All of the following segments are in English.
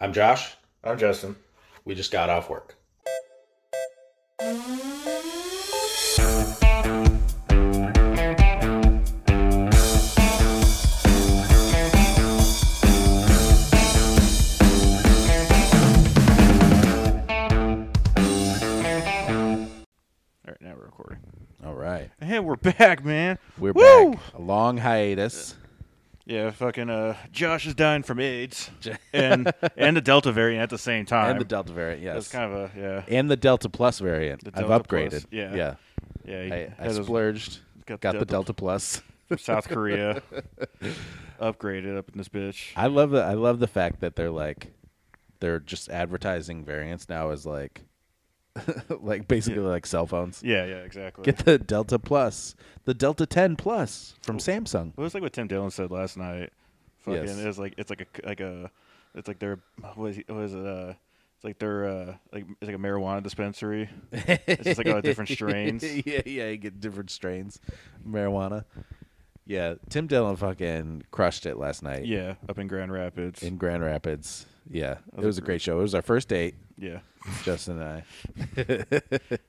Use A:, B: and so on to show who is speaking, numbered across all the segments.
A: I'm Josh.
B: I'm Justin.
A: We just got off work.
C: All right, now we're recording.
A: All right.
C: Hey, we're back, man.
A: We're
C: Woo!
A: back. A long hiatus.
C: Yeah, fucking uh, Josh is dying from AIDS and and the Delta variant at the same time.
A: And the Delta variant, yes.
C: That's kind of a yeah.
A: and the Delta Plus variant.
C: The
A: I've
C: Delta
A: upgraded.
C: Plus, yeah.
A: Yeah.
C: Yeah, he
A: I, I
C: had those
A: splurged. Got,
C: got
A: the
C: Delta-
A: Delta Plus.
C: from South Korea upgraded up in this bitch.
A: I love the I love the fact that they're like they're just advertising variants now as like like basically like cell phones.
C: Yeah, yeah, exactly.
A: Get the Delta Plus, the Delta 10 Plus from Samsung.
C: it was like what Tim Dillon said last night. Fucking,
A: Yes.
C: it was like it's like a like a it's like their what is, what is it? Uh, it's like their uh, like it's like a marijuana dispensary. it's just like all the different strains.
A: yeah, yeah, you get different strains, marijuana. Yeah, Tim Dillon fucking crushed it last night
C: Yeah, up in Grand Rapids.
A: in Grand Rapids. Yeah, it was a great show. It was our first date,
C: yeah.
A: Justin and I.
C: It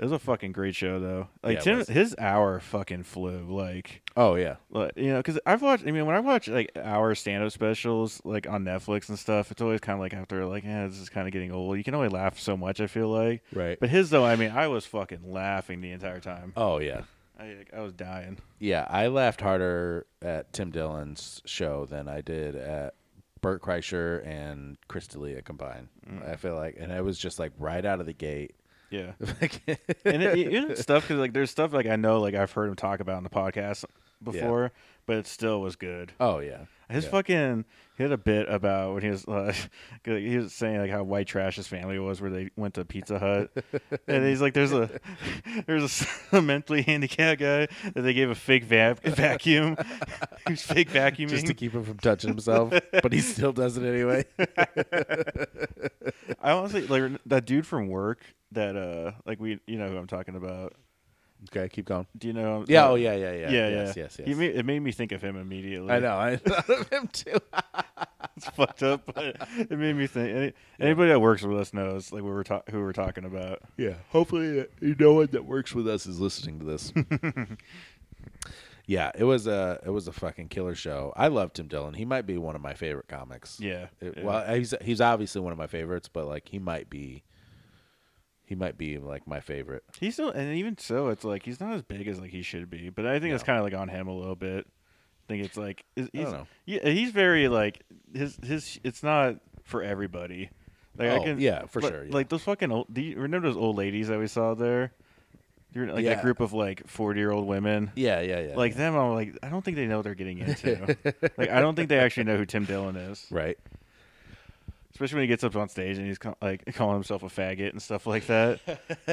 C: was a fucking great show though.
A: Yeah,
C: Like
A: it
C: Tim,
A: was.
C: his hour fucking flew. Like,
A: Oh yeah,
C: like you know, because I've watched. I mean, when I watch like hour stand up specials like on Netflix and stuff, it's always kind of like after like, yeah, this is kind of getting old. You can only laugh so much. I feel like.
A: Right.
C: But his though, I mean, I was fucking laughing the entire time.
A: oh yeah,
C: I I was dying.
A: yeah. I laughed harder at Tim Dillon's show than I did at Burt Kreischer and Chris D'Elia combined. I feel like, and I was just like right out of the gate.
C: Yeah. and it, you know, it's stuff because like there's stuff like I know like I've heard him talk about in the podcast before, but it still was good.
A: oh yeah,
C: His
A: Yeah.
C: fucking he had a bit about when he was uh, 'cause he was saying like how white trash his family was where they went to Pizza Hut, and he's like, "There's a there's a s- mentally handicapped guy that they gave a fake va- vacuum, who's fake vacuuming."
A: just to keep him from touching himself, but he still does it anyway.
C: I honestly like that dude from work that uh like we you know who I'm talking about.
A: Okay, keep going.
C: Do you know?
A: Yeah.
C: uh,
A: Oh, yeah, yeah,
C: Yeah,
A: yeah.
C: yeah.
A: Yes, yes, yes.
C: He made, it made me think of him immediately.
A: I know. I thought of him too.
C: it's fucked up, but it made me think. Any, Anybody that works with us knows like we were ta- who we're talking about.
A: Yeah. Hopefully, uh, you know one that works with us is listening to this. yeah, it was a it was a fucking killer show. I love Tim Dillon. He might be one of my favorite comics.
C: Yeah,
A: It-
C: yeah.
A: Well, he's he's obviously one of my favorites, but like he might be. He might be like my favorite.
C: He's still, and even so, it's like he's not as big as like he should be. But I think it's kind of like on him a little bit. I think it's like is- he's,
A: know.
C: yeah, he's very like his his. It's not for everybody. Like
A: Oh,
C: I can,
A: yeah, for
C: li-
A: sure, yeah.
C: Like those fucking old. Do you remember those old ladies that we saw there? Do you- Like
A: Yeah.
C: that group of like forty year old women.
A: Yeah, yeah, yeah.
C: Like them, I'm like, I don't think they know what they're getting into. like, I don't think they actually know who Tim Dillon is,
A: right.
C: especially when he gets up on stage and he's ca- like calling himself a faggot and stuff like that.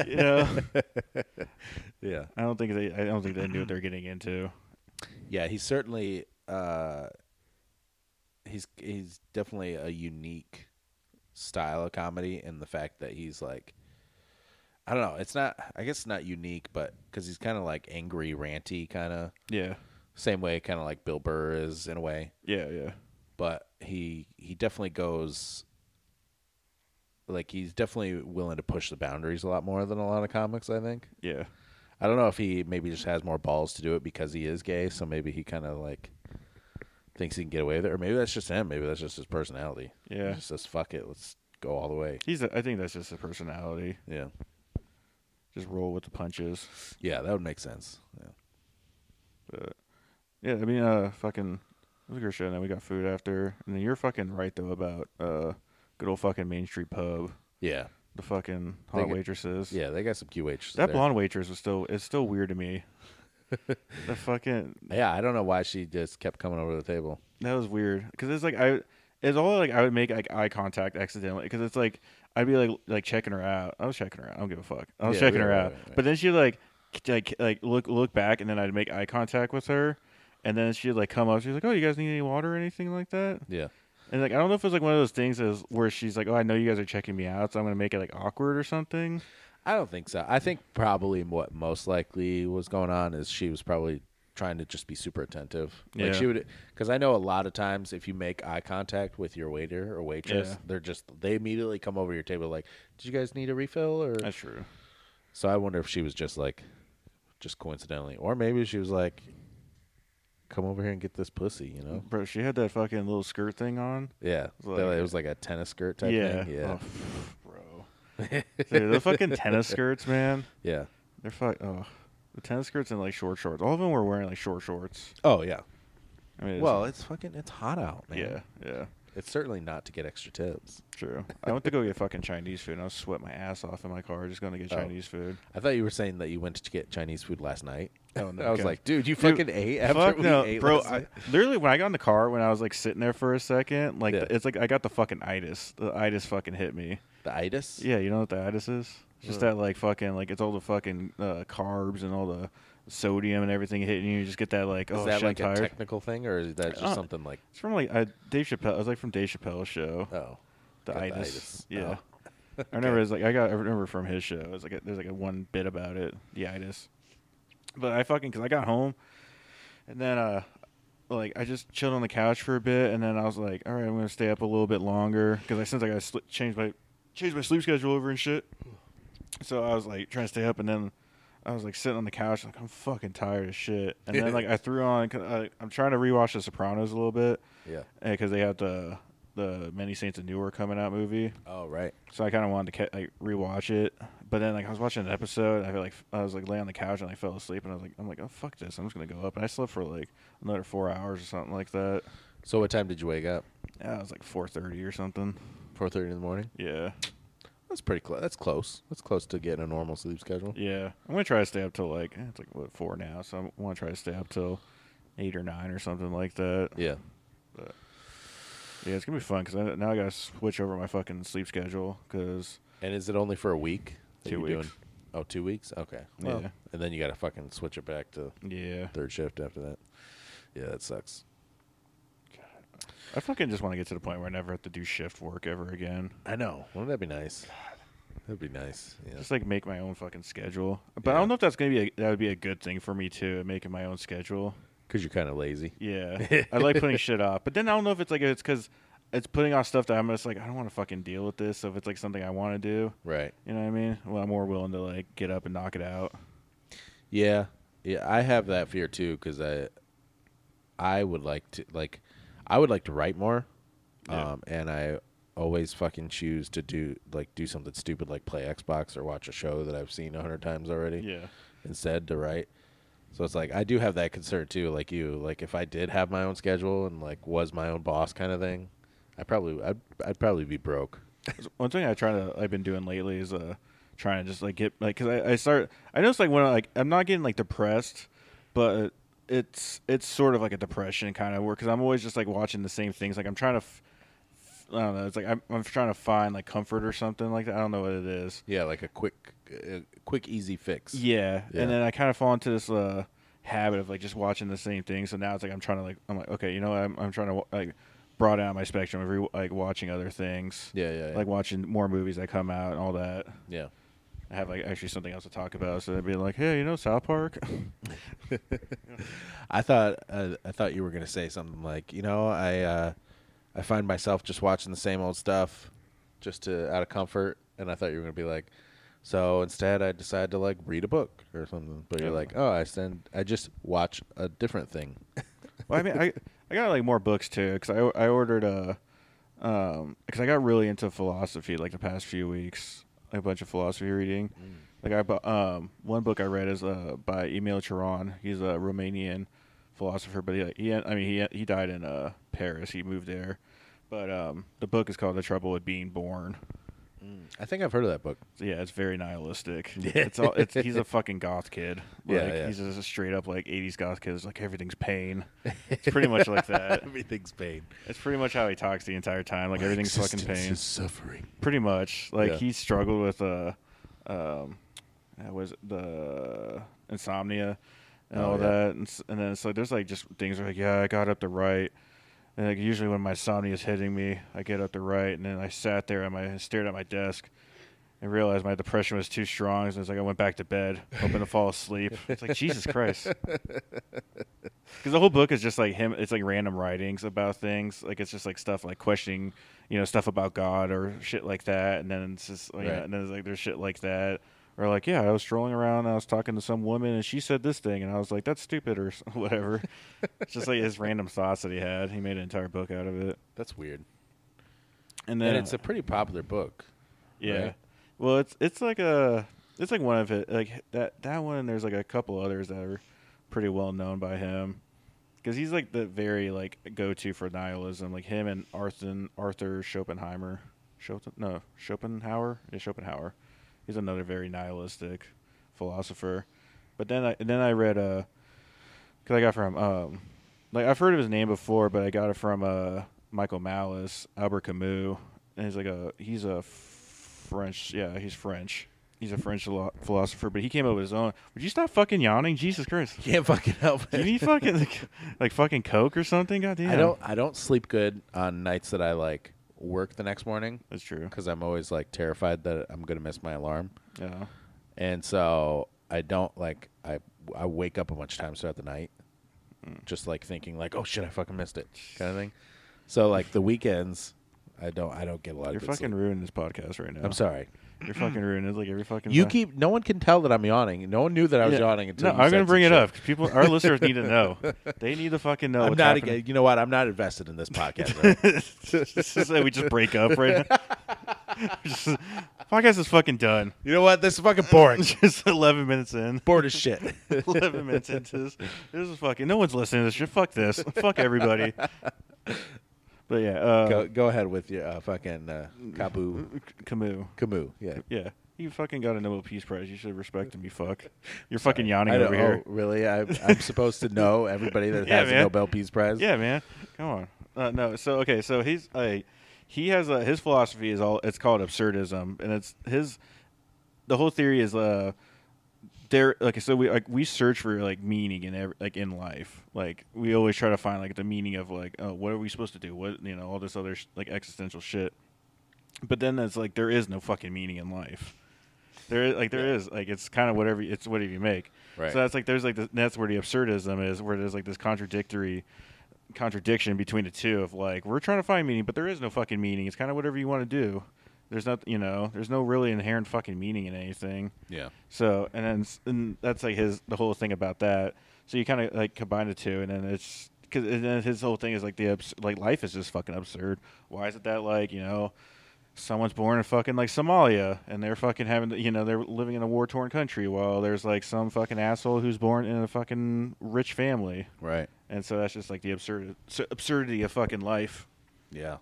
C: you know,
A: Yeah.
C: I don't think they. I don't think they knew what they're getting into.
A: Yeah, he's certainly uh, he's he's definitely a unique style of comedy in the fact that he's like I don't know, it's not I guess not unique, but because he's kind of like angry, ranty kind of
C: Yeah,
A: same way, kind of like Bill Burr is in a way,
C: yeah, yeah,
A: but he he definitely goes like he's definitely willing to push the boundaries a lot more than a lot of comics. I think
C: yeah.
A: I don't know if he maybe just has more balls to do it because he is gay, so maybe he kind of like thinks he can get away with it, or maybe that's just him. Maybe that's just his personality.
C: Yeah.
A: he just says fuck it, let's go all the way.
C: He's. A, I think that's just a personality.
A: Yeah,
C: Just roll with the punches.
A: yeah, that would make sense. Yeah.
C: But yeah, I mean, uh, fucking, it was a good show. And then we got food after. And then you're fucking right though about uh, good old fucking Main Street Pub.
A: Yeah,
C: The fucking
A: They
C: hot
A: get-
C: waitresses.
A: yeah, they got some QH.
C: That
A: there.
C: blonde waitress was still. It's still weird to me. the fucking
A: Yeah, I don't know why she just kept coming over to the table.
C: That was weird because it's like I it's all like I would make like eye contact accidentally because it's like I'd be like like checking her out. I was checking her out. I don't give a fuck. I was
A: Yeah,
C: checking
A: right,
C: her
A: right,
C: out,
A: right, right.
C: but then she like k- like like look look back and then I'd make eye contact with her, and then she'd like come up. She's like, "Oh, you guys need any water or anything like that?"
A: Yeah,
C: And like I don't know if it's like one of those things is where she's like, "Oh, I know you guys are checking me out, so I'm gonna make it like awkward or something."
A: I don't think so. I think probably what most likely was going on is she was probably trying to just be super attentive. Like
C: Yeah.
A: she would, because I know a lot of times if you make eye contact with your waiter or waitress,
C: Yeah.
A: they're just they immediately come over your table like, "Did you guys need a refill?" Or
C: That's true.
A: so I wonder if she was just like, just coincidentally, or maybe she was like, "Come over here and get this pussy," you know?
C: Bro, she had that fucking little skirt thing on.
A: Yeah,
C: It's like-
A: it was like a tennis skirt type
C: yeah.
A: thing. Yeah, Oh.
C: Oh, bro. Dude, the fucking tennis skirts, man.
A: yeah.
C: They're fuck. Oh, the tennis skirts and like short shorts. All of them were wearing like short shorts.
A: Oh yeah.
C: I mean, it's-
A: Well, it's fucking it's hot out, man.
C: yeah, yeah,
A: It's certainly not to get extra tips.
C: true. I went to go get fucking Chinese food, and I was sweating my ass off in my car just going to get
A: Oh.
C: Chinese food.
A: I thought you were saying that you went to get Chinese food last night.
C: Oh, no,
A: I was
C: okay.
A: like, dude, you
C: Dude,
A: fucking ate after
C: Fuck
A: we
C: no,
A: ate
C: bro.
A: last
C: I,
A: night?
C: literally, when I got in the car, when I was like sitting there for a second, like
A: Yeah.
C: it's like I got the fucking itis. The itis fucking hit me.
A: The itis?
C: Yeah, you know what the itis is? It's just
A: What?
C: that like fucking like it's all the fucking uh, carbs and all the sodium and everything hitting you. You just get that like
A: Is
C: oh
A: that
C: shit,
A: like
C: I'm tired.
A: a technical thing or is that just
C: Uh,
A: something like,
C: it's from like uh, Dave Chappelle. It was like from Dave Chappelle's show.
A: oh,
C: the
A: got the
C: itis.
A: itis.
C: Yeah.
A: Oh.
C: I remember it was like I got I remember from his show. It was like a, there's like a one bit about it, the itis. But I fucking cuz I got home and then uh like I just chilled on the couch for a bit and then I was like, "All right, I'm going to stay up a little bit longer cuz I since I got sl- changed my changed my sleep schedule over and shit." So I was like trying to stay up and then I was like sitting on the couch like I'm fucking tired as shit. And then like I threw on 'cause I, I'm trying to rewatch The Sopranos a little bit
A: yeah.
C: because Eh, they had the the Many Saints of Newark coming out movie,
A: Oh, right.
C: so I kind of wanted to ca- like rewatch it. But then like I was watching an episode, and I feel like I was like laying on the couch and I fell asleep, and I was like, I'm like, oh fuck this, I'm just gonna go up, and I slept for like another four hours or something like that.
A: So what time did you wake up?
C: Yeah, it was like 4:30 or something.
A: 4.30 in the morning?
C: Yeah,
A: That's pretty close. That's close. That's close to getting a normal sleep schedule.
C: yeah. I'm gonna try to stay up till like eh, it's like what four now, so I want to try to stay up till eight or nine or something like that.
A: Yeah.
C: Yeah, it's gonna be fun because now I gotta switch over my fucking sleep schedule because
A: And is it only for a week? that
C: Two
A: you're
C: weeks.
A: Oh, two weeks? Okay.
C: Yeah.
A: And then you got to fucking switch it back to
C: yeah,
A: third shift after that. Yeah, that sucks.
C: I fucking just want to get to the point where I never have to do shift work ever again.
A: I know. Wouldn't that be nice? That'd be nice. Yeah.
C: Just like make my own fucking schedule. But I
A: Yeah.
C: don't know if that's gonna be a, that would be a good thing for me too, making my own schedule.
A: Because you're kind of lazy.
C: Yeah, I like putting shit off. But then I don't know if it's like if it's because it's putting off stuff that I'm just like I don't want to fucking deal with this. So if it's like something I want to do,
A: Right.
C: you know what I mean? Well, I'm more willing to like get up and knock it out.
A: Yeah. Yeah. I have that fear too because I, I would like to like, I would like to write more,
C: Yeah.
A: um, and I always fucking choose to do like do something stupid like play Xbox or watch a show that I've seen a hundred times already.
C: Yeah,
A: instead to write. So it's like I do have that concern too, like you. Like if I did have my own schedule and like was my own boss kind of thing, I probably I'd, I'd probably be broke.
C: one thing I try to I've been doing lately is uh trying to just like get like because I, I start I notice like when I like I'm not getting like depressed, but it's it's sort of like a depression kind of work because I'm always just like watching the same things like I'm trying to f- I don't know it's like I'm I'm trying to find like comfort or something like that I don't know what it is
A: Yeah, like a quick, uh, quick easy fix.
C: yeah,
A: Yeah.
C: and then I kind of fall into this uh habit of like just watching the same thing so now it's like I'm trying to like I'm like okay you know what? I'm I'm trying to wa- like broaden out my spectrum of re- like watching other things
A: Yeah, yeah, yeah.
C: like watching more movies that come out and all that.
A: yeah.
C: I have like actually something else to talk about. So I'd be like, hey, you know South Park?
A: I thought uh, I thought you were gonna say something like, you know, I uh, I find myself just watching the same old stuff, just to out of comfort, and I thought you were gonna be like, so instead I decided to like read a book or something. But you're
C: Yeah.
A: like, oh, I send I just watch a different thing.
C: well, I mean, I I got like more books too because I I ordered uh um because I got really into philosophy like the past few weeks, like a bunch of philosophy reading. Like I bought um one book I read is uh by Emil Chiron. He's a Romanian philosopher, but he like, he I mean he he died in uh Paris. He moved there, but um the book is called The Trouble with Being Born.
A: I think I've heard of that book.
C: So, yeah, it's very nihilistic.
A: Yeah.
C: It's all it's he's a fucking goth kid. Like
A: Yeah, yeah.
C: he's just a straight up like eighties goth kid. It's like everything's pain. It's pretty much like that.
A: Everything's pain.
C: It's pretty much how he talks the entire time. Like everything's fucking pain.
A: suffering.
C: Pretty much. Like
A: Yeah.
C: he struggled with uh um that was it? the insomnia and
A: Oh,
C: all
A: yeah.
C: that and, s- and then it's like there's like just things where like yeah I got up to write and like usually when my insomnia is hitting me I get up to write and then I sat there and I stared at my desk I realized my depression was too strong, so it's like I went back to bed, hoping to fall asleep. It's like Jesus Christ, because the whole book is just like him. It's like random writings about things. Like it's just like stuff like questioning, you know, stuff about God or shit like that. And then it's just, you know,
A: Right.
C: and then it's like there's shit like that. Or like, yeah, I was strolling around, I was talking to some woman, and she said this thing, and I was like, that's stupid or s- whatever. it's just like his random thoughts that he had. He made an entire book out of it.
A: That's weird.
C: And then
A: And it's a pretty popular book.
C: yeah.
A: right?
C: Well, it's it's like a it's like one of it like that that one. And there's like a couple others that are pretty well known by him because he's like the very like go to for nihilism. Like him and Arthur Arthur Schopenhauer. Schopen no Schopenhauer yeah Schopenhauer. He's another very nihilistic philosopher. But then I then I read uh because I got from um like I've heard of his name before, but I got it from uh Michael Malice, Albert Camus, and he's like a he's a French yeah he's French. He's a French philo- philosopher, but he came up with his own. Would you stop fucking yawning? Jesus Christ!
A: Can't fucking help
C: Do you
A: it.
C: need fucking like, like fucking coke or something? God damn.
A: I don't. I don't sleep good on nights that I like work the next morning
C: That's true.
A: because I'm always like terrified that I'm gonna miss my alarm,
C: Yeah.
A: and so I don't like. I I wake up a bunch of times throughout the night,
C: Hmm.
A: just like thinking like, oh shit, I fucking missed it, kind of thing. So like the weekends, I don't. I don't get a lot
C: You're
A: of. good
C: fucking
A: sleep.
C: ruining this podcast right now.
A: I'm sorry.
C: You're fucking ruining it like every fucking.
A: You
C: time.
A: keep. No one can tell that I'm yawning. No one knew that I was
C: Yeah.
A: yawning until.
C: No,
A: you
C: I'm
A: said
C: gonna bring it
A: some shit.
C: up. 'cause People, our listeners need to know. They need to fucking know.
A: I'm
C: what's
A: not.
C: happening.
A: You know what? I'm not invested in this podcast. all right?
C: This is like we just break up right now. Just- podcast is fucking done.
A: You know what? This is fucking boring.
C: Just 11 minutes in.
A: Bored as shit.
C: 11 minutes into this. This is fucking. No one's listening to this shit. Fuck this. Fuck everybody. But yeah, uh,
A: go, go ahead with your uh, fucking uh, Kabu
C: Camus.
A: Camus. Yeah.
C: Yeah. You fucking got a Nobel Peace Prize. You should respect him, you fuck. You're fucking yawning
A: I don't-
C: over here.
A: Oh, really? I, I'm supposed to know everybody that
C: Yeah,
A: has
C: man.
A: a Nobel Peace Prize.
C: Yeah, man. Come on. Uh, no. So okay. So he's uh, he has uh, his philosophy is all it's called absurdism, and it's his the whole theory is uh there okay so we like we search for like meaning in every like in life like we always try to find like the meaning of like oh what are we supposed to do what you know all this other sh- like existential shit but then it's like there is no fucking meaning in life there is like there is like it's kind of whatever it's whatever you make
A: Right.
C: so that's like there's like this, that's where the absurdism is where there's like this contradictory contradiction between the two of like we're trying to find meaning but there is no fucking meaning it's kind of whatever you want to do there's not you know there's no really inherent fucking meaning in anything
A: Yeah.
C: so and then s- and that's like his the whole thing about that. So you kind of like combine the two, and then it's because and then his whole thing is like the abs- like life is just fucking absurd. Why is it that like you know someone's born in fucking like Somalia and they're fucking having to, you know they're living in a war torn country while there's like some fucking asshole who's born in a fucking rich family,
A: Right.
C: and so that's just like the absurd s- absurdity of fucking life.
A: Yeah.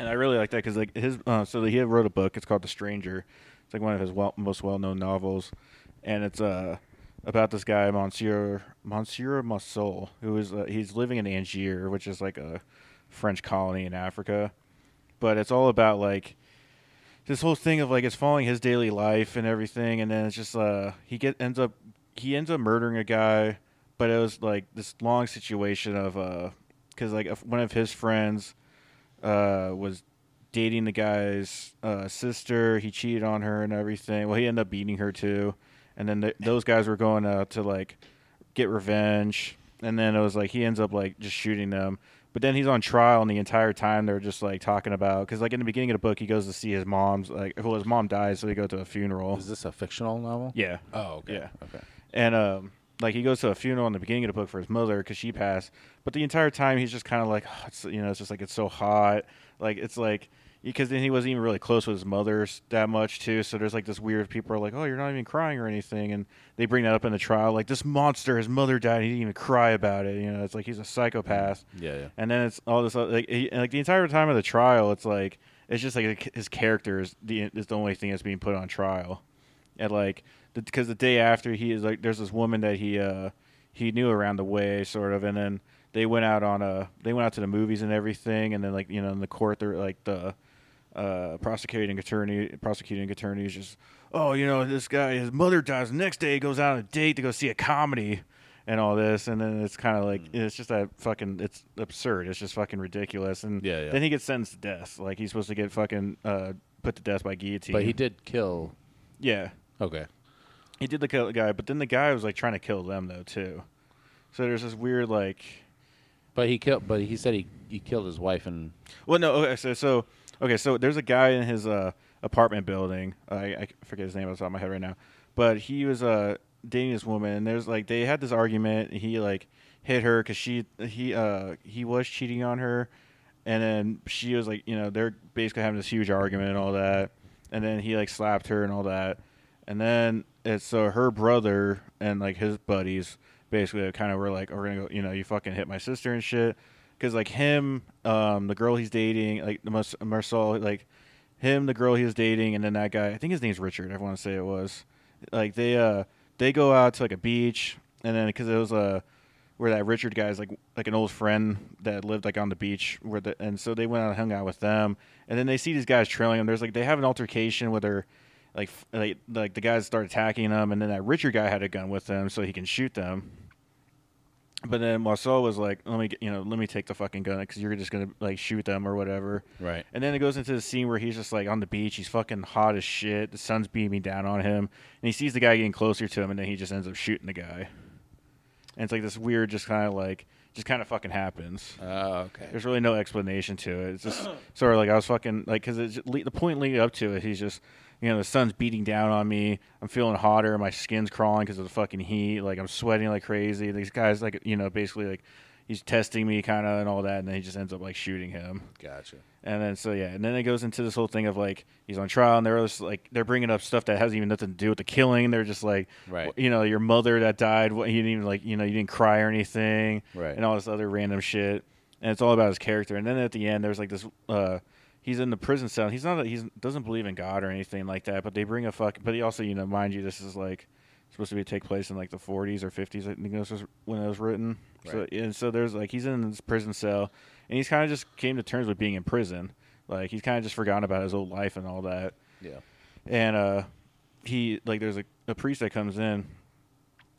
C: And I really like that because like his uh, so he wrote a book. It's called The Stranger. It's like one of his well, most well known novels, and it's uh about this guy Monsieur Monsieur Massol who is uh, he's living in Angier, which is like a French colony in Africa, but it's all about like this whole thing of like it's following his daily life and everything, and then it's just uh he get ends up he ends up murdering a guy, but it was like this long situation of uh because like if one of his friends uh was dating the guy's uh sister, he cheated on her and everything. Well, he ended up beating her too, and then th those guys were going uh, to like get revenge, and then it was like he ends up like just shooting them. But then he's on trial, and the entire time they're just like talking about because like in the beginning of the book, he goes to see his mom's like well his mom dies, so they go to a funeral.
A: Is this a fictional novel?
C: Yeah,
A: Oh, okay.
C: Yeah.
A: Okay.
C: and um like he goes to a funeral in the beginning of the book for his mother because she passed but the entire time he's just kind of like "Oh, it's, you know it's just like it's so hot like it's like because then he wasn't even really close with his mother s- that much too so there's like this weird people are like oh you're not even crying or anything and they bring that up in the trial like this monster his mother died and he didn't even cry about it you know it's like he's a psychopath
A: Mm, Yeah. Yeah.
C: and then it's all this other- like he, and, like the entire time of the trial it's like it's just like his character is the is the only thing that's being put on trial and like because the, day after he is like there's this woman that he uh he knew around the way sort of and then they went out on a they went out to the movies and everything and then like you know in the court they're like the uh prosecuting attorney prosecuting attorney is just oh you know this guy his mother dies the next day he goes out on a date to go see a comedy and all this, and then it's kind of
A: Mm.
C: like it's just that fucking it's absurd. It's just fucking ridiculous. And
A: Yeah, yeah.
C: then he gets sentenced to death. Like he's supposed to get fucking uh, put to death by guillotine.
A: But he did kill.
C: yeah,
A: Okay.
C: he did the kill the guy, but then the guy was like trying to kill them though too. So there's this weird like,
A: But he killed. But he said he, he killed his wife and
C: well no okay so so okay so there's a guy in his uh, apartment building I, I forget his name off the top of my head right now, but he was uh, dating this woman and there's like they had this argument and he like hit her because she he uh he was cheating on her, and then she was like you know they're basically having this huge argument and all that, and then he like slapped her and all that, And then it's so her brother and like his buddies basically kind of were like, "We're gonna go, you know, you fucking hit my sister and shit." Because like him, um, the girl he's dating, like the most Marcel, like him, the girl he was dating, and then that guy, I think his name's Richard. I want to say it was, like they uh they go out to like a beach, and then because it was uh, where that Richard guy's like like an old friend that lived like on the beach where the and so they went out and hung out with them, and then they see these guys trailing them. There's like they have an altercation with their like f- like like the guys start attacking them, and then that Richard guy had a gun with him, so he can shoot them. But then Marcel was like, "Let me, get, you know, let me take the fucking gun because you're just gonna like shoot them or whatever."
A: Right.
C: And then it goes into the scene where he's just like on the beach, he's fucking hot as shit. The sun's beaming down on him, and he sees the guy getting closer to him, and then he just ends up shooting the guy. And it's like this weird, just kind of like, just kind of fucking happens.
A: Oh, okay.
C: There's really no explanation to it. It's just sort of like I was fucking like because the point leading up to it, he's just you know the sun's beating down on me. I'm feeling hotter. My skin's crawling because of the fucking heat. Like I'm sweating like crazy. These guys like you know basically like he's testing me kind of and all that, and then he just ends up like shooting him.
A: Gotcha.
C: And then so yeah, and then it goes into this whole thing of like he's on trial, and they're just, like they're bringing up stuff that hasn't even nothing to do with the killing. They're just like,
A: Right.
C: you know, your mother that died, what, you didn't even like, you know, you didn't cry or anything,
A: Right.
C: And all this other random shit, and it's all about his character. And then at the end, there's like this, uh, he's in the prison cell. He's not, a, he's doesn't believe in God or anything like that. But they bring a fuck, but he also, you know, mind you, this is like supposed to be take place in like the 40s or 50s. I think this was when it was written. So
A: Right.
C: and so there's like he's in this prison cell, and he's kind of just came to terms with being in prison. Like he's kind of just forgotten about his old life and all that.
A: Yeah.
C: And uh, he like there's a, a priest that comes in,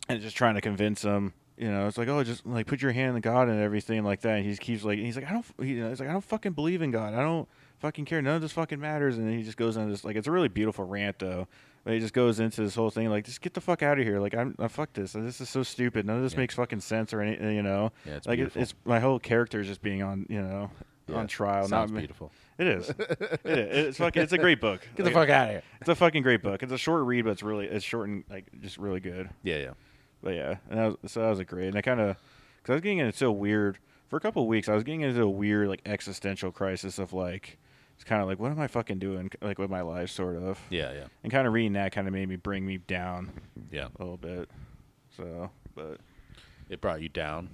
C: and just trying to convince him. You know, it's like oh, just like put your hand in God and everything like that. And he just keeps like he's like I don't f- you know he's like I don't fucking believe in God. I don't fucking care. None of this fucking matters. And then he just goes on this like it's a really beautiful rant though. But he just goes into this whole thing like just get the fuck out of here. Like I'm I fuck this. This is so stupid. None of this
A: Yeah.
C: makes fucking sense or any you know.
A: Yeah, it's
C: like it,
A: beautiful.
C: it's my whole character is just being on you know
A: Yeah.
C: on trial. not
A: Sounds
C: me-
A: beautiful.
C: It is. it is. It's fucking. It's a great book.
A: Get the
C: Like,
A: fuck out of here.
C: It's a fucking great book. It's a short read, but it's really it's short and like just really good.
A: Yeah, yeah.
C: But yeah, and that was, so that was a great. And I kind of because I was getting into so weird for a couple of weeks. I was getting into a weird like existential crisis of like it's kind of like what am I fucking doing like with my life sort of.
A: Yeah, yeah.
C: And kind of reading that kind of made me bring me down
A: Yeah.
C: a little bit. So, but
A: It brought you down.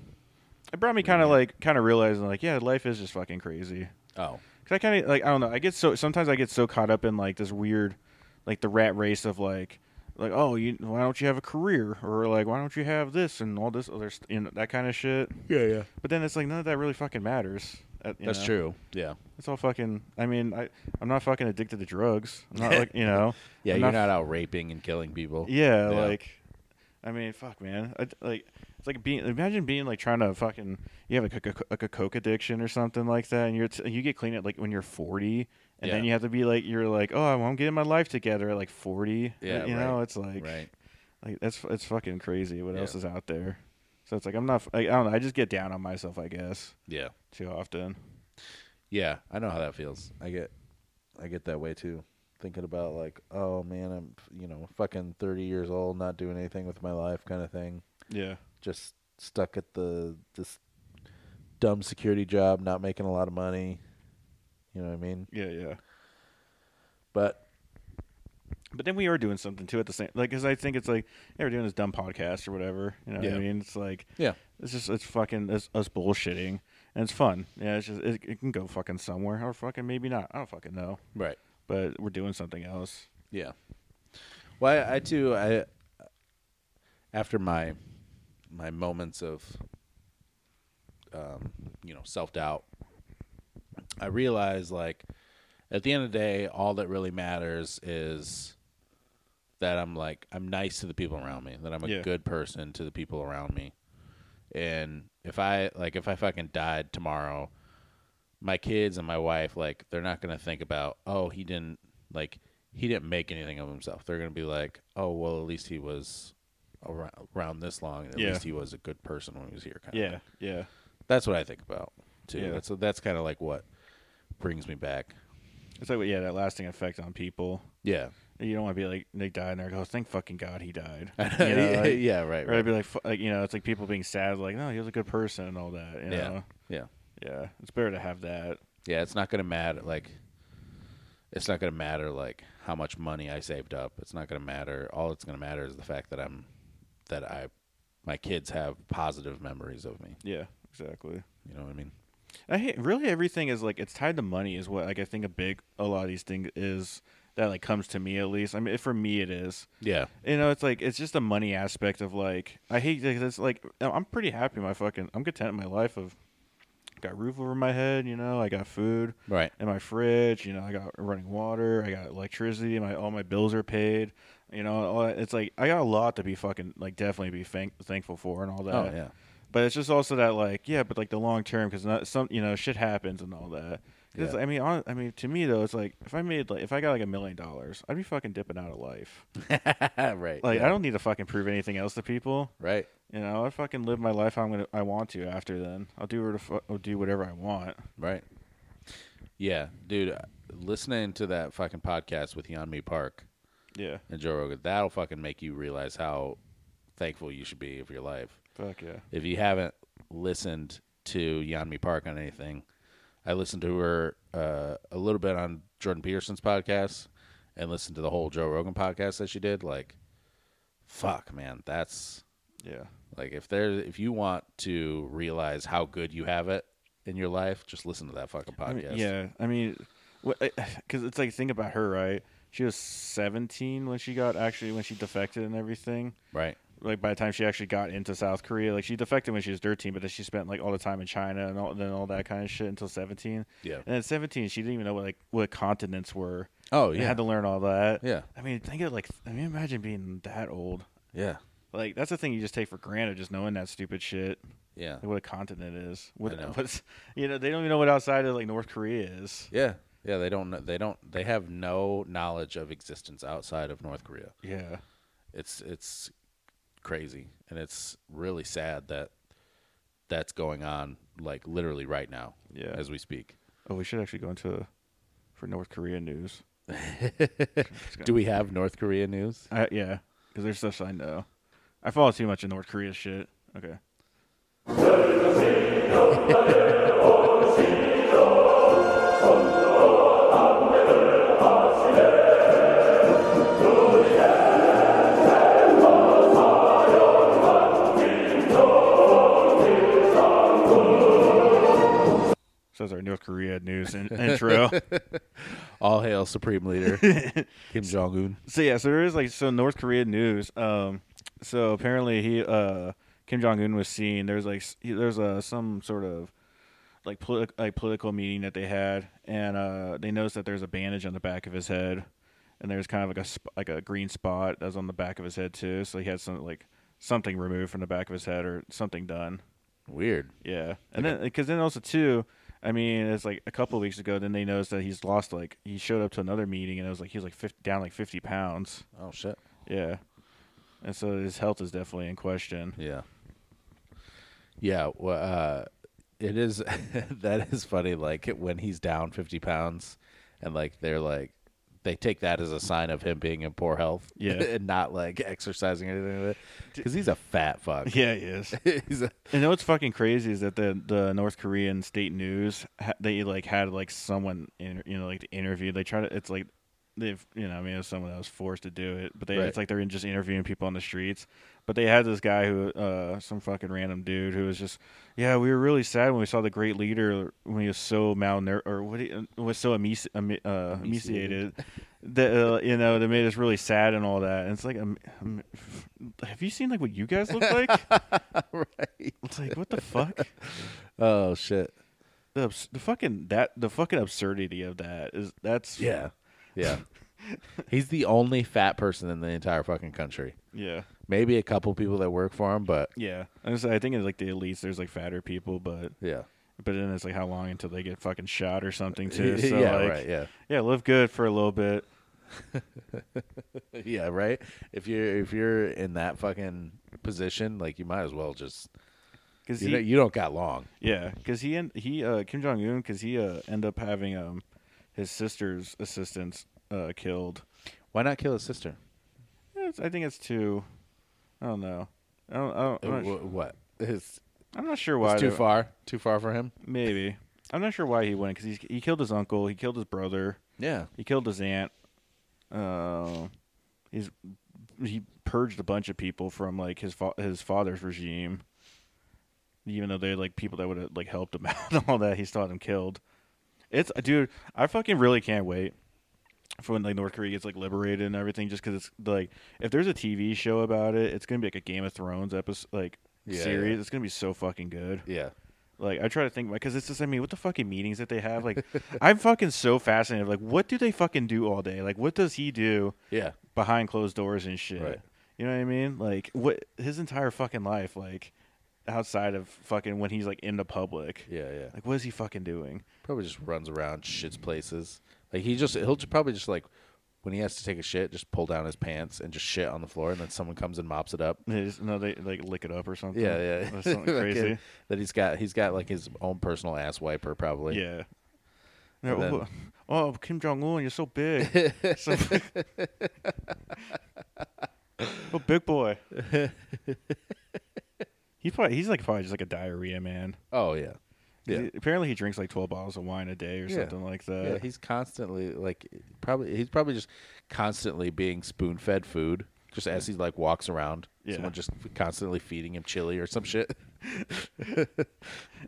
C: it brought me kind of like kind of realizing like yeah, life is just fucking crazy.
A: Oh.
C: Cause I kind of like I don't know. I get so sometimes I get so caught up in like this weird, like the rat race of like, like oh you why don't you have a career or like why don't you have this and all this other st- you know that kind of shit.
A: Yeah, yeah.
C: But then it's like none of that really fucking matters. uh, you
A: That's
C: know?
A: true. Yeah.
C: It's all fucking. I mean I I'm not fucking addicted to drugs. I'm not like you know.
A: Yeah,
C: I'm
A: you're not out raping and killing people.
C: yeah,
A: Yeah.
C: like, I mean, fuck, man. I, like, it's like being. Imagine being like trying to fucking. You have like a, co- like a coke addiction or something like that, and you're t- you get clean at like when you're forty, and then
A: Yeah.
C: you have to be like you're like, oh, I'm, I'm getting my life together at like forty.
A: Yeah,
C: you know,
A: right,
C: it's like,
A: right.
C: like that's f- it's fucking crazy. What
A: Yeah.
C: else is out there? So it's like I'm not. f- Like, I don't know. I just get down on myself, I guess,
A: Yeah.
C: too often.
A: Yeah, I know how that feels. I get I get that way too. Thinking about like, oh man, I'm you know, fucking 30 years old, not doing anything with my life kind of thing.
C: Yeah.
A: Just stuck at the this dumb security job, not making a lot of money. You know what I mean?
C: Yeah. Yeah.
A: But
C: But then we are doing something too at the same, like, because I think it's like, yeah, we're doing this dumb podcast or whatever. You know what
A: Yeah.
C: I mean? It's like,
A: yeah.
C: It's just it's fucking it's us bullshitting, and it's fun. Yeah, it's just it, it can go fucking somewhere or fucking maybe not. I don't fucking know,
A: Right.
C: but we're doing something else.
A: Yeah. Well, I, I too I after my my moments of um, you know self doubt, I realize like at the end of the day, all that really matters is that I'm like I'm nice to the people around me, that I'm a
C: Yeah.
A: good person to the people around me, And if I like if I fucking died tomorrow, my kids and my wife like they're not going to think about, "Oh, he didn't like he didn't make anything of himself." They're going to be like, "Oh, well, at least he was around, around this long. At
C: Yeah.
A: least he was a good person when he was here." Kind
C: Yeah, yeah.
A: That's what I think about too.
C: Yeah.
A: That's that's kind of like what brings me back.
C: It's like yeah, that lasting effect on people.
A: Yeah.
C: You don't want to be like Nick died, and they're like, "Oh, thank fucking God he died." You
A: Yeah,
C: know, like-
A: yeah, right,
C: or I'd
A: right.
C: be like, fu- like, you know, it's like people being sad, like, "No, he was a good person" and all that. You
A: Yeah.
C: know?
A: Yeah.
C: yeah. It's better to have that.
A: Yeah, it's not gonna matter. Like, it's not gonna matter like how much money I saved up. It's not gonna matter. All it's gonna matter is the fact that I'm, that I, my kids have positive memories of me.
C: Yeah, exactly.
A: You know what I mean?
C: I hate really everything is like it's tied to money is what like I think a big a lot of these things is that like comes to me at least. I mean, for me it is.
A: Yeah.
C: You know, it's like it's just a money aspect of like I hate like it's like I'm pretty happy. with My fucking I'm content in my life. Of got a roof over my head. You know, I got food
A: Right.
C: in my fridge. You know, I got running water. I got electricity. My all my bills are paid. You know, all that. it's like I got a lot to be fucking like definitely be thank- thankful for and all that.
A: Oh yeah.
C: But it's just also that like yeah, but like the long term because some you know shit happens and all that. 'Cause
A: Yeah.
C: I mean, hon- I mean to me though, it's like if I made like if I got like a million dollars, I'd be fucking dipping out of life.
A: right.
C: Like
A: yeah.
C: I don't need to fucking prove anything else to people.
A: Right.
C: You know, I fucking live my life how I'm gonna I want to after then. I'll do whatever the fu- I'll do whatever I want.
A: Right. Yeah, dude. Listening to that fucking podcast with Yanmi Park
C: Yeah,
A: and Joe Rogan, that'll fucking make you realize how thankful you should be of your life.
C: fuck yeah.
A: if you haven't listened to Yanmi Park on anything, I listened to her uh, a little bit on Jordan Peterson's podcast and listened to the whole Joe Rogan podcast that she did. Like, fuck, man, that's
C: Yeah,
A: like if there if you want to realize how good you have it in your life, just listen to that fucking podcast.
C: I mean, yeah. I mean, because it's like think about her, right? She was 17 when she got actually when she defected and everything.
A: right,
C: Like by the time she actually got into South Korea, like she defected when she was 13, but then she spent like all the time in China and all then all that kind of shit until 17.
A: yeah.
C: And at 17, she didn't even know what like what continents were.
A: Oh
C: You
A: yeah,
C: had to learn all that.
A: yeah,
C: I mean, think of like I mean, imagine being that old.
A: yeah,
C: Like that's the thing you just take for granted, just knowing that stupid shit.
A: yeah,
C: Like what a continent is. What,
A: know.
C: What's you know they don't even know what outside of like North Korea is.
A: yeah, yeah. They don't. kn- They don't. They have no knowledge of existence outside of North Korea.
C: Yeah.
A: it's it's crazy and it's really sad that that's going on like literally right now
C: Yeah.
A: as we speak
C: oh, we should actually go into for North Korea news.
A: do we have north korea news
C: I, Uh, yeah, because there's stuff I know. I follow too much of North Korea shit. Okay. So that's our North Korea news in- intro.
A: all hail supreme leader kim jong-un
C: So yeah, so there is like so North Korea news. Um, so apparently he uh Kim Jong Un was seen. There's like s- he- there's uh, some sort of like politi- like political meeting that they had, and uh they noticed that there's a bandage on the back of his head, and there's kind of like a sp- like a green spot that was on the back of his head too. So he had some like something removed from the back of his head or something done.
A: weird
C: Yeah, and then because then also too, I mean, it's like a couple of weeks ago. Then they noticed that he's lost like he showed up to another meeting and it was like he was like 50, down like fifty pounds.
A: oh shit
C: Yeah. And so his health is definitely in question.
A: yeah yeah well, uh it is that is funny like when he's down 50 pounds and like they're like they take that as a sign of him being in poor health
C: Yeah.
A: and not like exercising or anything like that because he's a fat fuck
C: Yeah, he is.
A: He's a-
C: and what's fucking crazy is that the the North Korean state news ha- they like had like someone in, you know like to interview. They try to it's like they've you know I mean it was someone that was forced to do it, but they
A: Right.
C: it's like they're in- just interviewing people on the streets. But they had this guy who uh some fucking random dude who was just yeah we were really sad when we saw the great leader when he was so malnourished or what he uh, was so emaci- emi- uh, emaciated. That uh, you know, that made us really sad and all that. And it's like, um, um, have you seen like what you guys look like?
A: right.
C: It's like what the fuck?
A: Oh shit.
C: The, abs- the fucking that the fucking absurdity of that is that's
A: Yeah. Yeah. He's the only fat person in the entire fucking country.
C: yeah
A: Maybe a couple people that work for him, but
C: Yeah, I, was, I think it's like the elites. There's like fatter people, but
A: yeah,
C: but then it's like how long until they get fucking shot or something too. So
A: yeah,
C: like,
A: right, yeah,
C: yeah, live good for a little bit.
A: yeah, right. If you're if you're in that fucking position, like you might as well just
C: Cause
A: you
C: he,
A: know you don't got long.
C: yeah, because he en- he uh, Kim Jong Un, because he uh, end up having um his sister's assistants uh, killed.
A: Why not kill his sister?
C: It's, I think it's too. I don't know. I don't. I don't I'm,
A: Uh,
C: not,
A: wh- what? It's,
C: am not sure why.
A: it's too
C: they-
A: far. Too far for him.
C: Maybe I'm not sure why he went because he he killed his uncle. He killed his brother.
A: Yeah.
C: He killed his aunt. Uh, he's he purged a bunch of people from like his fa- his father's regime. Even though they're like people that would have like helped him out and all that, he still had them killed. It's dude, I fucking really can't wait for when like North Korea gets like liberated and everything. Just because it's like if there's a TV show about it, it's gonna be like a Game of Thrones episode like
A: Yeah,
C: series.
A: yeah.
C: It's gonna be so fucking good.
A: Yeah.
C: Like I try to think because it's just I mean what the fucking meetings that they have like I'm fucking so fascinated like what do they fucking do all day like what does he do
A: Yeah.
C: behind closed doors and shit
A: Right.
C: you know what I mean like what his entire fucking life like outside of fucking when he's like in the public
A: Yeah. Yeah.
C: like what is he fucking doing
A: Probably just runs around, shits places. Like he just he'll ju- probably just like when he has to take a shit, just pull down his pants and just shit on the floor, and then someone comes and mops it up.
C: They just- no they like lick it up or something
A: Yeah, yeah,
C: Or something
A: Like,
C: crazy
A: uh, that he's got he's got like his own personal ass wiper probably.
C: yeah. They're,
A: And then-
C: "Oh, oh, Kim Jong Un, you're so big. so, oh, big boy. He's probably he's like probably just like a diarrhea man.
A: Oh yeah. Yeah.
C: He- apparently, he drinks like twelve bottles of wine a day or
A: Yeah.
C: something like that.
A: yeah. He's constantly like probably he's probably just constantly being spoon fed food. Just as he like walks around,
C: Yeah.
A: someone just constantly feeding him chili or some shit.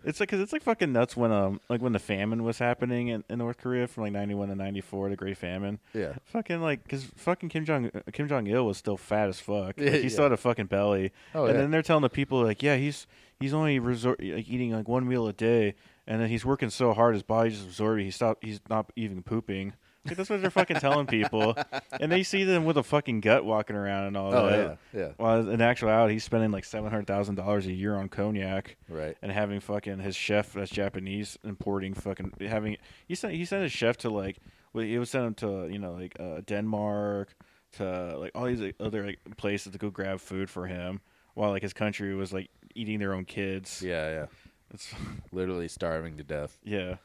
C: It's like because it's like fucking nuts when um like when the famine was happening in, in North Korea from like ninety one to ninety four, the Great Famine.
A: Yeah.
C: Fucking like because fucking Kim Jong uh, Kim Jong Il was still fat as fuck. Like, he
A: Yeah.
C: still had a fucking belly.
A: Oh,
C: and
A: yeah.
C: then they're telling the people like, yeah, he's he's only resort like, eating like one meal a day, and then he's working so hard his body just absorbing. He stopped. He's not even pooping. Like, that's what they're fucking telling people, and they see them with a fucking gut walking around and all
A: Oh,
C: that.
A: yeah, yeah.
C: Well, in actuality, he's spending like seven hundred thousand dollars a year on cognac
A: Right.
C: and having fucking his chef that's Japanese importing fucking having he sent he sent his chef to like well, he would send him to you know like uh, Denmark to like all these like, other like places to go grab food for him while like his country was like eating their own kids.
A: Yeah, yeah.
C: It's,
A: Literally starving to death.
C: yeah.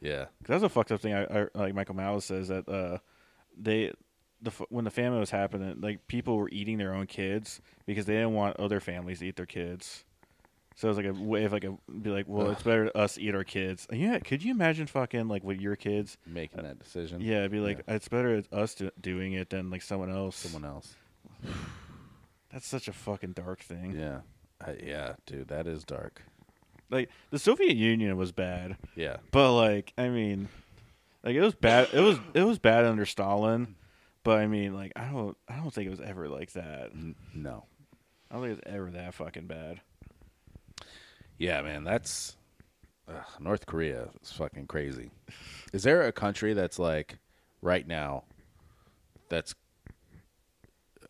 A: Yeah.
C: 'Cause that's a fucked up thing. I, I like Michael Malice says that uh, they the f- when the famine was happening, like people were eating their own kids because they didn't want other families to eat their kids. So it was like a way of like a be like, well, it's better us eat our kids. And yeah, could you imagine fucking like with your kids?
A: Making that decision.
C: Uh, Yeah, it'd be like it's better it's us do- doing it than like someone else.
A: Someone else.
C: That's such a fucking dark thing.
A: Yeah. I, yeah, dude, that is dark.
C: Like the Soviet Union was bad.
A: Yeah.
C: But like, I mean, like it was bad. It was it was bad under Stalin. But I mean, like, I don't I don't think it was ever like that.
A: N- no.
C: I don't think it was ever that fucking bad.
A: Yeah, man, that's ugh, North Korea is fucking crazy. Is there a country that's like right now that's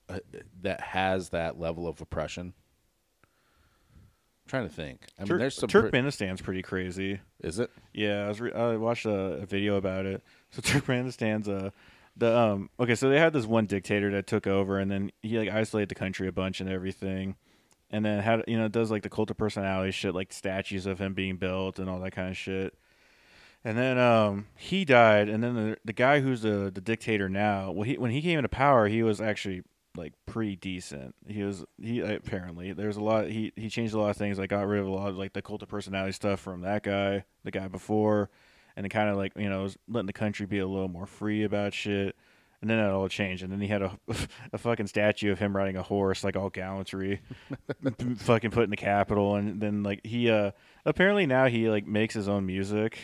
A: uh, that has that level of oppression? I'm trying to think. I
C: Tur-
A: mean, there's some pre-
C: Turkmenistan's pretty crazy.
A: is it?
C: Yeah, I was re- I watched a, a video about it. So Turkmenistan's uh the um okay, so they had this one dictator that took over and then he like isolated the country a bunch and everything. And then had you know, does like the cult of personality shit, like statues of him being built and all that kind of shit. And then um he died and then the the guy who's the the dictator now, well he when he came into power, he was actually like pretty decent. He was he apparently there's a lot he he changed a lot of things. Like got rid of a lot of like the cult of personality stuff from that guy, the guy before, and kind of like you know was letting the country be a little more free about shit. And then it all changed. And then he had a a fucking statue of him riding a horse, like all gallantry, fucking put in the capital. And then like he uh apparently now he like makes his own music.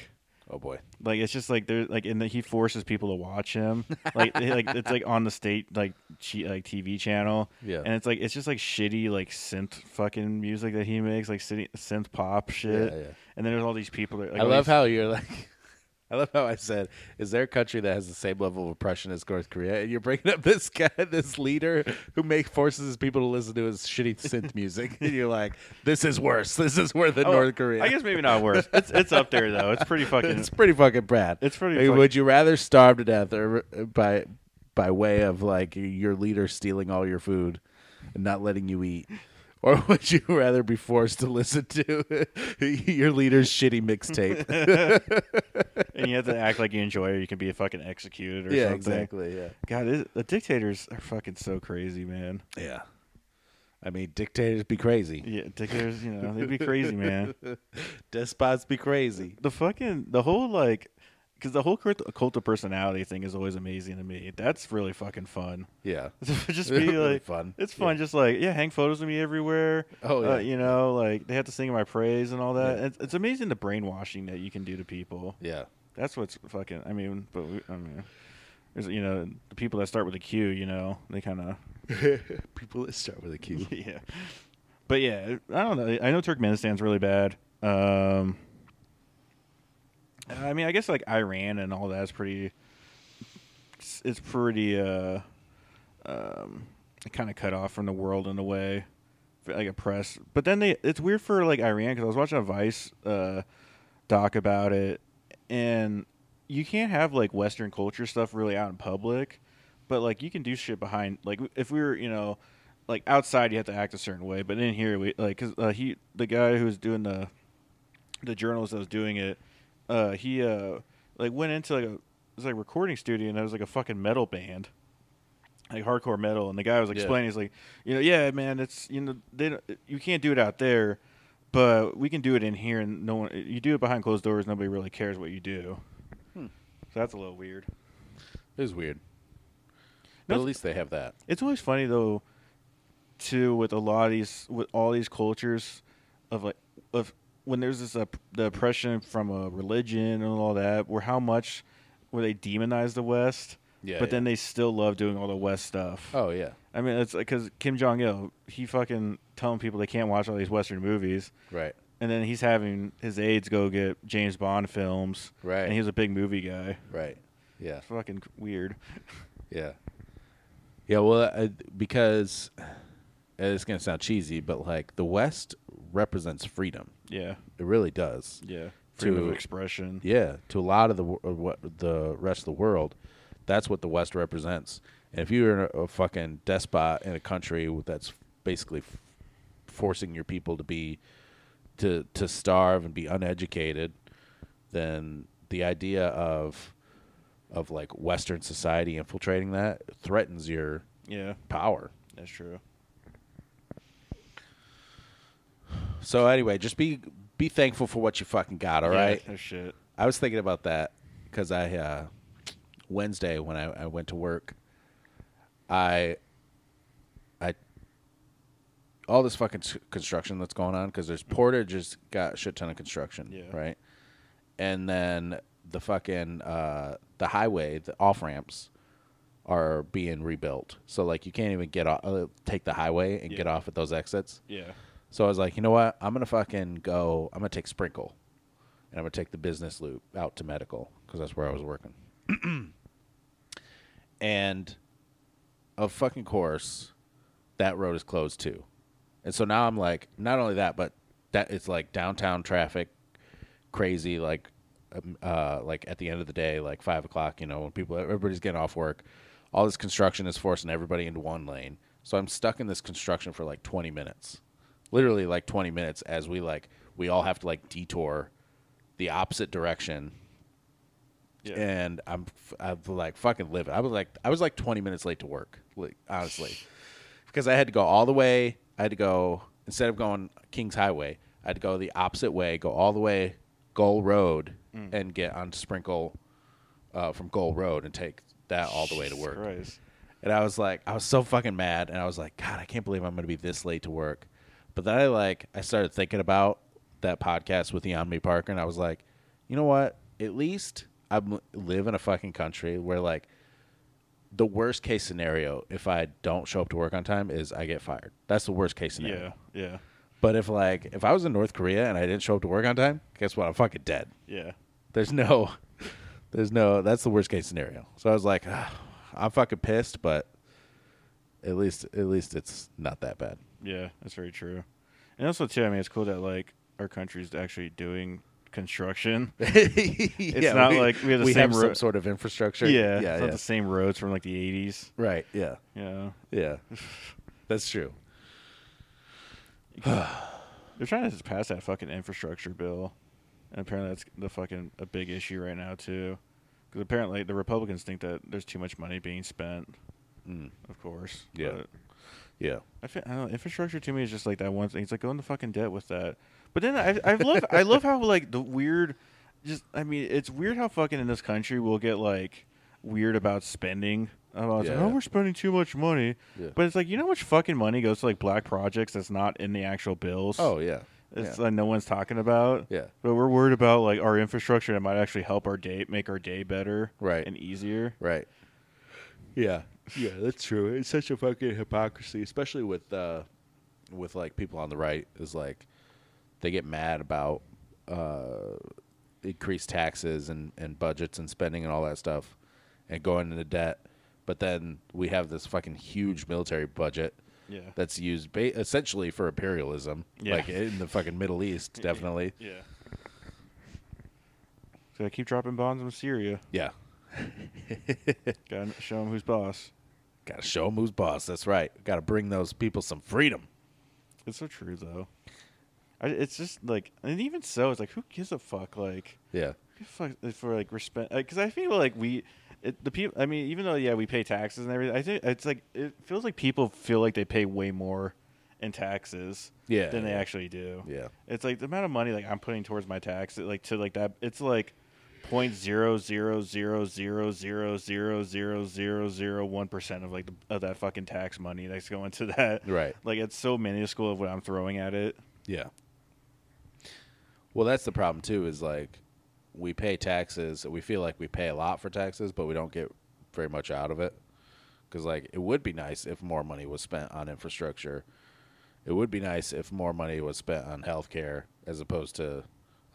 A: Oh boy.
C: Like it's just like there, like and then he forces people to watch him. Like it- like it's like on the state like chi- like TV channel.
A: Yeah.
C: And it's like it's just like shitty like synth fucking music that he makes, like synth synth pop shit.
A: Yeah, yeah.
C: And then there's all these people that like
A: I
C: all
A: love
C: these-
A: how you're like I love how I said, "Is there a country that has the same level of oppression as North Korea?" And you're bringing up this guy, this leader who make forces his people to listen to his shitty synth music, and you're like, "This is worse. This is worse than
C: Oh,
A: North Korea."
C: I guess maybe not worse. It's it's up there though. It's pretty fucking.
A: it's pretty fucking bad.
C: It's pretty
A: Like,
C: fuck-
A: would you rather starve to death or uh, by by way of like your leader stealing all your food and not letting you eat? Or would you rather be forced to listen to your leader's shitty mixtape?
C: and you have to act like you enjoy it. Or you can be fucking executed or
A: yeah,
C: something.
A: exactly. Yeah.
C: God, it, the dictators are fucking so crazy, man.
A: Yeah. I mean, dictators be crazy.
C: Yeah, dictators. You know, they'd be crazy, man.
A: Despots be crazy.
C: The fucking the whole like, because the whole cult, cult of personality thing is always amazing to me. That's really fucking fun.
A: Yeah.
C: just be
A: Really
C: like
A: fun.
C: It's fun, just like yeah, hang photos of me everywhere.
A: Oh,
C: Uh,
A: yeah.
C: you know, like they have to sing my praise and all that.
A: Yeah.
C: It's, it's amazing the brainwashing that you can do to people.
A: Yeah.
C: That's what's fucking. I mean, but we, I mean, there's you know the people that start with a Q. You know, they kind of
A: People that start with a Q.
C: yeah. But yeah, I don't know. I know Turkmenistan's really bad. Um, I mean, I guess like Iran and all that's pretty. It's, it's pretty uh, um, kind of cut off from the world in a way, like oppressed. But then they, it's weird for like Iran because I was watching a Vice uh, doc about it, and you can't have like Western culture stuff really out in public, but like you can do shit behind. Like if we were, you know, like outside you have to act a certain way, but in here we like because uh, he, the guy who was doing the, the journalist that was doing it, uh, he uh like went into like a it was like a recording studio and there was like a fucking metal band. Like hardcore metal, and the guy was
A: Yeah.
C: explaining, he's like, you know, yeah, man, it's you know, they don't, you can't do it out there, but we can do it in here, and no one. You do it behind closed doors, nobody really cares what you do. So that's a little weird.
A: It was weird.
C: No,
A: But at
C: it's-
A: least they have that.
C: It's always funny though, too, with a lot of these, with all these cultures, of like, of when there's this uh, the oppression from a religion and all that, where how much, where they demonize the West,
A: Yeah,
C: but then
A: yeah.
C: they still love doing all the West stuff.
A: Oh, yeah.
C: I mean, it's because Kim Jong Il, he fucking telling people they can't watch all these Western movies,
A: Right.
C: and then he's having his aides go get James Bond films,
A: Right.
C: And he was a big movie guy.
A: Right. Yeah.
C: Fucking weird.
A: Yeah. Yeah, well, I, because uh, it's going to sound cheesy, but like the West represents freedom.
C: yeah,
A: It really does.
C: yeah. Freedom
A: To-
C: of expression.
A: Yeah, to a lot of the wor- uh, what the rest of the world, that's what the West represents. And if you're a, a fucking despot in a country that's basically f- forcing your people to be to to starve and be uneducated, then the idea of of like Western society infiltrating that threatens your
C: Yeah,
A: power.
C: that's true.
A: So anyway, just be be thankful for what you fucking got. All
C: Yeah,
A: right.
C: that's shit.
A: I was thinking about that because I uh, Wednesday when I, I went to work, I, I, all this fucking s- construction that's going on because there's Porter just got a shit ton of construction,
C: Yeah.
A: right? And then the fucking uh, the highway, the off ramps are being rebuilt, so like you can't even get off, uh, take the highway and
C: Yeah.
A: get off at those exits.
C: Yeah,
A: So I was like, you know what? I'm gonna fucking go. I'm gonna take Sprinkle, and I'm gonna take the business loop out to Medical because that's where I was working. and of fucking course, that road is closed too. And so now I'm like, not only that, but that it's like downtown traffic, crazy. Like, um, uh, like at the end of the day, like five o'clock, you know, when people everybody's getting off work, all this construction is forcing everybody into one lane. So I'm stuck in this construction for like 20 minutes, literally like 20 minutes, as we like we all have to like detour the opposite direction
C: yeah.
A: and I'm f- I'm like fucking livid. I was like I was like 20 minutes late to work, like honestly, because I had to go all the way. I had to go instead of going Kings Highway, I had to go the opposite way, go all the way Goal Road, and get on Sprinkle uh, from Goal Road and take that all the way to
C: Jesus
A: work.
C: Christ.
A: And I was like, I was so fucking mad, and I was like, God, I can't believe I'm gonna be this late to work. But then I like, I started thinking about that podcast with Yanmi Parker, and I was like, you know what? At least I m- live in a fucking country where like, the worst case scenario, if I don't show up to work on time, is I get fired. That's the worst case scenario.
C: Yeah, yeah,
A: But if like, if I was in North Korea and I didn't show up to work on time, guess what? I'm fucking dead.
C: yeah.
A: There's no, There's no. That's the worst case scenario. So I was like, "Ah, I'm fucking pissed, but at least at least it's not that bad.
C: Yeah, that's very true. And also too, I mean, it's cool that like our country's actually doing construction.
A: it's
C: not like we have the same
A: some
C: ro-
A: sort of infrastructure.
C: Yeah,
A: yeah,
C: it's not the same roads from like the '80s.
A: yeah. right. Yeah,
C: Yeah,
A: yeah. That's true.
C: they're trying to pass that fucking infrastructure bill, and apparently that's the fucking a big issue right now too, because apparently the Republicans think that there's too much money being spent.
A: Mm.
C: Of course.
A: Yeah.
C: but
A: Yeah.
C: I, feel, I don't know, infrastructure to me is just like that one thing. It's like go into fucking debt with that. But then I I love I love how like the weird, just I mean it's weird how fucking in this country we'll get like weird about spending. About like,
A: Yeah.
C: oh we're spending too much money.
A: Yeah.
C: But it's like you know how much fucking money goes to like black projects that's not in the actual bills.
A: Oh yeah.
C: It's
A: yeah.
C: like no one's talking about.
A: Yeah.
C: But we're worried about like our infrastructure that might actually help our day make our day better.
A: Right.
C: And easier.
A: Right. Yeah. Yeah, that's true. It's such a fucking hypocrisy, especially with uh with like people on the right is like they get mad about uh increased taxes and and budgets and spending and all that stuff and going into debt. But then we have this fucking huge military budget
C: Yeah.
A: that's used ba- essentially for imperialism,
C: Yeah.
A: like in the fucking Middle East, definitely.
C: Yeah. So I keep dropping bombs on Syria.
A: Yeah.
C: Gotta show them who's boss.
A: Gotta show 'em who's boss. That's right. Gotta bring those people some freedom.
C: It's so true though. I, it's just like, and even so, it's like, who gives a fuck? Like,
A: Yeah.
C: who gives a fuck for like respect? Because I feel like we, it, the people. I mean, even though yeah, we pay taxes and everything, I think it's like it feels like people feel like they pay way more in taxes
A: Yeah.
C: than they actually do.
A: Yeah.
C: It's like the amount of money like I'm putting towards my tax, it, like to like that. It's like point zero zero zero zero zero zero zero zero zero one percent of like the, of that fucking tax money that's going to that.
A: Right.
C: Like it's so minuscule of what I'm throwing at it.
A: Yeah. Well, that's the problem too. Is like we pay taxes. We feel like we pay a lot for taxes, but we don't get very much out of it. Because like it would be nice if more money was spent on infrastructure. It would be nice if more money was spent on healthcare as opposed to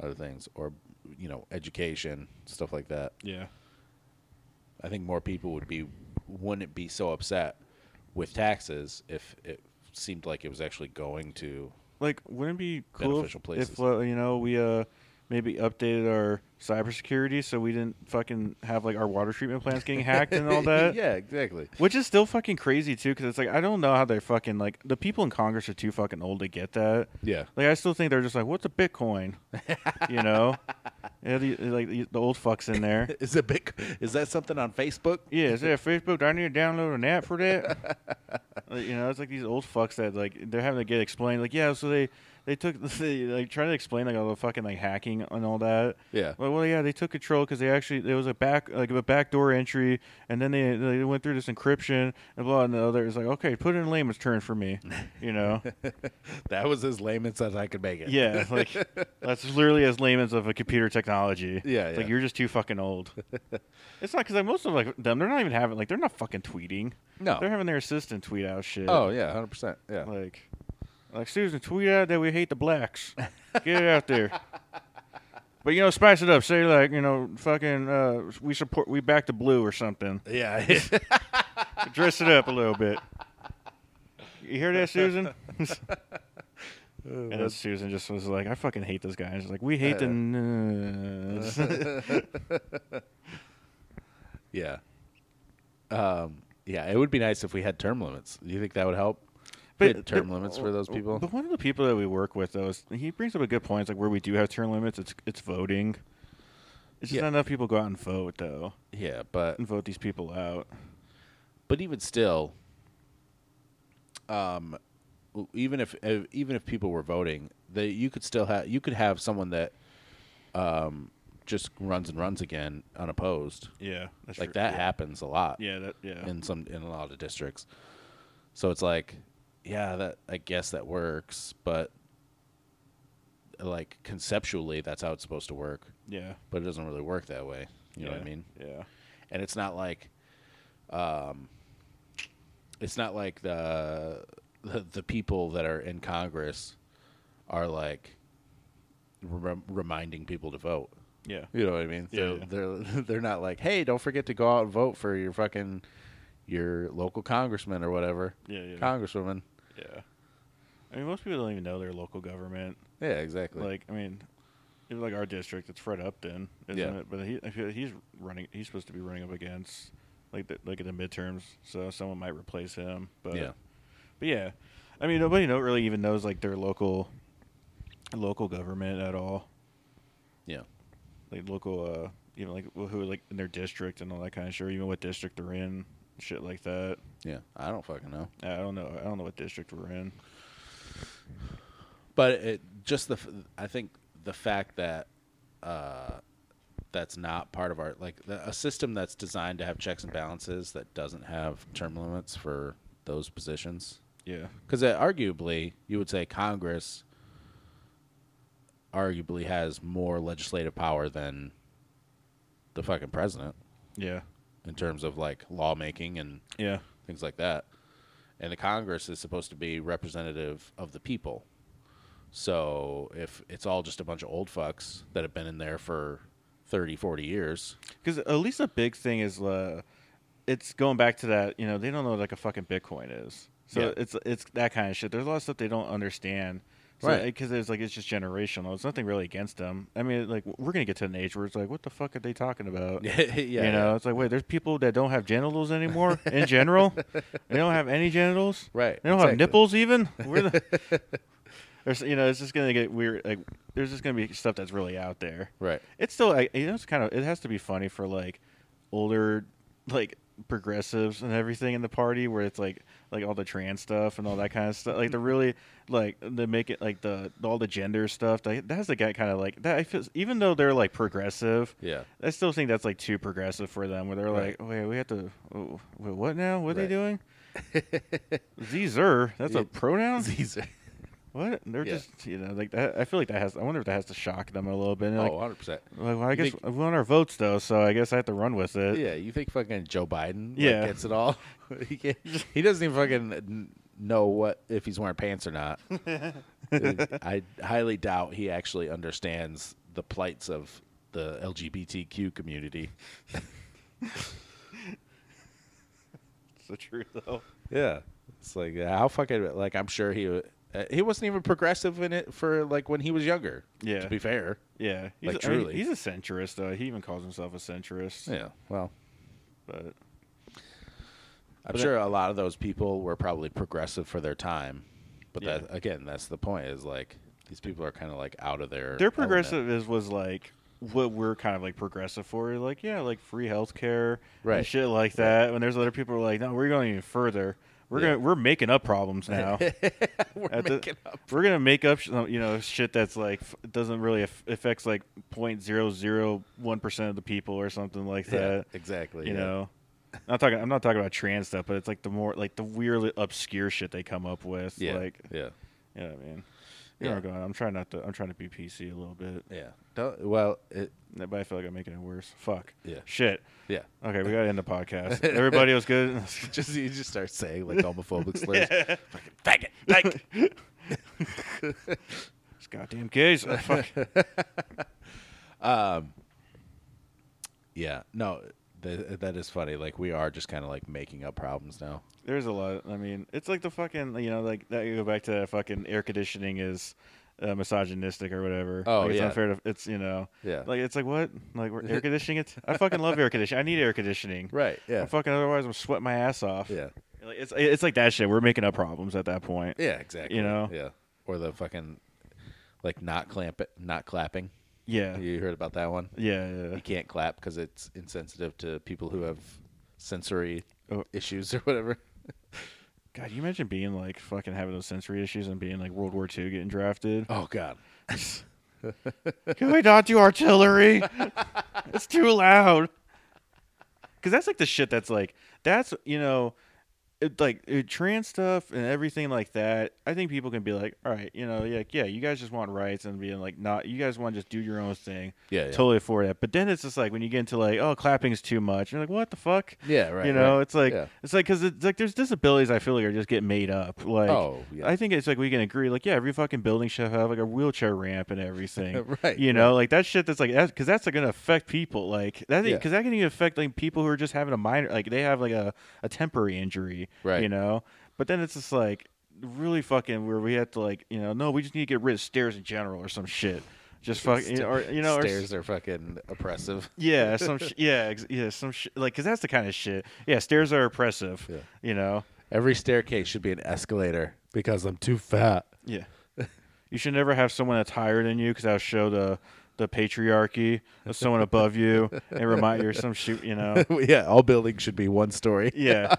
A: other things, or you know, education stuff like that.
C: Yeah.
A: I think more people would be wouldn't be so upset with taxes if it seemed like it was actually going to.
C: Like, wouldn't it be cool if,
A: Beneficial places.
C: if uh, you know we uh maybe updated our cybersecurity so we didn't fucking have like our water treatment plants getting hacked and all that.
A: yeah, exactly.
C: Which is still fucking crazy too, because it's like I don't know how they're fucking like the people in Congress are too fucking old to get that.
A: Yeah.
C: Like I still think they're just like, what's a Bitcoin? you know, yeah, the, like the the old fucks in there.
A: Is it big? Is that something on Facebook?
C: Yeah, is there a Facebook? Do I need to download an app for that? like, you know, it's like these old fucks that like they're having to get explained. Like, yeah, so they they took they like trying to explain like all the fucking like hacking and all that.
A: Yeah.
C: Well, well, yeah, they took control because they actually there was a back like a backdoor entry, and then they they went through this encryption and blah. And the other is like, okay, put it in layman's turn for me, you know?
A: That was as layman as I could make it.
C: yeah, like that's literally as layman's of a computer technology.
A: Yeah,
C: It's
A: yeah.
C: like you're just too fucking old. it's not because like most of like them, they're not even having like they're not fucking tweeting.
A: No.
C: they're having their assistant tweet out shit.
A: Oh yeah, hundred percent. Yeah.
C: like like Susan, tweet out that we hate the blacks. Get it out there. But you know, spice it up. Say like you know, fucking, uh, we support, we back the blue or something.
A: yeah.
C: Dress it up a little bit. You hear that, Susan? and then Susan just was like, "I fucking hate this guy." And she's like, "We hate the
A: Uh.
C: nerds."
A: yeah. Um. Yeah. It would be nice if we had term limits. Do you think that would help? We had term limits for those people.
C: But one of the people that we work with, though, is, he brings up a good point. It's like where we do have term limits, it's it's voting. It's just
A: Yeah.
C: not enough people go out and vote though,
A: yeah, but
C: and vote these people out.
A: but even still, um, w- even if if- even if people were voting, they you could still have you could have someone that, um, just runs and runs again unopposed.
C: Yeah, that's
A: like that happens a lot.
C: Yeah, that yeah.
A: in some in a lot of districts. So it's like, yeah, that I guess that works, but like conceptually, that's how it's supposed to work,
C: yeah.
A: but it doesn't really work that way. You know what I
C: yeah,
A: mean?
C: Yeah.
A: And it's not like, um, it's not like the the, the people that are in Congress are like rem- reminding people to vote.
C: Yeah.
A: You know what I mean?
C: Yeah,
A: So
C: yeah.
A: they're they're not like, hey, don't forget to go out and vote for your fucking your local congressman or whatever,
C: Yeah. Yeah.
A: congresswoman.
C: yeah. I mean, most people don't even know their local government.
A: Yeah, exactly.
C: Like, I mean, it's like our district, it's Fred Upton, isn't
A: Yeah.
C: it? But he, I feel he's running. He's supposed to be running up against like the, like in the midterms, so someone might replace him. But
A: Yeah.
C: but yeah, I mean, nobody know, really even knows like their local local government at all.
A: yeah,
C: Like local, uh, even like who like in their district and all that kind of shit. or Even what district they're in, shit like that.
A: yeah. I don't fucking know.
C: I don't know. I don't know what district we're in.
A: But it just the f- I think the fact that uh, that's not part of our like the, a system that's designed to have checks and balances that doesn't have term limits for those positions
C: Yeah.
A: because arguably you would say Congress arguably has more legislative power than the fucking president
C: Yeah.
A: in terms of like lawmaking and
C: Yeah.
A: things like that. And the Congress is supposed to be representative of the people. So if it's all just a bunch of old fucks that have been in there for 30, 40 years,
C: Because at least a big thing is, uh, it's going back to that. You know, they don't know what like a fucking Bitcoin is. So
A: Yeah.
C: it's it's that kind of shit. There's a lot of stuff they don't understand. So,
A: Right.
C: Because it's like it's just generational. It's nothing really against them. I mean, like we're gonna get to an age where it's like, what the fuck are they talking about?
A: yeah, yeah,
C: you know, it's like wait, there's people that don't have genitals anymore in general. they don't have any genitals.
A: Right,
C: They don't
A: exactly.
C: have nipples even. Where the, there's, you know, it's just gonna get weird. Like there's just gonna be stuff that's really out there
A: right,
C: it's still I, you know it's kind of it has to be funny for like older like progressives and everything in the party where it's like like all the trans stuff and all that kind of stuff like the really like they make it like the all the gender stuff that that's the guy kind of like that I feel even though they're like progressive
A: yeah,
C: I still think that's like too progressive for them where they're
A: Right.
C: like oh, wait we have to oh, wait what now what are
A: Right.
C: they doing Zer that's
A: Yeah.
C: a pronoun
A: These are-
C: what they're
A: Yeah.
C: just you know like that I feel like that has I wonder if that has to shock them a little bit
A: oh,
C: They're like,
A: 100 percent.
C: well, well, I
A: You
C: guess
A: think-
C: we won our votes though, so I guess I have to run with it.
A: Yeah, you think fucking Joe Biden like,
C: Yeah.
A: gets it all? he can't- he doesn't even fucking n- know what if he's wearing pants or not. I highly doubt he actually understands the plights of the LGBTQ community.
C: It's the truth though.
A: Yeah, it's like how fucking like I'm sure he wa- uh, he wasn't even progressive in it for like when he was younger.
C: Yeah.
A: to be fair.
C: Yeah,
A: Like,
C: he's, I mean,
A: truly.
C: he's a centrist though. He even calls himself a centrist.
A: Yeah, well,
C: But
A: I'm
C: But
A: sure a lot of those people were probably progressive for their time, but
C: Yeah.
A: that again, that's the point. Is like these people are kind of like out of their
C: their
A: element.
C: progressive is was like what we're kind of like progressive for. Like yeah, like free healthcare
A: Right.
C: and shit like that. When there's other people who are like, no, we're going even further. We're
A: Yeah.
C: gonna we're making up problems now.
A: We're
C: At the-
A: making up.
C: We're gonna make up, sh- you know, shit that's like f- doesn't really aff affects like point zero zero one percent of the people or something like
A: Yeah,
C: that.
A: exactly.
C: you
A: yeah.
C: know not talking i'm not talking about trans stuff but it's like the more like the weird obscure shit they come up with
A: Yeah.
C: like
A: yeah.
C: yeah i mean you know
A: Yeah.
C: what I'm going i'm trying not to i'm trying to be pc a little bit
A: Yeah. Don't, well, it,
C: but i feel like i'm making it worse fuck
A: Yeah.
C: shit
A: yeah.
C: okay we gotta end the podcast everybody was good
A: Just you just start saying like homophobic slurs. Fucking faggot.
C: like it's goddamn gays oh, fuck
A: Yeah. No, th- that is funny. Like we are just kind of like making up problems now.
C: There's a lot. I mean, it's like the fucking you know like that. You go back to that fucking air conditioning is uh, misogynistic or whatever.
A: Oh,
C: like, it's
A: yeah.
C: unfair to it's you know
A: Yeah.
C: like it's like what like we're air conditioning it. I fucking love air conditioning. I need air conditioning.
A: Right.
C: I'm fucking otherwise I'm sweating my ass off.
A: Yeah.
C: Like, it's it's like that shit. We're making up problems at that point.
A: Yeah. Exactly.
C: You know?
A: Yeah. Or the fucking like not clamp it, not clapping.
C: Yeah. Yeah.
A: You heard about that one?
C: Yeah.
A: You can't clap because it's insensitive to people who have sensory
C: Oh.
A: issues or whatever.
C: God, you imagine being like fucking having those sensory issues and being like World War II getting drafted.
A: Oh God.
C: Can we not do artillery? it's too loud. Because that's like the shit that's like, that's, you know, it, like it, trans stuff and everything like that. I think people can be like, all right, you know, like yeah, you guys just want rights and being like, not you guys want to just do your own thing.
A: Yeah, yeah.
C: totally afford that. But then it's just like when you get into like, oh, clapping's too much. You're like, what the fuck?
A: Yeah, right.
C: you know,
A: right.
C: it's like
A: Yeah.
C: it's like because it's like there's disabilities I feel like are just get made up. Like,
A: Oh, yeah.
C: I think it's like we can agree, like, yeah, every fucking building should have like a wheelchair ramp and everything,
A: Right,
C: You know, like that shit that's like that because that's like, going to affect people, like that
A: Yeah.
C: because that can even affect like people who are just having a minor, like they have like a a temporary injury,
A: Right.
C: You know, but then it's just like really fucking where we have to like you know no we just need to get rid of stairs in general or some shit. Just fucking, or you know, or
A: stairs are fucking oppressive.
C: yeah, some sh- yeah, ex- yeah, some sh- like cuz that's the kind of shit. Yeah, stairs are oppressive.
A: Yeah.
C: You know.
A: Every staircase should be an escalator because I'm too fat.
C: Yeah. you should never have someone that's higher than you cuz that'll show the the patriarchy of someone above you and remind you of some shoot, you know.
A: yeah, all buildings should be one story,
C: Yeah.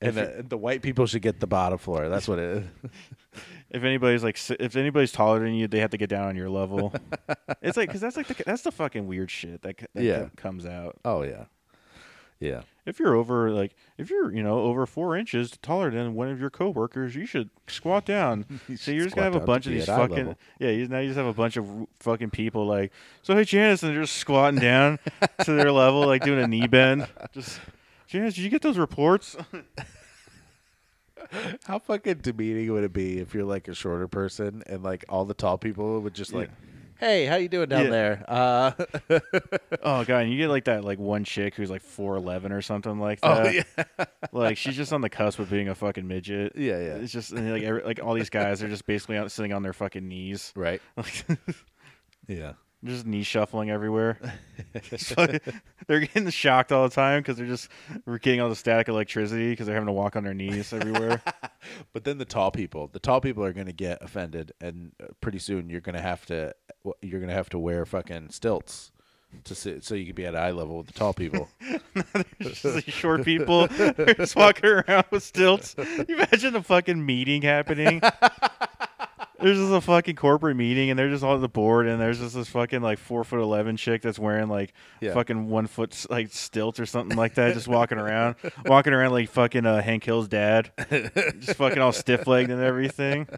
A: and uh, the, the white people should get the bottom floor. That's what it is.
C: If anybody's like si- if anybody's taller than you, they have to get down on your level. it's like cuz that's like the, that's the fucking weird shit that, c- that
A: Yeah.
C: c- comes out.
A: Oh yeah, yeah.
C: If you're over like if you're, you know, over 4 inches taller than one of your coworkers, you should squat down. So
A: should
C: you're just gonna
A: squat
C: have a
A: down to
C: bunch of
A: be
C: these
A: at eye
C: fucking
A: level.
C: yeah. You, now you just have a bunch of r- fucking people like so. Hey Janice, and they're just squatting down to their level, like doing a knee bend. Just Janice, did you get those reports?
A: How fucking demeaning would it be if you're like a shorter person and like all the tall people would just like, "Hey, how you doing down
C: Yeah.
A: there?" Uh,
C: oh god, and you get like that like one chick who's like four eleven or something like that.
A: oh yeah,
C: Like she's just on the cusp of being a fucking midget.
A: Yeah, yeah.
C: It's just and, like every, like all these guys are just basically out, sitting on their fucking knees,
A: right.
C: like
A: Yeah,
C: just knee shuffling everywhere. It's like- they're getting shocked all the time because they're just we're getting all the static electricity because they're having to walk on their knees everywhere.
A: but then the tall people, the tall people are gonna get offended, and uh, pretty soon you're gonna have to, uh, you're gonna have to wear fucking stilts to sit so you can be at eye level with the tall people.
C: It's just like short people they're just walking around with stilts. You imagine a fucking meeting happening. There's just a fucking corporate meeting, and they're just on the board, and there's just this fucking like four foot eleven chick that's wearing like
A: Yeah.
C: fucking one foot s- like stilts or something like that, just walking around, walking around like fucking uh, Hank Hill's dad, just fucking all stiff legged and everything.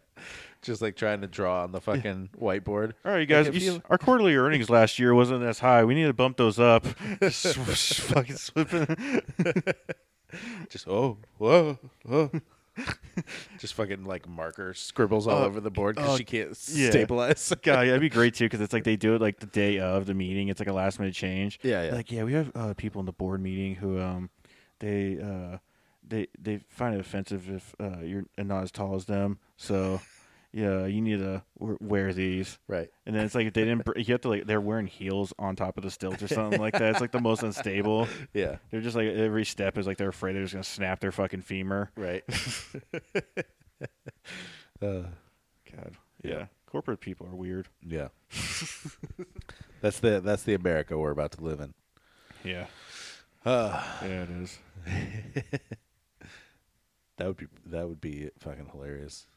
A: just like trying to draw on the fucking whiteboard.
C: All right, you guys.
A: Like,
C: you
A: if
C: s-
A: you-
C: our quarterly earnings last year wasn't as high. We need to bump those up. Just sw- fucking slipping.
A: just oh whoa whoa. just fucking like marker scribbles all
C: Uh,
A: over the board because
C: uh,
A: she can't s-
C: yeah.
A: stabilize.
C: God, that'd be great too because it's like they do it like the day of the meeting. It's like a last minute change.
A: Yeah, yeah.
C: Like yeah, we have uh, people in the board meeting who um, they uh, they they find it offensive if uh, you're not as tall as them. So yeah, you need to w- wear these.
A: right.
C: And then it's like if they didn't. br- You have to like they're wearing heels on top of the stilts or something like that. It's like the most unstable.
A: Yeah.
C: They're just like every step is like they're afraid they're just gonna snap their fucking femur.
A: Right. uh,
C: God.
A: Yeah.
C: yeah. Corporate people are weird.
A: yeah. that's the that's the America we're about to live in.
C: Yeah.
A: Uh,
C: Yeah, it is.
A: that would be that would be fucking hilarious.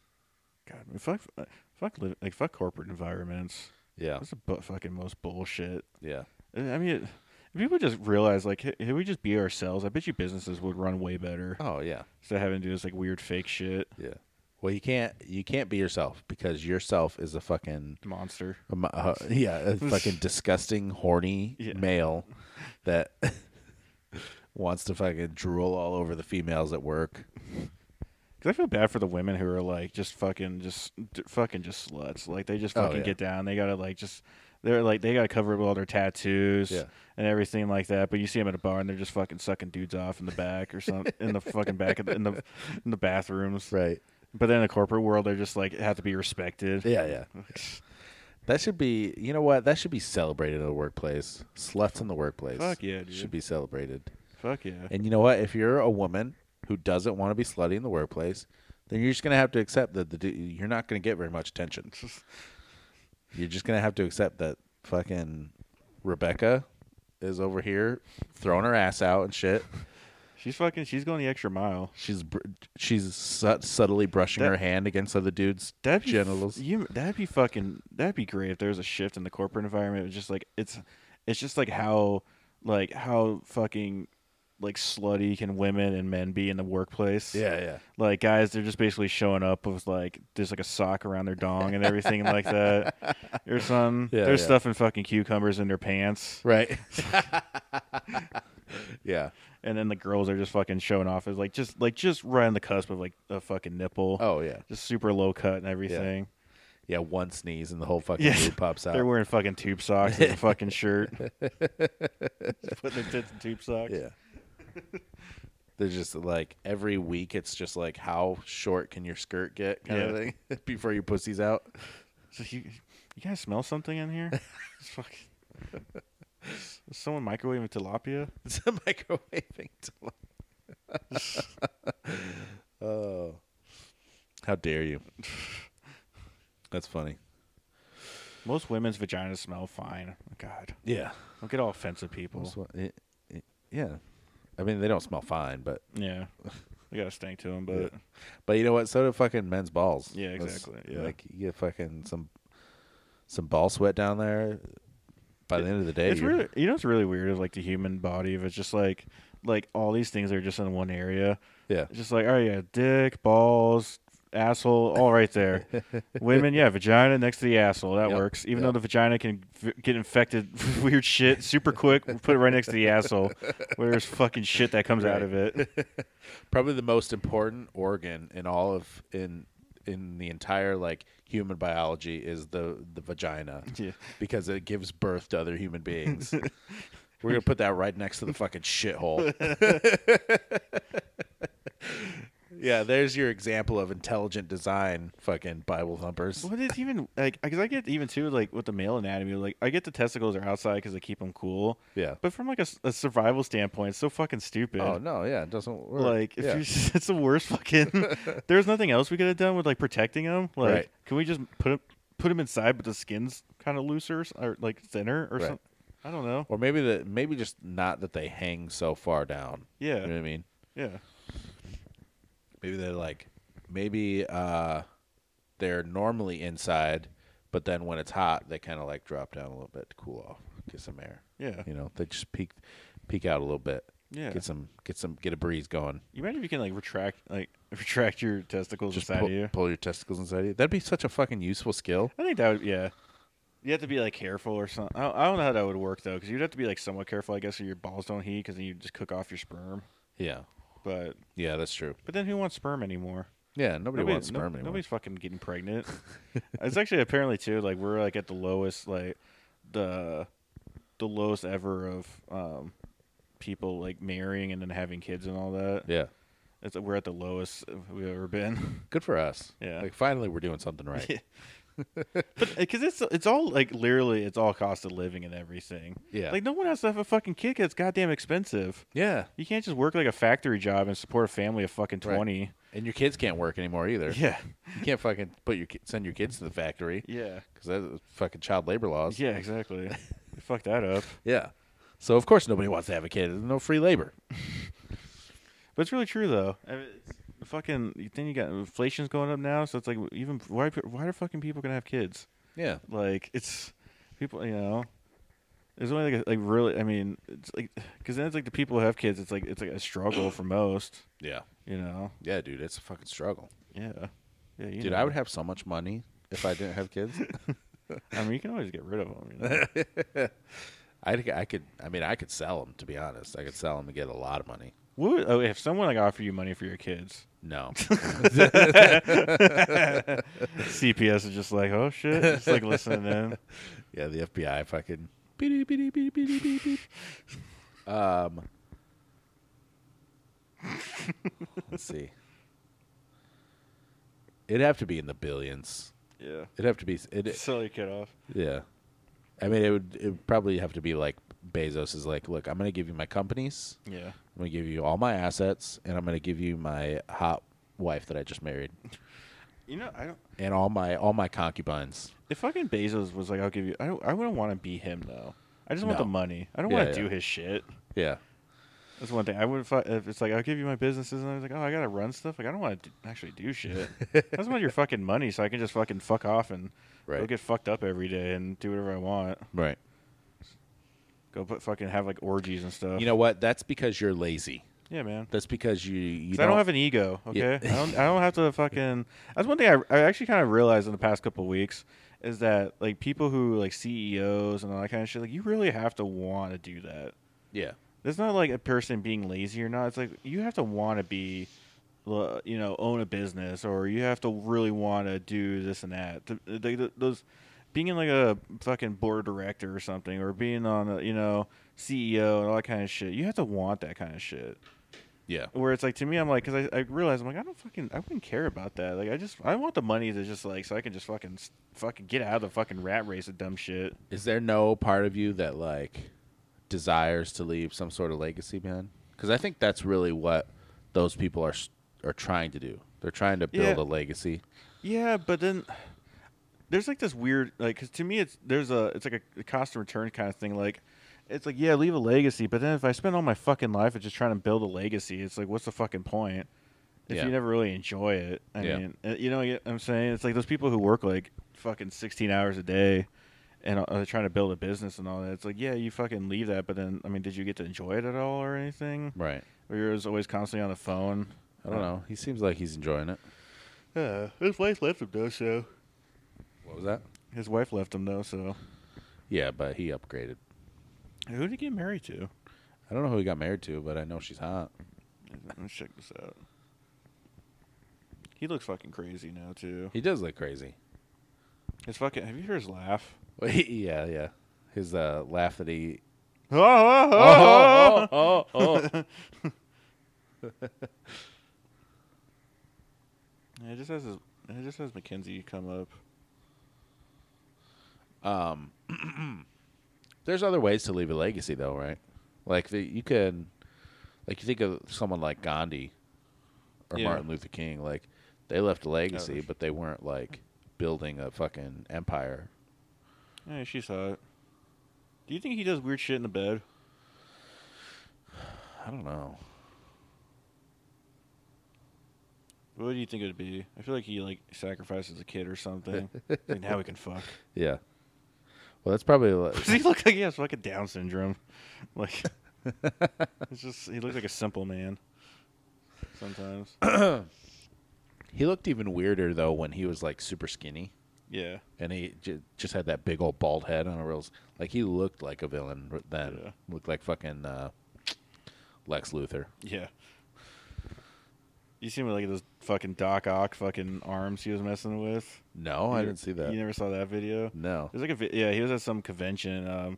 C: God, man, fuck, uh, fuck, live, like fuck corporate environments.
A: Yeah.
C: That's the bu- fucking most bullshit.
A: Yeah.
C: I I mean, it- if people just realize, like, h- if we just be ourselves, I bet you businesses would run way better
A: Oh yeah.
C: instead of having to do this like weird fake shit
A: Yeah. Well, you can't you can't be yourself because yourself is a fucking
C: monster.
A: A mo- uh, yeah, a fucking disgusting, horny
C: Yeah.
A: male that wants to fucking drool all over the females at work.
C: Because I feel bad for the women who are like just fucking, just d- fucking, just sluts. Like they just
A: Oh,
C: fucking
A: yeah.
C: get down. They gotta like just. They're like they gotta cover up all their tattoos
A: Yeah.
C: and everything like that. But you see them at a bar and they're just fucking sucking dudes off in the back or something in the fucking back of the, in the in the bathrooms.
A: Right.
C: But then in the corporate world, they're just like have to be respected.
A: Yeah, yeah. That should be, you know what? That should be celebrated in the workplace. Sluts in the workplace.
C: Fuck yeah, dude.
A: Should be celebrated.
C: Fuck yeah.
A: And you know what? If you're a woman who doesn't want to be slutty in the workplace, then you're just going to have to accept that the du- you're not going to get very much attention. you're just going to have to accept that fucking Rebecca is over here throwing her ass out and shit.
C: She's fucking. She's going the extra mile.
A: She's br- she's su- subtly brushing
C: That-
A: her hand against other dudes'
C: That'd be f-
A: genitals.
C: you. That'd be fucking. That'd be great if there was a shift in the corporate environment. It's just like it's, it's just like how, like how fucking, like slutty can women and men be in the workplace?
A: Yeah, yeah.
C: like guys they're just basically showing up with like there's like a sock around their dong and everything like that or something
A: Yeah,
C: they're
A: yeah.
C: stuffing fucking cucumbers in their pants
A: Right. yeah.
C: and then the girls are just fucking showing off as like just like just right on the cusp of like a fucking nipple
A: Oh yeah.
C: just super low cut and everything
A: Yeah. One sneeze and the whole fucking
C: Yeah.
A: mood pops out.
C: they're wearing fucking tube socks and a fucking shirt Just putting their tits in tube socks
A: yeah. They're just like every week. It's just like how short can your skirt get kind of
C: Yeah.
A: thing before your pussy's out.
C: So you, you guys smell something in here It's fucking- is someone microwaving tilapia
A: It's a microwaving. to- oh, how dare you? That's funny.
C: most women's vaginas smell fine god
A: Yeah.
C: Don't get all offensive, people.
A: That's what- it- it- eh, yeah. I mean, they don't smell fine, but
C: Yeah, they got a stink to them, but
A: But you know what? So do fucking men's balls.
C: Yeah,
A: That's-
C: exactly, yeah.
A: Like you get fucking some some ball sweat down there. By the end of the day,
C: it's
A: you're-
C: really you know it's really weird of like the human body if it's just like like all these things are just in one area.
A: yeah,
C: It's just like oh yeah, dick, balls, asshole, all right there. Women, yeah, vagina next to the asshole that
A: Yep,
C: works. Even
A: yep.
C: though the vagina can v- get infected with weird shit super quick, we put it right next to the asshole where there's fucking shit that comes out of
A: Right.
C: it.
A: probably the most important organ in all of in in the entire like human biology is the the vagina
C: Yeah.
A: because it gives birth to other human beings. We're gonna put that right next to the fucking shithole. yeah, there's your example of intelligent design, fucking Bible thumpers.
C: What is even like? Because I get even too like with the male anatomy, like I get the testicles are outside because they keep them cool.
A: Yeah.
C: But from like a, s- a survival standpoint, it's so fucking stupid.
A: Oh no, yeah, it doesn't work.
C: Like if
A: Yeah.
C: you s it's the worst fucking. There's nothing else we could have done with like protecting them. Like,
A: Right.
C: can we just put 'em- put them inside, but the skin's kind of looser or, s- or like thinner or
A: Right.
C: something? I don't know.
A: or maybe that maybe just not that they hang so far down. You know what
C: Yeah,
A: I mean?
C: yeah,
A: Maybe they're like maybe uh they're normally inside, but then when it's hot they kinda like drop down a little bit to cool off, get some air.
C: yeah,
A: You know, they just peek peek out a little bit.
C: yeah.
A: Get some get some get a breeze going.
C: you imagine if you can like retract like retract your testicles
A: Just
C: inside
A: pull,
C: of you.
A: pull your testicles inside of you. That'd be such a fucking useful skill.
C: I think that would yeah. You have to be like careful or something. I don't, I don't know how that would work though, because you'd have to be like somewhat careful, I guess, so your balls don't heat, because then you just cook off your sperm.
A: Yeah.
C: But
A: Yeah, that's true.
C: but then who wants sperm anymore?
A: Yeah, nobody,
C: Nobody-
A: wants
C: no-
A: sperm anymore.
C: Nobody's fucking getting pregnant. it's actually apparently too like we're like at the lowest like the the lowest ever of um people like marrying and then having kids and all that.
A: Yeah.
C: It's, we're at the lowest we've ever been.
A: Good for us.
C: Yeah.
A: Like finally we're doing something right.
C: Yeah. but because it's it's all like literally it's all cost of living and everything.
A: Yeah.
C: Like no one has to have a fucking kid. 'cause It's goddamn expensive.
A: yeah.
C: You can't just work like a factory job and support a family of fucking
A: Right.
C: twenty.
A: And your kids can't work anymore either.
C: Yeah.
A: You can't fucking put your ki- send your kids to the factory
C: Yeah.
A: because that's fucking child labor laws.
C: Yeah. Exactly. Fuck that up.
A: Yeah. So of course nobody wants to have a kid. There's no free labor.
C: But it's really true though. I mean, it's fucking then you got inflation's going up now, so it's like even why why are fucking people gonna have kids?
A: Yeah.
C: Like it's people, you know. There's only like a, like really. I mean, it's like because then it's like the people who have kids. It's like it's like a struggle for most.
A: Yeah.
C: You know.
A: Yeah, dude. It's a fucking struggle.
C: Yeah. Yeah. You
A: Dude,
C: know.
A: I would have so much money if I didn't have kids.
C: I mean, you can always get rid of them. You know?
A: I I could. I mean, I could sell them. To be honest, I could sell them and get a lot of money.
C: what would, oh, if someone like offered you money for your kids,
A: No.
C: CPS is just like, oh shit, just like listening in.
A: yeah, the FBI fucking. beep, beep, beep, beep, beep, beep, beep. Um. let's see. It'd have to be in the billions.
C: Yeah.
A: It'd have to be. It,
C: Sell your kid off.
A: yeah. I mean, it would. It would probably have to be like Bezos is like, look, I'm going to give you my companies.
C: Yeah.
A: I'm going to give you all my assets, and I'm going to give you my hot wife that I just married,
C: You know, I don't.
A: and all my all my concubines.
C: If fucking Bezos was like, I'll give you, I don't, I wouldn't want to be him though. I just want
A: No.
C: the money. I don't
A: Yeah,
C: want
A: yeah.
C: to do his shit.
A: Yeah.
C: That's one thing. I would if, I, if it's like I'll give you my businesses, and I was like, oh, I gotta run stuff. Like I don't want to actually do shit. I just want your fucking money, so I can just fucking fuck off and
A: Right.
C: go get fucked up every day and do whatever I want.
A: Right.
C: Go put fucking have like orgies and stuff.
A: You know what? That's because you're lazy.
C: yeah, man.
A: That's because you you
C: 'Cause I don't have an ego.
A: Yeah.
C: Okay, I don't. I don't have to fucking. That's one thing I, I actually kind of realized in the past couple of weeks is that like people who like CEOs and all that kind of shit, like you really have to want to do that.
A: yeah.
C: It's not like a person being lazy or not. It's like you have to want to be, l- you know, own a business or you have to really want to do this and that. Th- th- th- Those being in like a fucking board director or something or being on a, you know, CEO and all that kind of shit. You have to want that kind of shit.
A: Yeah.
C: Where it's like to me, I'm like, because I, I realize I'm like, I don't fucking, I wouldn't care about that. Like, I just, I want the money to just like, so I can just fucking, s- fucking get out of the fucking rat race of dumb shit.
A: Is there no part of you that like desires to leave some sort of legacy behind? Because I think that's really what those people are s- are trying to do. They're trying to build
C: Yeah.
A: a legacy.
C: Yeah, but then there's like this weird like 'cause to me it's there's a it's like a, cost and return kind of thing. Like it's like yeah, leave a legacy, but then if I spend all my fucking life just trying to build a legacy, it's like what's the fucking point? If
A: Yeah.
C: you never really enjoy it, I
A: Yeah.
C: mean, uh, you know what I'm saying? It's like those people who work like fucking 16 hours a day and uh, are trying to build a business and all that. It's like, yeah, you fucking leave that, but then, I mean, did you get to enjoy it at all or anything?
A: Right.
C: Or you're just always constantly on the phone? Uh,
A: I don't know. He seems like he's enjoying it.
C: Yeah, his wife left him though, so.
A: What was that?
C: His wife left him though, so
A: Yeah, but he upgraded.
C: who did he get married to?
A: I don't know who he got married to, but I know she's hot.
C: Let's check this out. He looks fucking crazy now too.
A: He does look crazy.
C: His fucking have you heard his laugh?
A: yeah, yeah. His uh, laugh that he.
C: oh,
A: oh, oh, oh.
C: It just has his, it just has Mackenzie come up.
A: Um, there's other ways to leave a legacy, though, right? Like the, you can, like you think of someone like Gandhi or
C: Yeah.
A: Martin Luther King. Like they left a legacy,
C: there's-
A: but they weren't like building a fucking empire.
C: Yeah, she's hot. Do you think he does weird shit in the bed?
A: I don't know.
C: What do you think it'd be? I feel like he like sacrifices a kid or something. like, now we can fuck.
A: Yeah. Well, that's probably.
C: Does
A: li-
C: he look like he has fucking Down syndrome? Like, it's just he looks like a simple man. Sometimes,
A: he looked even weirder though when he was like super skinny
C: yeah,
A: and he j- just had that big old bald head on a real. s- Like he looked like a villain r- then.
C: Yeah.
A: Looked like fucking uh, Lex Luthor.
C: yeah. You seen what like those fucking Doc Ock fucking arms he was messing with?
A: No, Oh, I
C: You-
A: didn't see that.
C: You never saw that video?
A: No.
C: There's like a vi- yeah, he was at some convention. Um,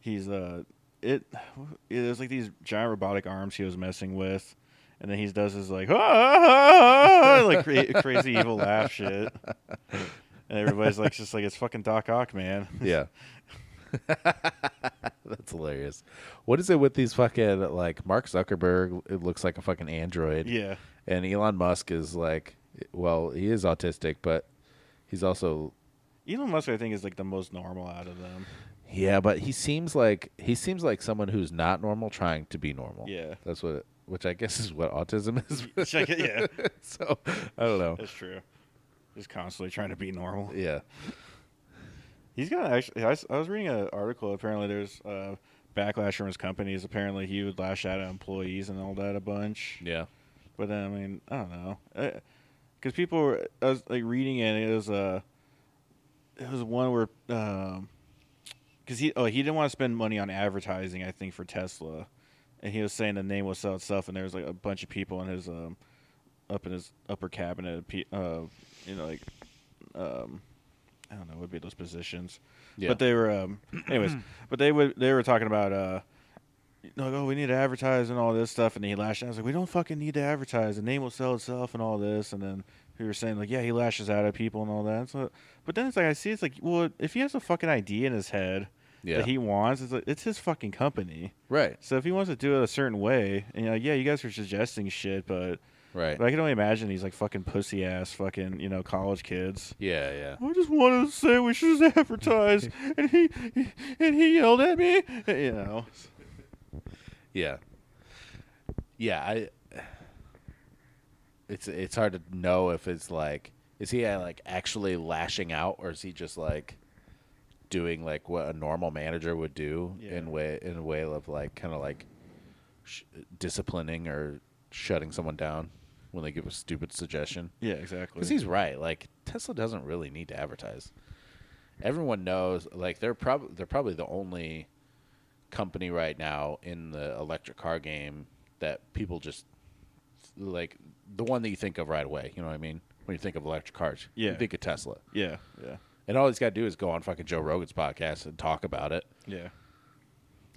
C: he's uh, it it was like these giant robotic arms he was messing with, and then he does his like like cra- crazy evil laugh shit, and everybody's like just like it's fucking Doc Ock, man.
A: Yeah. That's hilarious. What is it with these fucking like Mark Zuckerberg it looks like a fucking android
C: yeah,
A: and Elon Musk is like well, he is autistic, but he's also
C: Elon Musk I think is like the most normal out of them.
A: yeah, but he seems like he seems like someone who's not normal trying to be normal.
C: Yeah.
A: That's what which I guess is what autism is.
C: Check it, yeah.
A: so, I don't know.
C: That's true. Just constantly trying to be normal.
A: Oh. Yeah.
C: He's got actually. I, s- I was reading an article. Apparently, there's uh, backlash from his companies. Apparently, he would lash out at employees and all that a bunch.
A: Yeah.
C: But then, I mean, I don't know, because people were. I was like reading it. And it was uh, it was one where because he oh he didn't want to spend money on advertising. I think for Tesla, and he was saying the name will sell itself. And there was like a bunch of people in his um up in his upper cabinet, pe- uh, you know, like um. I don't know. What would be those positions?
A: Yeah.
C: But they were, um, anyways. but they would. They were talking about uh, you know, like, oh, we need to advertise and all this stuff. And he lashed out. I was like, we don't fucking need to advertise. The name will sell itself and all this. And then we were saying, like, yeah, he lashes out at people and all that. So, but then it's like, I see it's like, well, if he has a fucking idea in his head
A: Yeah.
C: that he wants, it's like, it's his fucking company.
A: right.
C: So if he wants to do it a certain way, and you're like, yeah, you guys are suggesting shit, but,
A: Right.
C: but I can only imagine these, like, fucking pussy ass fucking, you know, college kids.
A: yeah, yeah.
C: I just wanted to say we should just advertise, and he, he and he yelled at me. You know,
A: Yeah. Yeah, I it's it's hard to know if it's like is he uh, like actually lashing out or is he just like doing like what a normal manager would do
C: Yeah.
A: in way in a way of like kind of like sh- disciplining or shutting someone down when they give a stupid suggestion.
C: Yeah, exactly.
A: Because he's right. Like Tesla doesn't really need to advertise. Everyone knows. Like they're probably they're probably the only company right now in the electric car game that people just like the one that you think of right away. You know what I mean? When you think of electric cars,
C: Yeah.
A: you think of Tesla.
C: yeah, yeah,
A: And all he's got to do is go on fucking Joe Rogan's podcast and talk about it.
C: yeah.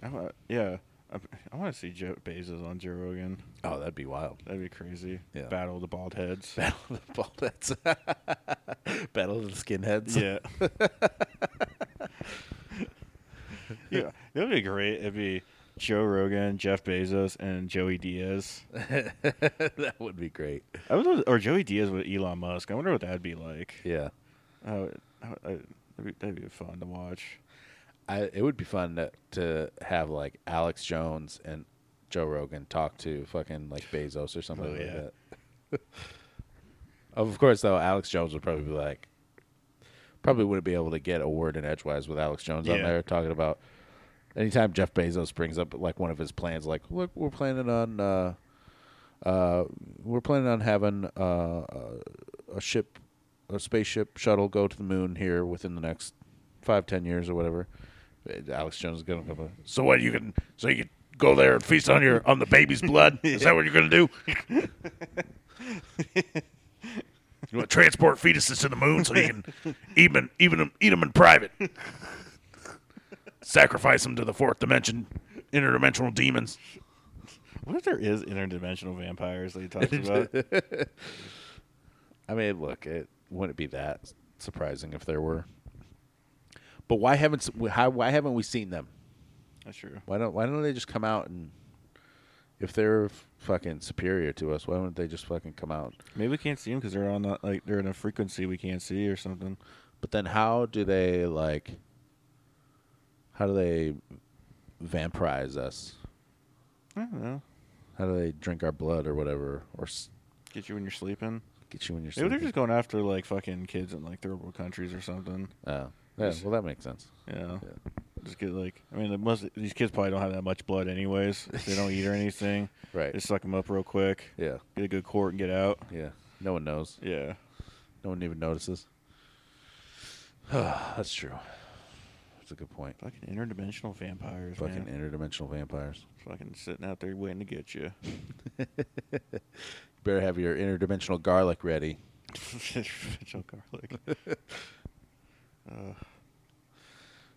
C: I want, yeah, I, I want to see Joe Bezos on Joe Rogan.
A: Oh, that'd be wild.
C: That'd be crazy.
A: Yeah.
C: Battle of the bald heads.
A: Battle of the bald heads. Battle of the skinheads.
C: yeah. yeah, that would be great. It'd be Joe Rogan, Jeff Bezos, and Joey Diaz.
A: that would be great.
C: I would, or Joey Diaz with Elon Musk. I wonder what that'd be like.
A: Yeah.
C: Oh, I, I, that'd, be, that'd be fun to watch.
A: I, it would be fun to, to have like Alex Jones and Joe Rogan talk to fucking like Bezos or something
C: Oh,
A: like
C: yeah.
A: that. of course, though, Alex Jones would probably be like, probably wouldn't be able to get a word in edgewise with Alex Jones on
C: Yeah.
A: there talking about. Anytime Jeff Bezos brings up like one of his plans, like look, we're planning on, uh, uh, we're planning on having uh, a- a ship, a spaceship shuttle go to the moon here within the next five, ten years or whatever. Eh, Alex Jones is gonna come. up, So what you can, so you can go there and feast on your on the baby's blood. Is that what you're gonna do? You want to transport fetuses to the moon so you can eat them, even them, eat them in private. Sacrifice them to the fourth dimension, interdimensional demons.
C: What if there is interdimensional vampires that he talks about?
A: I mean, look, it wouldn't be that surprising if there were. But why haven't s- how, why haven't we seen them?
C: That's true.
A: Why don't why don't they just come out and if they're f- fucking superior to us, why don't they just fucking come out?
C: Maybe we can't see them because they're on the, like they're in a frequency we can't see or something.
A: But then how do they like how do they vampirize us?
C: I don't know.
A: How do they drink our blood or whatever or s-
C: Get you when you're sleeping.
A: get you when you're
C: Maybe
A: sleeping?
C: they're just going after like fucking kids in like third world countries or something.
A: oh. Yeah, well that makes sense.
C: Yeah.
A: Yeah.
C: Just get like I mean most these kids probably don't have that much blood anyways. They don't eat or anything.
A: Right.
C: They suck them up real quick.
A: Yeah.
C: Get a good court and get out.
A: Yeah. No one knows.
C: Yeah.
A: No one even notices. That's true. That's a good point.
C: Fucking interdimensional vampires,
A: Fucking
C: man.
A: interdimensional vampires.
C: fucking sitting out there waiting to get you.
A: Better have your interdimensional garlic ready.
C: Mitchell garlic. uh,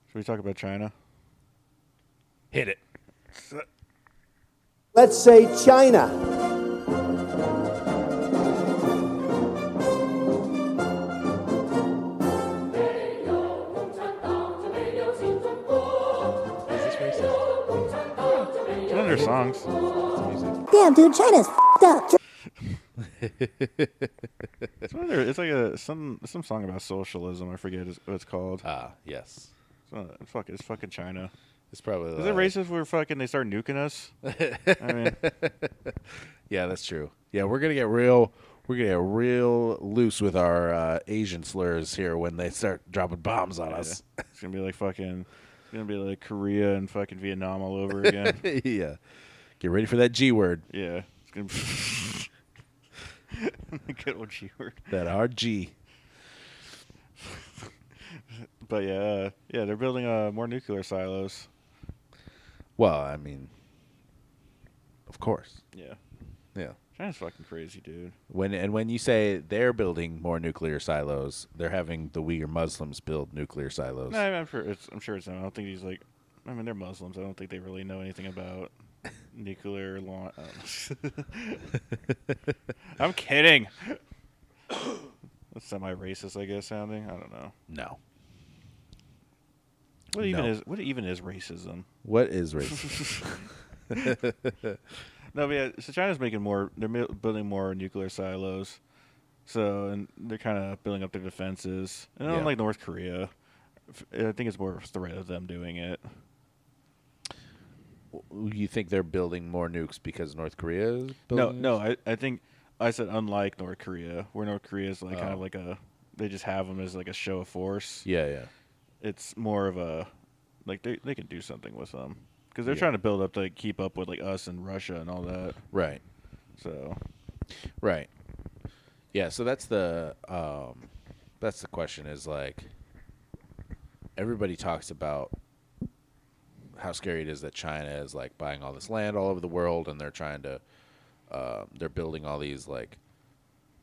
C: should we talk about China?
A: Hit it.
B: Let's say China.
C: It's one of their songs.
D: Damn, dude, China's f***ed up.
C: It's one of their. It's like a some some song about socialism. I forget is- what it's called.
A: Ah, yes.
C: It's not- fuck, it's fucking China.
A: It's probably
C: Is
A: like-
C: it racist? We're fucking. They start nuking us. I mean,
A: Yeah, that's true. Yeah, we're gonna get real. We're gonna get real loose with our uh, Asian slurs here when they start dropping bombs on
C: yeah.
A: us.
C: it's gonna be like fucking. It's gonna be like Korea and fucking Vietnam all over again.
A: yeah. Get ready for that G word.
C: yeah. It's gonna be. the good old G word.
A: That RG.
C: But yeah, uh, yeah, they're building uh, more nuclear silos.
A: Well, I mean, of course.
C: Yeah.
A: Yeah.
C: China's fucking crazy, dude.
A: When and when you say they're building more nuclear silos, they're having the Uyghur Muslims build nuclear silos.
C: No, I'm, I'm sure it's. I'm sure it's. Not. I don't think he's like. I mean, they're Muslims. I don't think they really know anything about nuclear law. um, I'm kidding. That's semi-racist, I guess. Sounding. I don't know.
A: No.
C: What even
A: No.
C: is? What even is racism?
A: What is racism?
C: No, but yeah. So China's making more. They're mil- building more nuclear silos. So and they're kind of building up their defenses. And
A: Yeah.
C: unlike North Korea, f- I think it's more of the right of them doing it.
A: you think they're building more nukes because North Korea is
C: No,
A: building
C: no. I, I think I said unlike North Korea, where North Korea is like kind
A: Oh.
C: of like a they just have them as like a show of force.
A: Yeah, yeah.
C: it's more of a like they they can do something with them because they're
A: Yeah.
C: trying to build up to like, keep up with like us and Russia and all that.
A: Right.
C: So
A: Right. Yeah, so that's the um that's the question is like everybody talks about how scary it is that China is like buying all this land all over the world and they're trying to uh, they're building all these like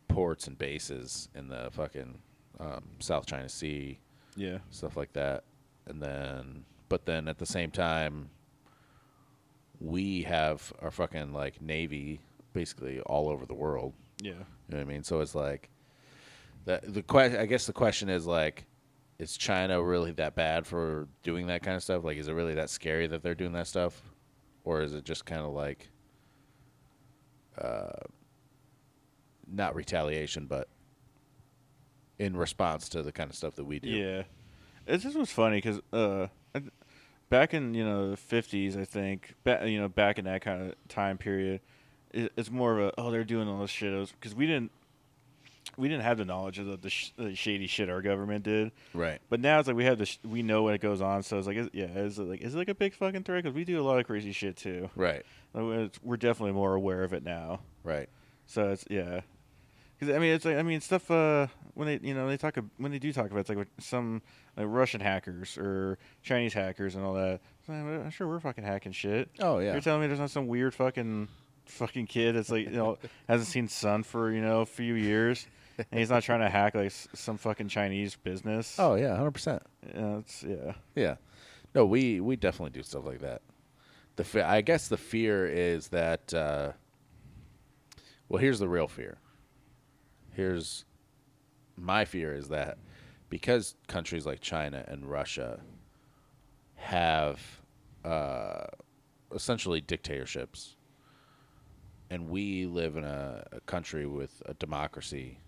A: ports and bases in the fucking um, South China Sea
C: yeah,
A: stuff like that. And then, but then at the same time, we have our fucking like navy basically all over the world.
C: yeah,
A: You know what I mean? So it's like that. The question, I guess, the question is like, is China really that bad for doing that kind of stuff? Like, is it really that scary that they're doing that stuff, or is it just kind of like, uh, not retaliation, but in response to the kind of stuff that we do?
C: yeah. It just was funny because uh, I- back in you know the fifties, I think ba- you know back in that kind of time period, it, it's more of a oh they're doing all this shit because we didn't we didn't have the knowledge of the, the, sh- the shady shit our government did.
A: Right.
C: But now it's like we have this, we know what it goes on. So it's like, is, yeah, is it like, is it like a big fucking threat? Because we do a lot of crazy shit too.
A: Right.
C: Like, we're- it's- we're definitely more aware of it now.
A: Right.
C: So it's yeah, because I mean it's like I mean stuff uh when they you know they talk ab- when they do talk about it, it's like with some like Russian hackers or Chinese hackers and all that. It's like, I'm sure we're fucking hacking shit.
A: Oh, yeah.
C: You're telling me there's not some weird fucking fucking kid that's like you know hasn't seen sun for you know a few years. And he's not trying to hack like s- some fucking Chinese business.
A: Oh yeah, hundred percent.
C: Yeah, it's yeah.
A: Yeah. No, we we definitely do stuff like that. The fe- I guess the fear is that. Uh, well, here's the real fear. Here's my fear is that because countries like China and Russia have uh, essentially dictatorships, and we live in a, a country with a democracy.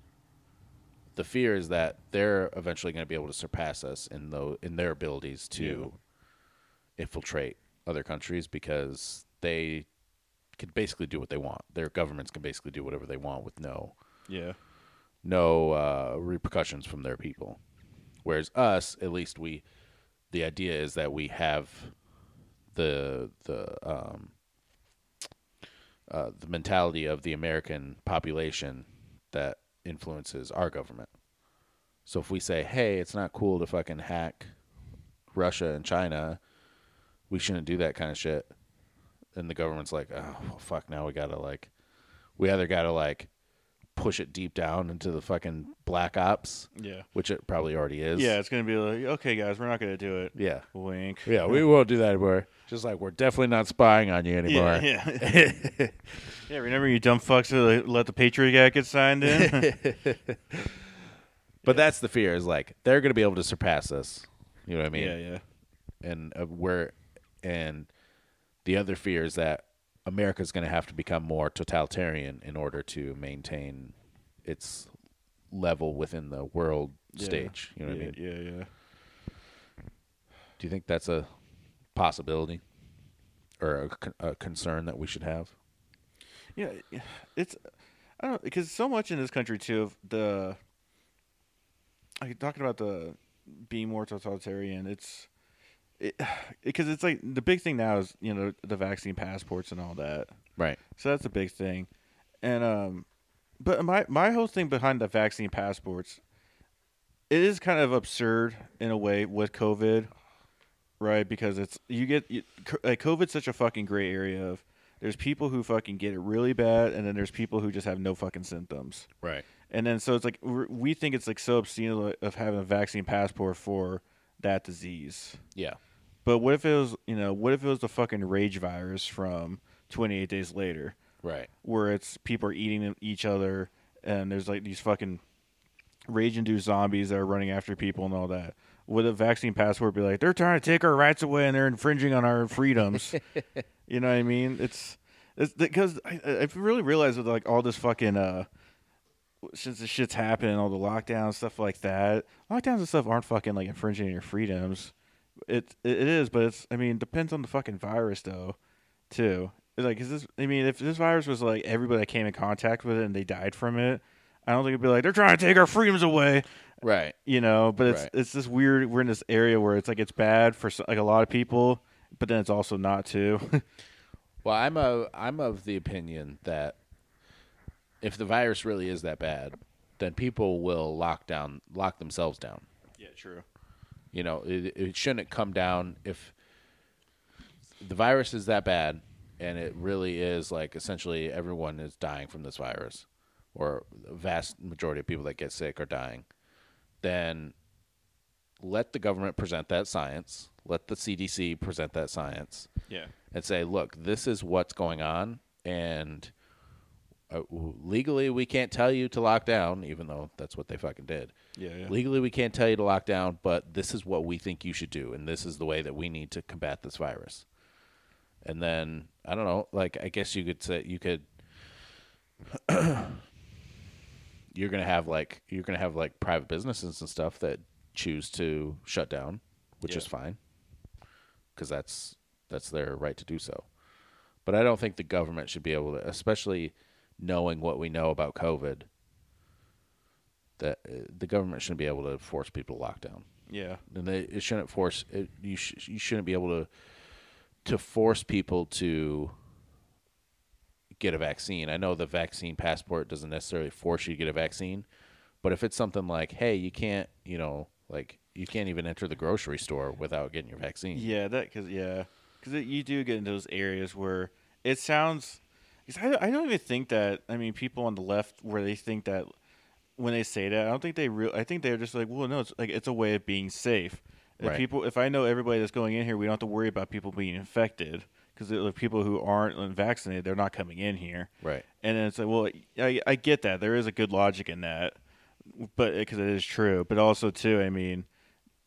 A: The fear is that they're eventually going to be able to surpass us in tho- in their abilities to infiltrate other countries because they can basically do what they want. Their governments can basically do whatever they want with no
C: Yeah.
A: no uh, repercussions from their people. Whereas us, at least we, the idea is that we have the the um, uh, the mentality of the American population that influences our government. So if we say, "Hey, it's not cool to fucking hack Russia and China," we shouldn't do that kind of shit. And the government's like, "Oh, well, fuck! Now we gotta like, we either gotta like push it deep down into the fucking black ops,
C: Yeah.
A: which it probably already is.
C: Yeah, it's gonna be like, okay, guys, we're not gonna do it.
A: yeah,
C: Wink.
A: yeah. We won't do that anymore. Just like we're definitely not spying on you anymore.
C: Yeah, yeah. yeah, remember you dumb fucks who let the Patriot Act get signed in?
A: But that's the fear is like they're going to be able to surpass us. You know what I mean?
C: yeah, yeah.
A: And uh, we're and the other fear is that America's going to have to become more totalitarian in order to maintain its level within the world
C: Yeah.
A: stage. You know what
C: yeah,
A: I mean?
C: yeah, yeah.
A: Do you think that's a possibility or a, con- a concern that we should have?
C: Yeah, yeah, it's I don't because so much in this country too of the like talking about the being more totalitarian. It's because it's like the big thing now is you know the vaccine passports and all that.
A: Right.
C: So that's a big thing. And um but my my whole thing behind the vaccine passports it is kind of absurd in a way with COVID, right? Because it's you get you, co- like COVID's such a fucking gray area of there's people who fucking get it really bad and then there's people who just have no fucking symptoms.
A: Right.
C: And then so it's like we're- we think it's like so obscene like, of having a vaccine passport for that disease.
A: Yeah.
C: But what if it was, you know, what if it was the fucking rage virus from 28 days later?
A: Right.
C: where it's people are eating each other and there's like these fucking rage induced zombies that are running after people and all that. Would a vaccine passport be like, they're trying to take our rights away and they're infringing on our freedoms? you know what I mean? It's it's because I, I I've really realized with like all this fucking uh since the shit's happening, all the lockdowns stuff like that. Lockdowns and stuff aren't fucking like infringing on your freedoms. It it is, but it's I mean depends on the fucking virus though, too. Like is this? I mean, if this virus was like everybody that came in contact with it and they died from it, I don't think it'd be like they're trying to take our freedoms away,
A: Right.
C: you know. But it's
A: Right.
C: it's this weird. We're in this area where it's like it's bad for so- like a lot of people, but then it's also not too.
A: Well, I'm a I'm of the opinion that if the virus really is that bad, then people will lock down lock themselves down.
C: yeah, true.
A: You know, it, it shouldn't come down if the virus is that bad and it really is like essentially everyone is dying from this virus or a vast majority of people that get sick are dying. Then let the government present that science, let the CDC present that science
C: Yeah.
A: and say, look, this is what's going on, and uh, w- legally we can't tell you to lock down, even though that's what they fucking did.
C: Yeah, yeah.
A: Legally we can't tell you to lock down, but this is what we think you should do, and this is the way that we need to combat this virus. And then I don't know, like I guess you could say you could. you're gonna have like you're gonna have like private businesses and stuff that choose to shut down, which
C: Yeah.
A: is fine because that's that's their right to do so. But I don't think the government should be able to, especially knowing what we know about COVID, that uh, the government shouldn't be able to force people to lock down,
C: Yeah.
A: and they it shouldn't force it, you. Sh- you shouldn't be able to to force people to get a vaccine. I know the vaccine passport doesn't necessarily force you to get a vaccine, but if it's something like, hey, you can't, you know, like you can't even enter the grocery store without getting your vaccine.
C: Yeah, that because yeah, because you do get in those areas where it sounds. Cause I, don't- I don't even think that. I mean, people on the left where they think that when they say that, I don't think they real. I think they're just like, well, no, it's like it's a way of being safe. If
A: Right.
C: people, if I know everybody that's going in here, we don't have to worry about people being infected because the people who aren't vaccinated, they're not coming in here.
A: Right.
C: And then it's like, well, I, I get that. There is a good logic in that, but because it is true. But also, too, I mean,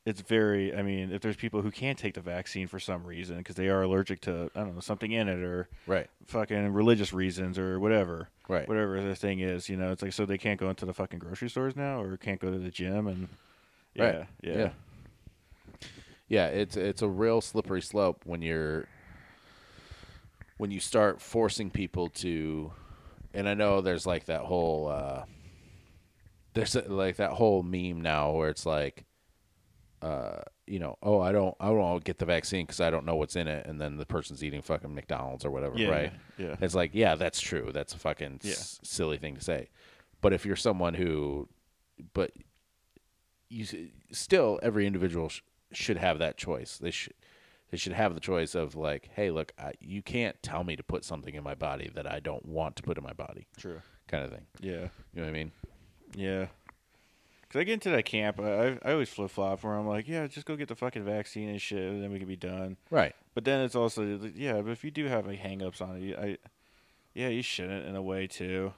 C: it's very, I mean, if there's people who can't take the vaccine for some reason because they are allergic to, I don't know, something in it or
A: Right.
C: fucking religious reasons or whatever.
A: Right.
C: Whatever the thing is, you know, it's like, so they can't go into the fucking grocery stores now or can't go to the gym and. Yeah,
A: Right.
C: yeah.
A: Yeah. Yeah, it's it's a real slippery slope when you're when you start forcing people to and I know there's like that whole uh there's like that whole meme now where it's like uh you know, oh, I don't I don't get the vaccine cuz I don't know what's in it and then the person's eating fucking McDonald's or whatever,
C: Yeah,
A: right?
C: yeah, yeah.
A: It's like, yeah, that's true. That's a fucking s- silly thing to say. But if you're someone who but you s- still every individual sh- should have that choice. They should they should have the choice of like, hey, look, I, you can't tell me to put something in my body that I don't want to put in my body,
C: True.
A: kind of thing.
C: Yeah.
A: You know what I mean?
C: Yeah. Cause I get into that camp, I I always flip flop where I'm like, yeah, just go get the fucking vaccine and shit, and then we can be done.
A: Right.
C: But then it's also yeah, but if you do have like hangups on it, you, I yeah, you shouldn't in a way too.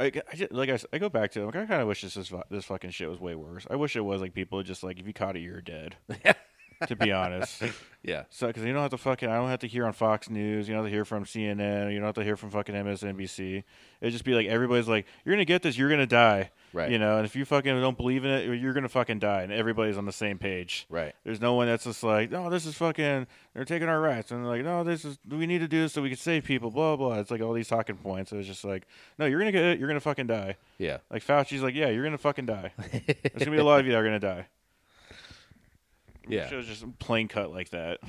C: I, I just, like I, s- I go back to it, like I kind of wish this is, fu- this fucking shit was way worse. I wish it was like people just like if you caught it, you're dead. to be honest,
A: Yeah.
C: so because you don't have to fucking I don't have to hear on Fox News, you don't have to hear from CNN, you don't have to hear from fucking MSNBC. It'd just be like everybody's like, you're gonna get this, you're gonna die,
A: Right.
C: You know, and if you fucking don't believe in it, you're gonna fucking die, and everybody's on the same page,
A: Right.
C: There's no one that's just like, no, this is fucking, they're taking our rights, and they're like, no, this is we need to do this so we can save people, blah blah. It's like all these talking points. It's just like, no, you're gonna get it, you're gonna fucking die.
A: Yeah.
C: Like Fauci's like, yeah, you're gonna fucking die. There's gonna be a lot of you that are gonna die.
A: Yeah.
C: It was just plain cut like that.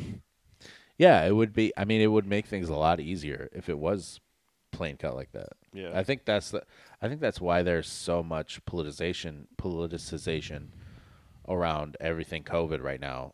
A: Yeah, it would be. I mean, it would make things a lot easier if it was plain cut like that.
C: Yeah.
A: I think that's the. I think that's why there's so much politicization, politicization, around everything COVID right now,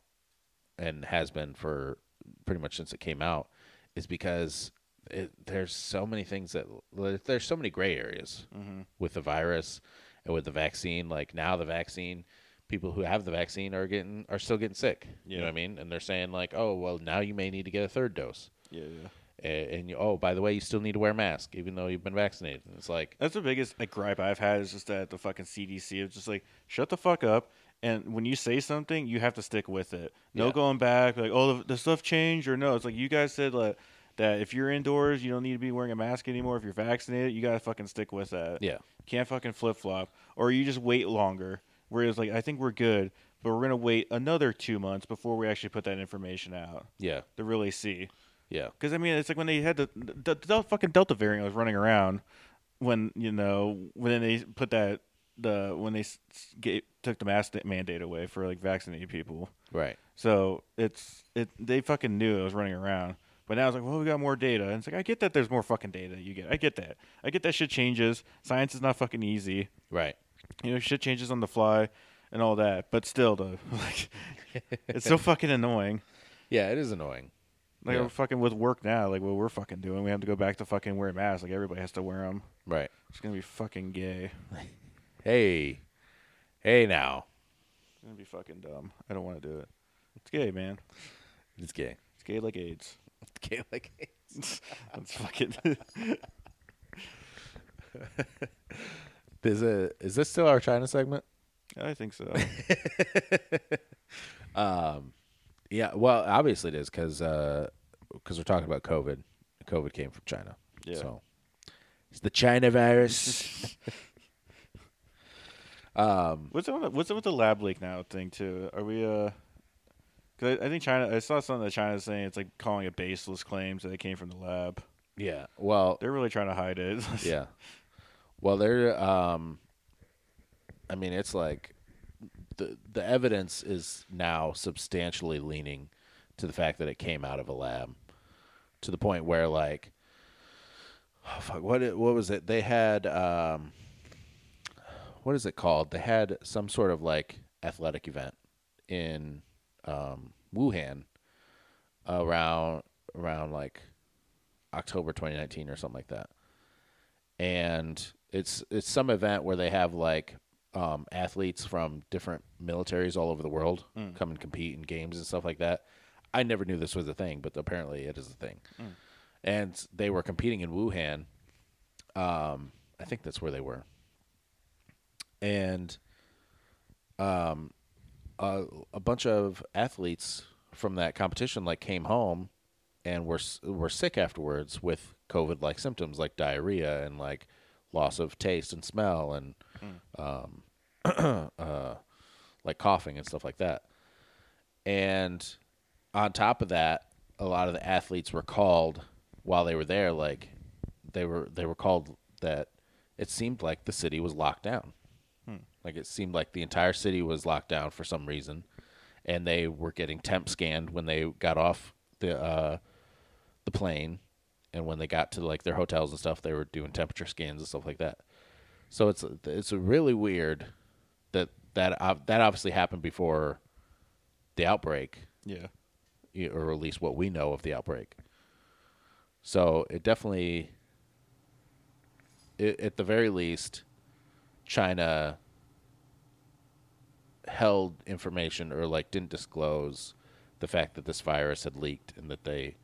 A: and has been for pretty much since it came out, is because it, there's so many things that like, there's so many gray areas
C: Mm-hmm.
A: with the virus and with the vaccine. Like now, the vaccine. People who have the vaccine are getting are still getting sick. You
C: Yeah.
A: know what I mean? mean? And they're saying like, oh, well, now you may need to get a third dose,
C: Yeah, yeah.
A: A- and you, oh, by the way, you still need to wear a mask even though you've been vaccinated. And it's like,
C: That's the biggest like gripe I've had is just that the fucking CDC is just like shut the fuck up. And when you say something, you have to stick with it. No
A: Yeah.
C: going back. Like oh, the, the stuff changed or no. It's like you guys said like, that if you're indoors, you don't need to be wearing a mask anymore. If you're vaccinated, you gotta fucking stick with that.
A: Yeah.
C: can't fucking flip flop or you just wait longer. Whereas like I think we're good, but we're gonna wait another two months before we actually put that information out
A: yeah,
C: to really see.
A: yeah,
C: Because I mean, it's like when they had the, the, the fucking Delta variant was running around. when you know when they put that the when they s- s- gave, took the mask mandate away for like vaccinating people.
A: Right.
C: So it's it they fucking knew it was running around. But now it's like, well, we got more data. And it's like, I get that there's more fucking data you get. I get that. I get that shit changes. Science is not fucking easy.
A: Right.
C: You know, shit changes on the fly and all that. But still, though, like, it's so fucking annoying.
A: Yeah, it is annoying.
C: Like,
A: Yeah.
C: I'm fucking with work now, like what we're fucking doing, we have to go back to fucking wearing masks. Like, everybody has to wear them.
A: Right.
C: It's gonna be fucking gay.
A: Hey. Hey now.
C: It's gonna be fucking dumb. I don't want to do it. It's gay, man.
A: It's gay.
C: It's gay like AIDS.
A: It's gay like
C: That's fucking.
A: Is it is this still our China segment?
C: I think so.
A: Yeah, well, obviously it is cuz cuz we're talking about COVID. COVID came from China.
C: Yeah.
A: So it's the China virus.
C: What's up? with- What's up with the lab leak now thing too? Are we uh? Cause I, I think China. I saw something that China's saying it's like calling it baseless claims that it came from the lab.
A: yeah. Well,
C: They're really trying to hide it.
A: yeah. Well, they're um I mean, it's like the the evidence is now substantially leaning to the fact that it came out of a lab to the point where like oh fuck what it, what was it? They had um what is it called? They had some sort of like athletic event in um Wuhan around around like October 2019 or something like that and it's it's some event where they have like um, athletes from different militaries all over the world come and compete in games and stuff like that. I never knew this was a thing, but apparently it is a thing. And they were competing in Wuhan. Um, I think that's where they were. And um, a, a bunch of athletes from that competition like came home and were s- were sick afterwards with COVID like symptoms like diarrhea and like loss of taste and smell and um, uh, like coughing and stuff like that. And on top of that, a lot of the athletes were called while they were there. Like they were they were called that it seemed like the city was locked down. Like it seemed like the entire city was locked down for some reason, and they were getting temp scanned when they got off the uh, the plane, and when they got to like their hotels and stuff, they were doing temperature scans and stuff like that. So it's it's really weird that that ob- that obviously happened before the outbreak,
C: yeah.
A: y- or at least what we know of the outbreak. So it definitely, it, at the very least, China held information or like didn't disclose the fact that this virus had leaked and that they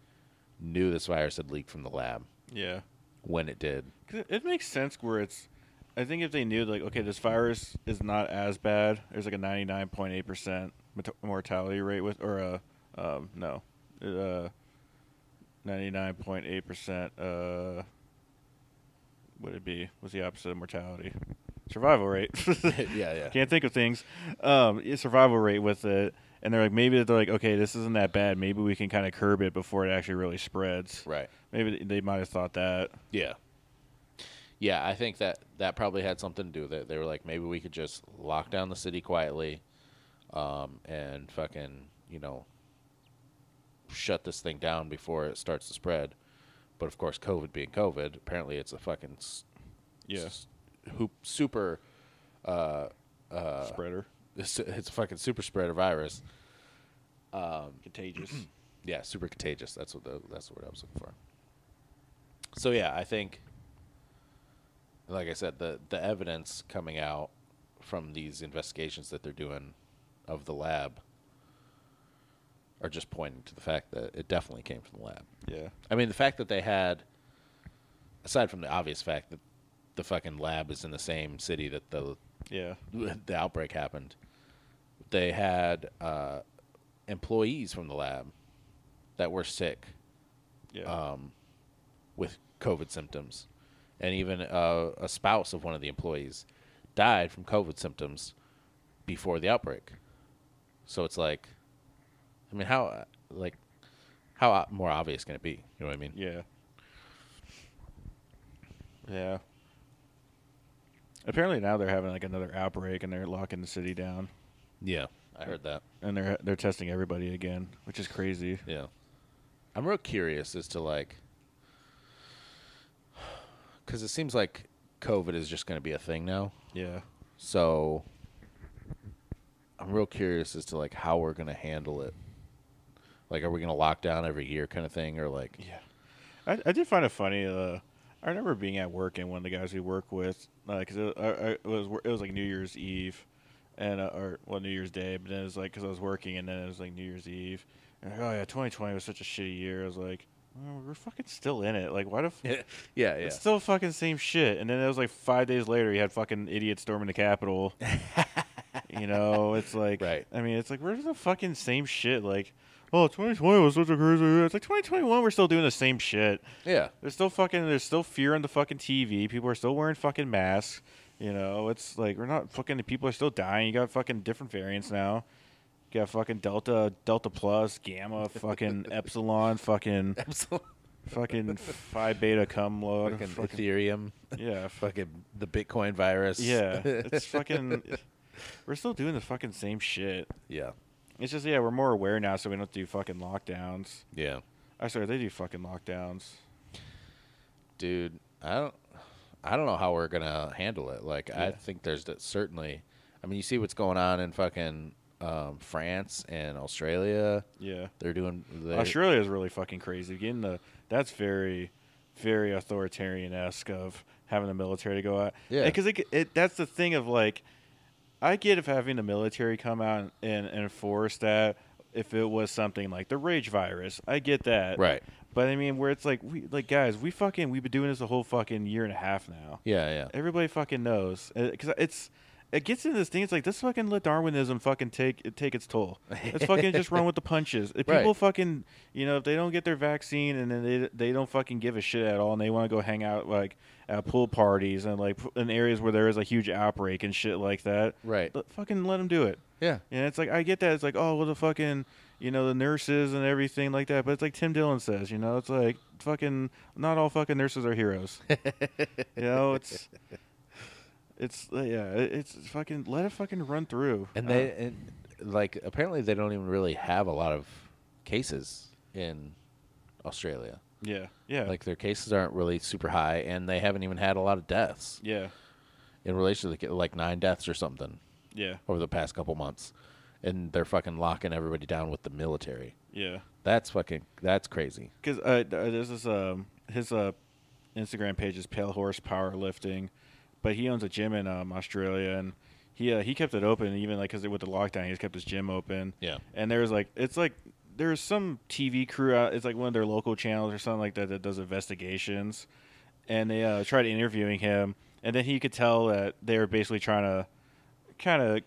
A: knew this virus had leaked from the lab
C: Yeah.
A: when it did.
C: 'Cause it- it makes sense where it's. I think if they knew like okay, this virus is not as bad. There's like a 99.8 percent mortality rate with or a um no, uh, 99.8 percent uh. Would it be? What's the opposite of mortality? Survival rate.
A: yeah, yeah.
C: Can't think of things. Um, yeah, survival rate with it, and they're like maybe they're like okay, this isn't that bad. Maybe we can kind of curb it before it actually really spreads.
A: Right.
C: Maybe they- they might have thought that.
A: Yeah. Yeah, I think that that probably had something to do with it. They were like, maybe we could just lock down the city quietly, um, and fucking, you know, shut this thing down before it starts to spread. But of course, COVID being COVID, apparently it's a fucking s- s- hoop super.
C: spreader.
A: It's, it's a fucking super spreader virus. Um,
C: Contagious.
A: Yeah, super contagious. That's what the, that's what I was looking for. So yeah, I think, like I said, the the evidence coming out from these investigations that they're doing of the lab are just pointing to the fact that it definitely came from the lab.
C: yeah.
A: I mean, the fact that they had, aside from the obvious fact that the fucking lab is in the same city that the
C: Yeah.
A: the outbreak happened, they had uh, employees from the lab that were sick
C: Yeah.
A: with COVID symptoms, and even uh, a spouse of one of the employees died from COVID symptoms before the outbreak. So it's like, I mean, how uh, like how o- more obvious can it be? You know what I mean?
C: yeah. Yeah. Apparently now they're having like another outbreak and they're locking the city down
A: Yeah, I heard that.
C: and they're they're testing everybody again, which is crazy.
A: Yeah. I'm real curious as to like cuz it seems like COVID is just going to be a thing now.
C: Yeah.
A: So I'm real curious as to like how we're going to handle it. Like are we going to lock down every year kind of thing or like
C: Yeah. I, I did find it funny. Uh, I remember being at work and one of the guys we work with, because it, I- I- it was wor- it was like New Year's Eve, and uh, or well New Year's Day, but then it was like because I was working and then it was like New Year's Eve, and like, oh yeah, 2020 was such a shitty year. I was like, "Oh, we're fucking still in it. Like, why the f-
A: yeah, yeah.
C: It's still fucking same shit. And then it was like five days later, you had fucking idiots storming the Capitol. you know, it's like,
A: Right.
C: I mean, it's like we're the fucking same shit. Like, oh, 2020 was such a crazy year. It's like 2021, we're still doing the same shit.
A: yeah.
C: There's still fucking, there's still fear on the fucking TV. People are still wearing fucking masks. You know, it's like we're not fucking. People are still dying. You got fucking different variants now. You got fucking Delta, Delta Plus, Gamma, fucking Epsilon, fucking
A: Absolutely.
C: fucking phi beta cum load.
A: Fucking
C: fucking-
A: Ethereum,
C: yeah, fuck.
A: fucking the Bitcoin virus.
C: Yeah, it's fucking. We're still doing the fucking same shit.
A: yeah.
C: It's just yeah, we're more aware now, so we don't do fucking lockdowns.
A: Yeah.
C: I sorry, they do fucking lockdowns.
A: dude i don't i don't know how we're gonna handle it like i
C: Yeah.
A: think there's that certainly i mean you see what's going on in fucking um, france and australia
C: Yeah,
A: they're doing they
C: Australia is really fucking crazy. Getting the that's very, very authoritarian esque of having the military to go out.
A: Yeah.
C: because it, it that's the thing of like, I get if having the military come out and, and enforce that if it was something like the rage virus. I get that.
A: Right.
C: But I mean, where it's like we like guys, we fucking we've been doing this a whole fucking year and a half now.
A: yeah yeah
C: Everybody fucking knows because it's it gets into this thing. It's like this fucking let Darwinism fucking take it take its toll. Let's fucking just run with the punches. If people
A: Right.
C: fucking you know if they don't get their vaccine and then they they don't fucking give a shit at all and they want to go hang out like at pool parties and like in areas where there is a huge outbreak and shit like that.
A: Right.
C: Let, fucking let them do it.
A: yeah
C: And it's like I get that. It's like oh well the fucking you know the nurses and everything like that. But it's like Tim Dillon says, you know, it's like fucking not all fucking nurses are heroes. you know, it's it's yeah, it- it's fucking let it fucking run through.
A: and
C: Uh,
A: they and, like apparently they don't even really have a lot of cases in australia
C: yeah yeah
A: like their cases aren't really super high and they haven't even had a lot of deaths
C: yeah
A: in relation to the, like nine deaths or something
C: yeah
A: over the past couple months and they're fucking locking everybody down with the military
C: yeah.
A: That's fucking. That's crazy.
C: because uh, th- uh, this is um his uh Instagram page is Pale Horse Powerlifting, but he owns a gym in um, Australia and he uh, he kept it open even like because with the lockdown he just kept his gym open.
A: Yeah.
C: and there's like it's like there's some TV crew out. It's like one of their local channels or something like that that does investigations, and they uh, tried interviewing him, and then he could tell that they were basically trying to kind of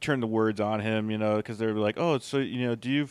C: turn the words on him, you know, because they're like, "Oh, so you know, do you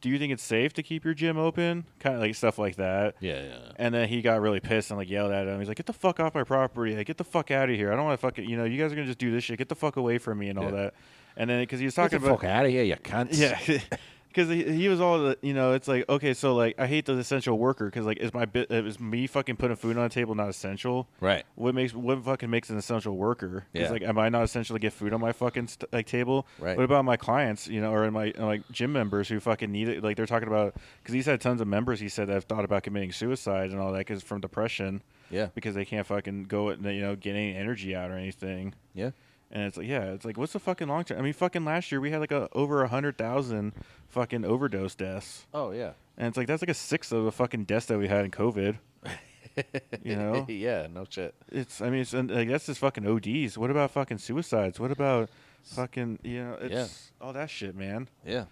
C: do you think it's safe to keep your gym open?" Kind of like stuff like that.
A: Yeah, yeah.
C: And then he got really pissed and like yelled at him. He's like, "Get the fuck off my property! Like, get the fuck out of here! I don't want to fucking you know, you guys are gonna just do this shit. Get the fuck away from me and all
A: Yeah.
C: that." And then because he was
A: Get
C: talking
A: the
C: about
A: fuck out of here, you cunts.
C: yeah, because he, he was all the, you know. It's like okay, so like I hate the essential worker because like is my bit is me fucking putting food on the table not essential?
A: Right.
C: What makes what fucking makes an essential worker? 'Cause,
A: Yeah.
C: Like, am I not essential to get food on my fucking st- like table?
A: Right.
C: What about my clients? You know, or my like gym members who fucking need it? Like they're talking about because he's had tons of members. He said that have thought about committing suicide and all that because from depression.
A: Yeah.
C: Because they can't fucking go and you know get any energy out or anything.
A: Yeah.
C: And it's like, yeah, it's like, what's the fucking long term? I mean, fucking last year we had like a, over a hundred thousand fucking overdose deaths,
A: Oh yeah.
C: and it's like that's like a sixth of the fucking deaths that we had in COVID. You know,
A: yeah. No shit.
C: it's I mean, it's and, like that's just fucking ODs. What about fucking suicides? What about fucking you know, it's all that shit, man.
A: Yeah.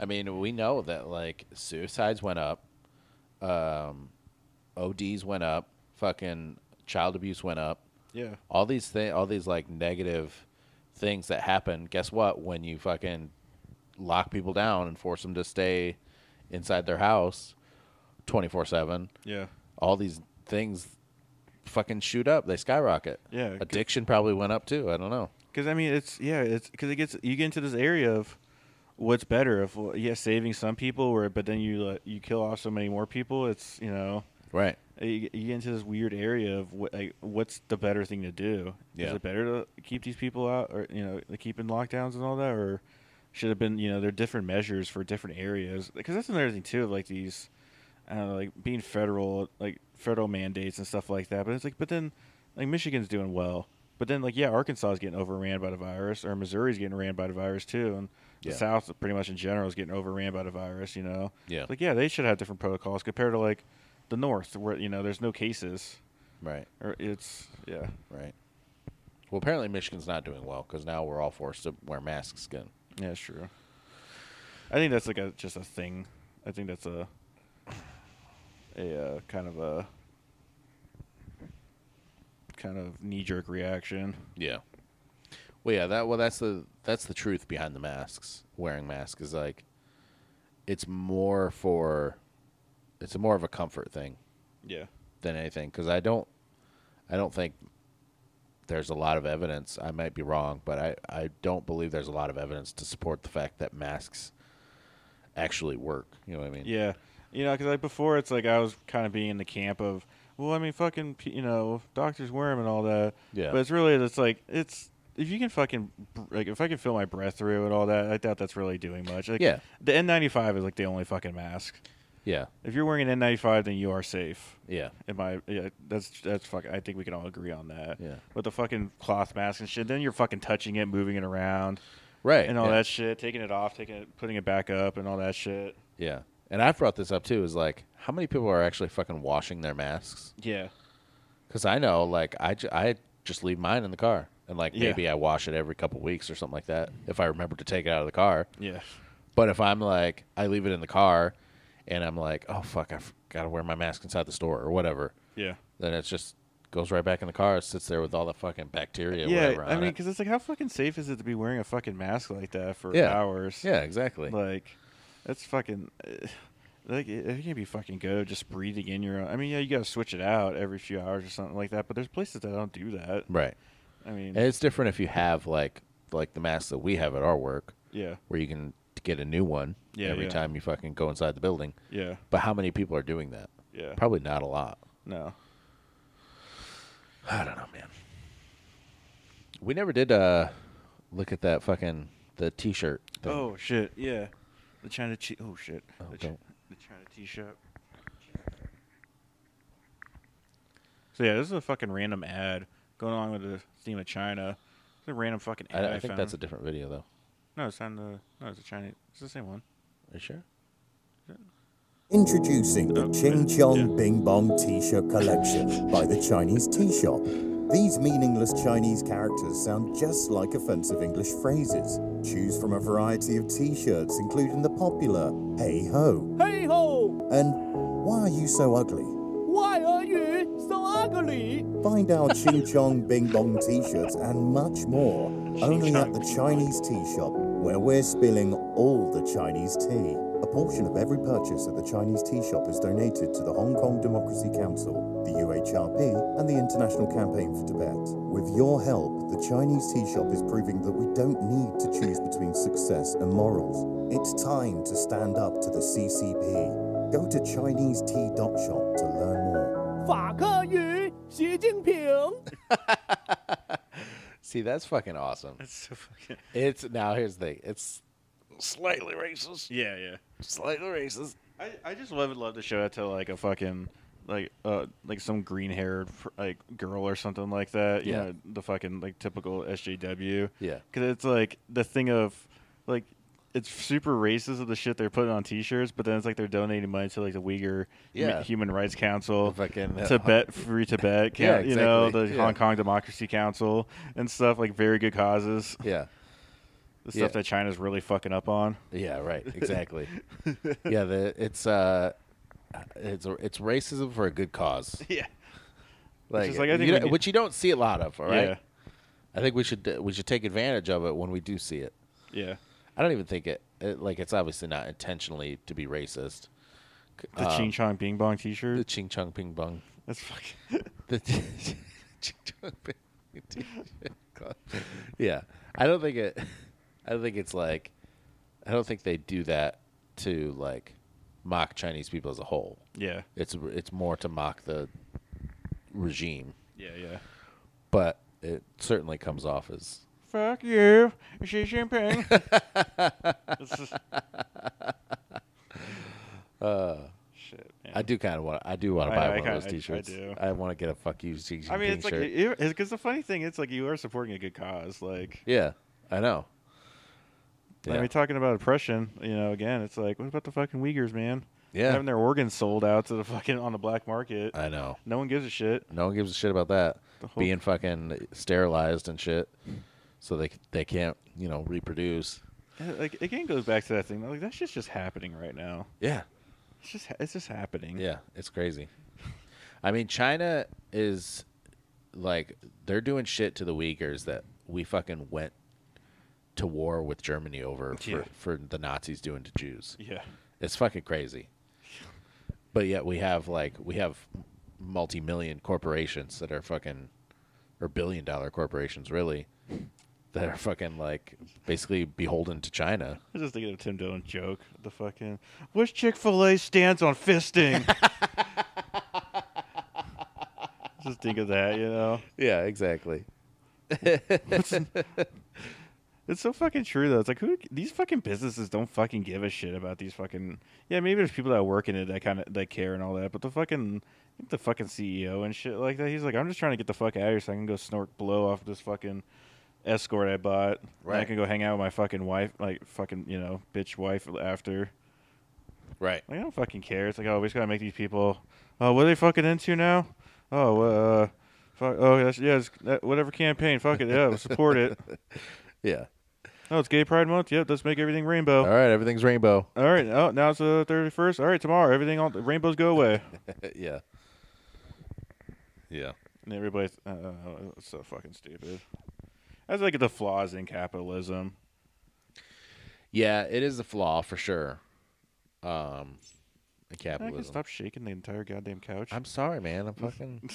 A: I mean, we know that like suicides went up, um, ODs went up, fucking child abuse went up.
C: Yeah,
A: All these things, all these like negative things that happen. Guess what? When you fucking lock people down and force them to stay inside their house twenty four seven,
C: yeah,
A: all these things fucking shoot up. They skyrocket.
C: Yeah, 'cause-
A: Addiction probably went up too. I don't know.
C: because I mean, it's yeah, it's because it gets you get into this area of what's better if well, yeah, saving some people, or but then you uh, you kill off so many more people. It's you know,
A: Right.
C: you, you get into this weird area of what, like, what's the better thing to do?
A: Yeah.
C: Is it better to keep these people out, or you know, like, keep in lockdowns and all that, or should have been you know there are different measures for different areas because that's another thing too of like these, I don't know, like being federal, like federal mandates and stuff like that. But it's like, but then like Michigan's doing well, but then like yeah, Arkansas is getting overran by the virus, or Missouri's getting ran by the virus too, and
A: Yeah.
C: the South pretty much in general is getting overran by the virus. You know.
A: Yeah.
C: It's Like yeah, they should have different protocols compared to like the North, where you know there's no cases,
A: Right.
C: or it's yeah,
A: Right. Well, apparently Michigan's not doing well because now we're all forced to wear masks again.
C: yeah, it's true. I think that's like a just a thing. I think that's a a uh, kind of a kind of knee jerk reaction.
A: Yeah. Well, yeah. That well, that's the that's the truth behind the masks. Wearing masks is like, it's more for, it's more of a comfort thing
C: Yeah.
A: than anything because I don't, I don't think there's a lot of evidence. I might be wrong, but I I don't believe there's a lot of evidence to support the fact that masks actually work. You know what I mean?
C: Yeah, you know, because like before, it's like I was kind of being in the camp of, well, I mean, fucking, p- you know, doctor's worm and all that.
A: Yeah.
C: But it's really, it's like it's if you can fucking br- like if I can feel my breath through and all that, I doubt that's really doing much. Like,
A: Yeah.
C: The N95 is like the only fucking mask.
A: Yeah.
C: If you're wearing an N95, then you are safe.
A: Yeah.
C: In my yeah, that's that's fucking. I think we can all agree on that.
A: Yeah.
C: But the fucking cloth mask and shit, then you're fucking touching it, moving it around,
A: Right.
C: and all
A: yeah.
C: that shit, taking it off, taking it, putting it back up, and all that shit.
A: Yeah. And I've brought this up too is like, how many people are actually fucking washing their masks?
C: Yeah.
A: Because I know, like, I, ju- I just leave mine in the car. And, like,
C: Yeah.
A: maybe I wash it every couple weeks or something like that if I remember to take it out of the car.
C: Yeah.
A: But if I'm like, I leave it in the car and I'm like, oh, fuck, I've got to wear my mask inside the store or whatever,
C: Yeah.
A: then it just goes right back in the car. It sits there with all the fucking bacteria.
C: Yeah,
A: whatever
C: I
A: on
C: mean,
A: it.
C: because it's like, how fucking safe is it to be wearing a fucking mask like that for
A: Yeah.
C: hours?
A: Yeah, exactly.
C: like that's fucking. eh, Like it, it can be fucking good just breathing in your own. I mean, yeah, you gotta switch it out every few hours or something like that. But there's places that don't do that.
A: right.
C: I mean,
A: And it's different if you have, like, like the masks that we have at our work.
C: yeah,
A: where you can get a new one
C: Yeah,
A: every
C: yeah.
A: time you fucking go inside the building.
C: yeah,
A: But how many people are doing that?
C: yeah.
A: Probably not a lot.
C: no.
A: I don't know, man. We never did uh look at that fucking the t-shirt. Thing.
C: Oh shit! Yeah, the China tea. Oh shit!
A: Oh,
C: the,
A: don't.
C: the China tea shop. So yeah, this is a fucking random ad going along with the theme of China. It's a random fucking ad.
A: I, I
C: I,
A: think
C: found.
A: that's a different video though.
C: no. It's on the no. It's a China. It's the same one.
A: Are you sure?
E: Introducing the
C: Oh,
E: Ching
C: yeah.
E: Chong
C: Yeah.
E: Bing Bong T-shirt collection by the Chinese Tea Shop. These meaningless Chinese characters sound just like offensive English phrases. Choose from a variety of T-shirts, including the popular "Hey Ho"
F: Hey ho!
E: and "Why are you so ugly?"
F: Why are you so ugly?
E: Find our Ching Chong Bing Bong T-shirts and much more only
C: Chong
E: at the Chinese Tea Shop, where we're spilling all the Chinese tea. A portion of every purchase at the Chinese Tea Shop is donated to the Hong Kong Democracy Council, the UHRP, and the International Campaign for Tibet. With your help, the Chinese Tea Shop is proving that we don't need to choose between success and morals. It's time to stand up to the CCP. Go to ChineseTea.shop to learn more.
F: 法克与习近平。
A: See, that's fucking awesome.
C: That's so fucking.
A: It's now here's the thing. It's slightly racist.
C: Yeah, yeah.
A: Slightly racist.
C: I, I just love love to show that to like a fucking like uh like some green haired like girl or something like that. You
A: Yeah.
C: know, the fucking like typical SJW.
A: Yeah.
C: Because it's like the thing of like it's super racist of the shit they're putting on T-shirts, but then it's like they're donating money to like the Uyghur Hu-
A: Yeah.
C: Human Rights Council,
A: The fucking- uh,
C: Tibet Free Tibet, Coun-
A: Yeah,
C: you know, the
A: exactly. Yeah.
C: Hong Kong Democracy Council and stuff like very good causes,
A: Yeah.
C: the stuff
A: Yeah.
C: that China's really fucking up on.
A: Yeah, right. Exactly. yeah, the, it's uh it's it's racism for a good cause.
C: Yeah.
A: like,
C: is like, I think
A: you
C: we
A: know-
C: need-
A: which you don't see a lot of. All right,
C: Yeah.
A: I think we should uh, we should take advantage of it when we do see it.
C: Yeah.
A: I don't even think it, it like it's obviously not intentionally to be racist.
C: The
A: Um,
C: Ching Chong Bing Bong T-shirt.
A: The ching chung ping bong.
C: That's fucking.
A: The ching chong ping. yeah, I don't think it. I don't think it's like. I don't think they do that to like mock Chinese people as a whole.
C: Yeah.
A: It's it's more to mock the regime,
C: Yeah, yeah.
A: but it certainly comes off as
C: Fuck you, Xi Jinping. It's just- Shit, man.
A: Uh, I do kind of want. I do want to
C: I-
A: buy
C: I
A: one
C: kinda-
A: of
C: I- I
A: those T-shirts.
C: do.
A: want to get a "fuck you" Xi Jinping
C: I mean, it's like
A: shirt.
C: because the funny thing, it's like you are supporting a good cause. Like,
A: yeah, I know.
C: I mean, talking about oppression, you know, again, it's like, what about the fucking Uyghurs, man?
A: Yeah.
C: having their organs sold out to the fucking on the black market.
A: I know.
C: no one gives a shit.
A: No one gives a shit about that.
C: whole-
A: Being fucking sterilized and shit, so they they can't you know reproduce.
C: Uh, Like again, goes back to that thing. Like that's just just happening right now.
A: Yeah,
C: It's just it's just happening.
A: yeah, it's crazy. I mean, China is like they're doing shit to the Uyghurs that we fucking went to war with Germany over
C: Yeah.
A: for, for the Nazis doing to Jews.
C: yeah.
A: It's fucking crazy. But yet we have like we have multi-million corporations that are fucking or billion dollar corporations really that are fucking like basically beholden to China.
C: I was just thinking of Tim Dillon joke. The fucking which Chick Fil A stands on fisting. just think of that, you know.
A: Yeah, exactly.
C: It's so fucking true though. It's like who these fucking businesses don't fucking give a shit about these fucking yeah. Maybe there's people that work in it that kind of that care and all that, but the fucking I think the fucking CEO and shit like that. He's like, I'm just trying to get the fuck out of here so I can go snort blow off this fucking escort I bought. And I
A: Right.
C: can go hang out with my fucking wife, like fucking you know bitch wife after.
A: Right.
C: Like I don't fucking care. It's like oh, we just gotta make these people. Oh, what are they fucking into now? Oh, uh, fuck. Oh, that's, yeah, it's, that, whatever campaign. Fuck it. Yeah, support it.
A: Yeah.
C: Oh, it's Gay Pride Month. Yep, let's make everything rainbow.
A: All right, everything's rainbow.
C: All right. Oh, now it's the thirty first. All right, tomorrow everything all the rainbows go away.
A: Uh, yeah. Yeah.
C: and everybody's uh, uh, it's so fucking stupid. That's like the flaws in capitalism.
A: Yeah, it is a flaw for sure. Um in
C: I can
A: capitalism.
C: stop shaking the entire goddamn couch.
A: I'm sorry, man. I'm fucking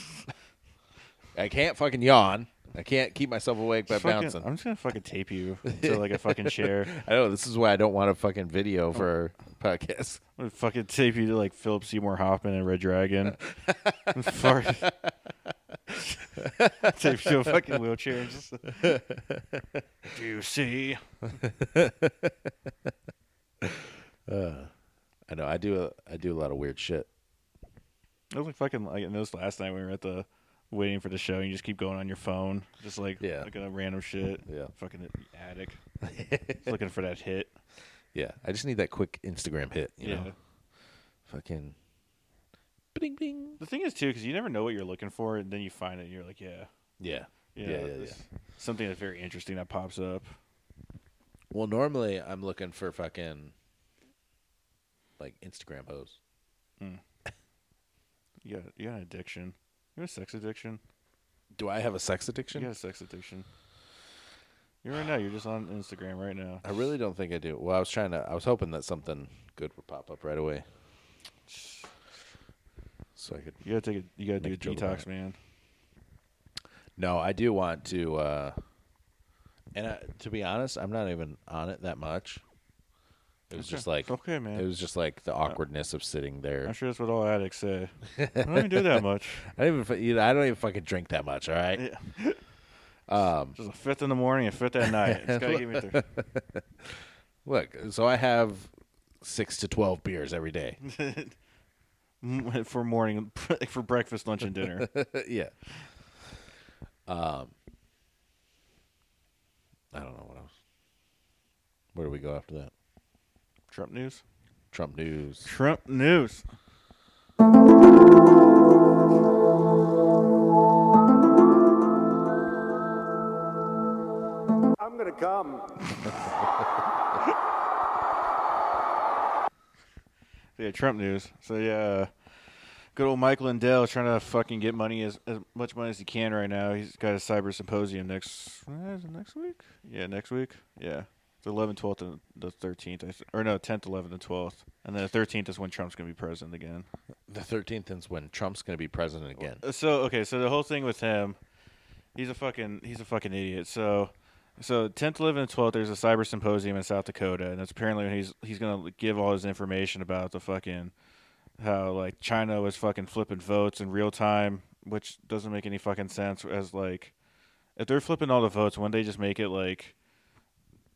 A: I can't fucking yawn. I can't keep myself awake by
C: Just fucking-
A: bouncing.
C: I'm just gonna fucking tape you to like a fucking chair. I'm
A: I know this is why I don't want a fucking video for our podcast.
C: gonna fucking tape you to like Philip Seymour Hoffman and Red Dragon. And fart. tape you to a fucking wheelchair. And just, Do you see?
A: I know I do a, I do a lot of weird shit.
C: It was like fucking like I noticed last night we were at the waiting for the show and you just keep going on your phone, just like
A: Yeah.
C: looking at random shit.
A: Yeah.
C: Fucking attic. Just looking for that hit.
A: Yeah, I just need that quick Instagram hit. You know, fucking bing bing.
C: The thing is too, because you never know what you're looking for, and then you find it, and you're like, yeah,
A: Yeah,
C: you
A: yeah,
C: know,
A: yeah, yeah.
C: this- something that's very interesting that pops up.
A: Well, normally I'm looking for fucking like Instagram hoes.
C: You got you got an addiction. You got a sex addiction.
A: Do I have a sex
C: You
A: addiction?
C: got a sex addiction. You're right now. You're just on Instagram right now.
A: I really don't think I do. Well, I was trying to. I was hoping that something good would pop up right away, so I could
C: You gotta take a you gotta
A: Make
C: do
A: a
C: a
A: joke about
C: detox,
A: it.
C: man.
A: No, I do want to, uh, and I, to be honest, I'm not even on it that much. It was
C: Okay.
A: just like
C: Okay, man.
A: It was just like the awkwardness of sitting
C: I'm
A: there.
C: sure that's what all addicts say. I don't even do that much.
A: I don't even, fu- you know, I don't even fucking drink that much. All right,
C: Just a fifth in the morning and a fifth at night. It's gotta get me through.
A: look, so I have six to twelve beers every day.
C: M- for morning for breakfast, lunch, and dinner.
A: yeah. Um, I don't know what else. Where do we go after that?
C: Trump news.
A: Trump news.
C: Trump news.
B: I'm gonna come.
C: So, yeah, Trump news. So yeah, uh, good old Mike Lindell is trying to fucking get money as, as much money as he can right now. He's got a cyber symposium next eh, is it next week. Yeah, next week. Yeah, it's 11th, 12th, and the 13th. I th- Or no, 10th, 11th, and 12th. And then the 13th is when Trump's gonna be president again.
A: The thirteenth is when Trump's going to be president again.
C: So okay, so the whole thing with him, he's a fucking he's a fucking idiot. So So 10th, 11th, and 12th, there's a cyber symposium in South Dakota, and that's apparently when he's he's gonna give all his information about the fucking how like China was fucking flipping votes in real time, which doesn't make any fucking sense. As like, if they're flipping all the votes, wouldn't they just make it like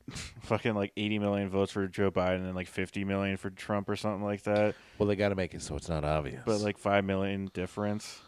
C: fucking like 80 million votes for Joe Biden and like 50 million for Trump or something like that,
A: Well, they got to make it so it's not obvious.
C: but like five million difference?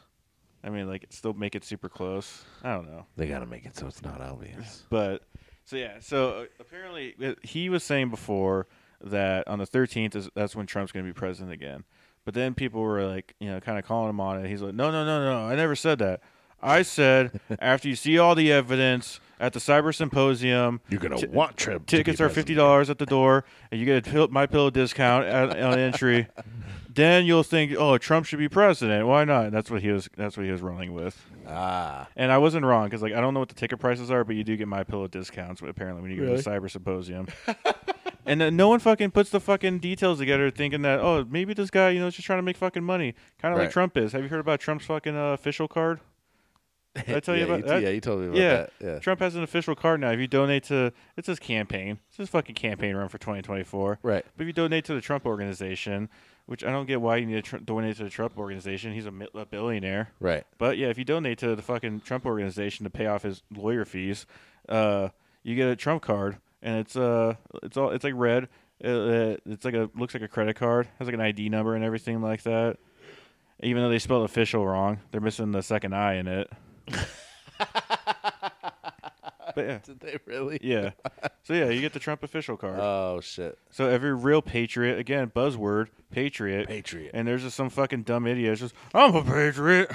C: I mean, like still make it super close. I don't know.
A: they got to make it so it's not obvious.
C: But so yeah, so uh, apparently uh, he was saying before that on the 13th is that's when Trump's going to be president again. But then people were like, you know, kind of calling him on it. He's like, "No, no, no, no. I never said that. I said after you see all the evidence at the cyber symposium,
A: You're gonna want Trump. to be
C: tickets are
A: president.
C: fifty dollars at the door, and you get a pill- my pillow discount at, on entry. Then you'll think, oh, Trump should be president. Why not? And that's what he was. That's what he was running with. Ah. And I wasn't wrong because like I don't know what the ticket prices are, but you do get my pillow discounts. Apparently, when you go to the cyber symposium. And then no one fucking puts the fucking details together, thinking that oh maybe this guy you know is just trying to make fucking money, kind of
A: Right.
C: like Trump is. Have you heard about Trump's fucking uh, official card? Did I tell
A: yeah,
C: you about
A: you,
C: that?
A: Yeah, you told me about
C: yeah.
A: that. Yeah,
C: Trump has an official card now. If you donate to, it's his campaign. It's his fucking campaign run for 2024.
A: Right.
C: But if you donate to the Trump organization, which I don't get why you need to tr- donate to the Trump organization, he's a, mi- a billionaire.
A: right.
C: But yeah, if you donate to the fucking Trump organization to pay off his lawyer fees, uh, you get a Trump card, and it's uh, it's all it's like red. Uh, Uh, it's like a looks like a credit card. Has like an ID number and everything like that. Even though they spelled official wrong, they're missing the second I in it. but yeah,
A: Did they really?
C: yeah. So yeah, you get the Trump official card.
A: Oh shit.
C: So every real patriot, again, buzzword, patriot.
A: Patriot.
C: And there's just some fucking dumb idiot. that's just, I'm a patriot.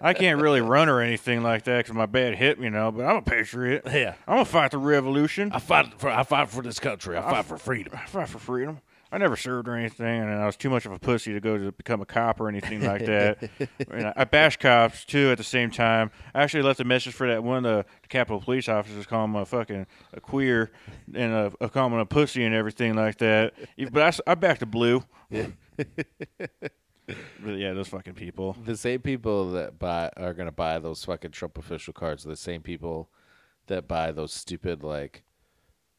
C: I can't really run or anything like that because my bad hip, you know, but I'm a patriot.
A: Yeah.
C: I'm going to fight the revolution.
A: I fight for I fight for this country. I fight for freedom.
C: I fight for freedom. I never served or anything, and I was too much of a pussy to go to become a cop or anything like that. and I, I bash cops too at the same time. I actually left a message for that one of the Capitol police officers calling me a fucking a queer and a, a calling him a pussy and everything like that. But I s- I, backed the blue. but yeah, those fucking people.
A: The same people that buy are gonna buy those fucking Trump official cards are the same people that buy those stupid like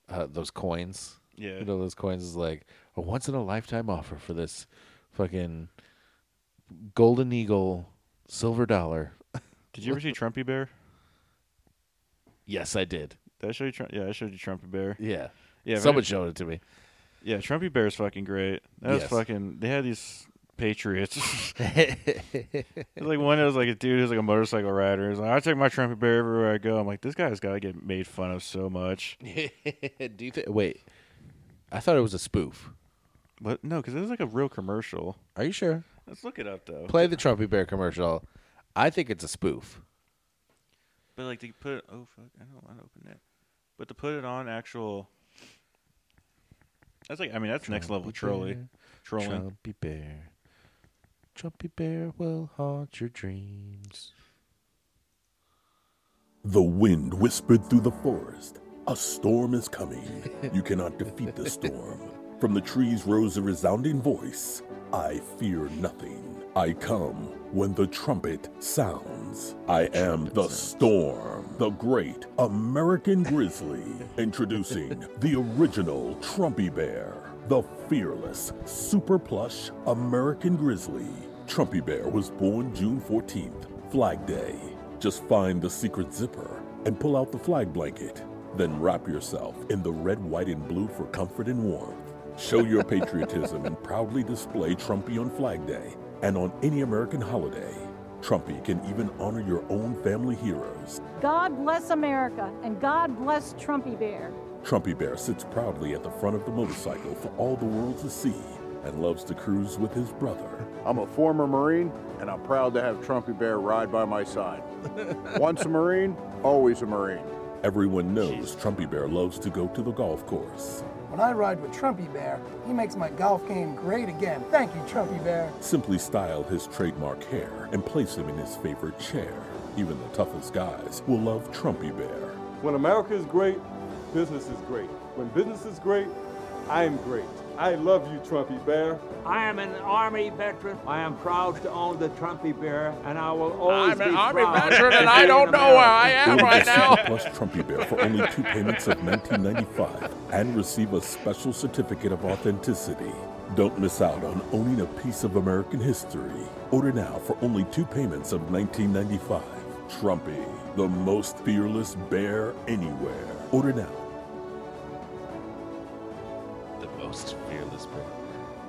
A: uh, those coins.
C: Yeah.
A: You know those coins is like a once in a lifetime offer for this fucking golden eagle silver dollar.
C: Did you ever see Trumpy Bear?
A: Yes, I did.
C: Did I show you Trump? Yeah, I showed you Trumpy Bear.
A: Yeah.
C: Yeah, very-
A: Someone showed it to me.
C: Yeah, Trumpy Bear's fucking great. That was
A: Yes.
C: fucking. They had these patriots. It's like one that was like a dude who's like a motorcycle rider. He's like, I take my trumpet bear everywhere I go. I'm like, this guy's got to get made fun of so much.
A: Do you think? Wait, I thought it was a spoof.
C: But no, because it was like a real commercial.
A: Are you sure?
C: Let's look it up though.
A: Play the Trumpy Bear commercial. I think it's a spoof.
C: But like they put it. Oh fuck! I don't want to open that. But to put it on actual. That's like I mean that's next level trolley, trolling.
A: Trumpy Bear. Trumpy Bear will haunt your dreams.
G: The wind whispered through the forest. A storm is coming. You cannot defeat the storm. From the trees rose a resounding voice I fear nothing. I come when the trumpet sounds. I am the storm, the great American grizzly. Introducing the original Trumpy Bear, the fearless, super plush American grizzly. Trumpy Bear was born June 14th, Flag Day. Just find the secret zipper and pull out the flag blanket. Then wrap yourself in the red, white, and blue for comfort and warmth. Show your patriotism and proudly display Trumpy on Flag Day and on any American holiday. Trumpy can even honor your own family heroes.
H: God bless America and God bless Trumpy Bear.
G: Trumpy Bear sits proudly at the front of the motorcycle for all the world to see and loves to cruise with his brother.
I: I'm a former Marine, and I'm proud to have Trumpy Bear ride by my side. Once a Marine, always a Marine.
G: Everyone knows Trumpy Bear loves to go to the golf course.
J: When I ride with Trumpy Bear, he makes my golf game great again. Thank you, Trumpy Bear.
G: Simply style his trademark hair and place him in his favorite chair. Even the toughest guys will love Trumpy Bear.
K: When America is great, business is great. When business is great, I am great. I love you, Trumpy Bear.
L: I am an Army veteran. I am proud to own the Trumpy Bear, and I will always
M: I'm an
L: be
M: Army
L: proud
M: veteran,
L: to
M: and
L: be
M: I
L: an
M: don't know where I
L: American.
M: am right now.
G: Plus Trumpy Bear for only two payments of $19.95 and receive a special certificate of authenticity. Don't miss out on owning a piece of American history. Order now for only two payments of $19.95. Trumpy, the most fearless bear anywhere. Order now.
A: The most fearless bird.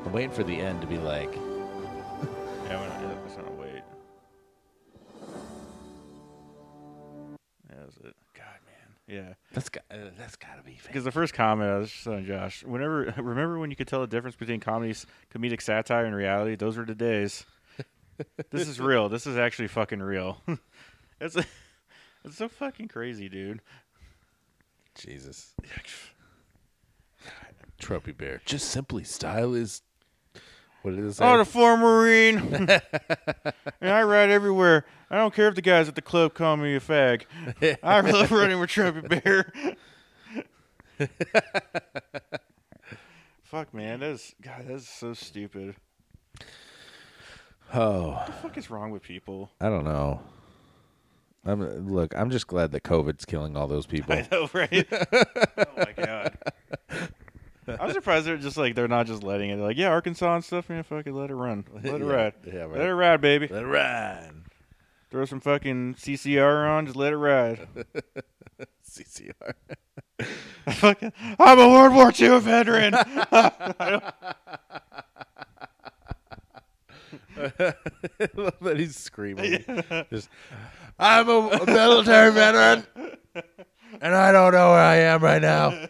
A: I'm waiting for the end to be like.
C: Yeah, we're not, it's not wait. That was it. God, man. Yeah.
A: That's got, uh, that's gotta be.
C: Because the first comment I was just telling Josh, whenever remember when you could tell the difference between comedy, comedic satire and reality? Those were the days. this is real. This is actually fucking real. it's it's so fucking crazy, dude.
A: Jesus. Trophy bear. Just simply style is. What it is.
C: Oh, the former marine. and I ride everywhere. I don't care if the guys at the club call me a fag. I love running with Trumpy Bear. Fuck, man. That is God. That is so stupid.
A: Oh,
C: What the fuck is wrong with people?
A: I don't know. I'm look. I'm just glad that COVID's killing all those people.
C: I know, right? oh my god. I'm surprised they're just like they're not just letting it. They're like, yeah, Arkansas and stuff, man. Fucking let it run, let it
A: Yeah,
C: ride,
A: yeah, right.
C: let it ride, baby,
A: Let it ride.
C: Throw some fucking CCR on, just let it ride.
A: CCR.
C: fucking, I'm a World War II veteran. I
A: I love that he's screaming.
C: Yeah.
A: Just, I'm a, a military veteran, and I don't know where I am right now.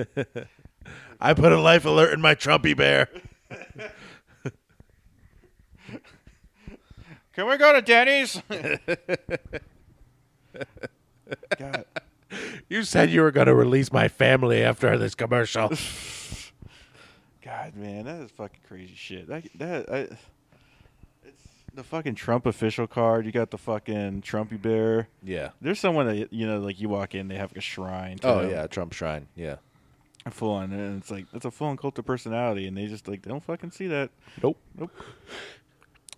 A: I put a life alert in my Trumpy bear.
C: Can we go to Denny's? God.
A: You said you were going to release my family after this commercial.
C: God, man, that is fucking crazy shit. That that I, it's the fucking Trump official card. You got the fucking Trumpy bear.
A: Yeah.
C: there's someone that you know, like you walk in, they have like a shrine. To
A: Oh
C: him.
A: yeah, Trump shrine. Yeah.
C: A full on, and it's like that's a full on cult of personality, and they just like they don't fucking see that.
A: Nope,
C: nope.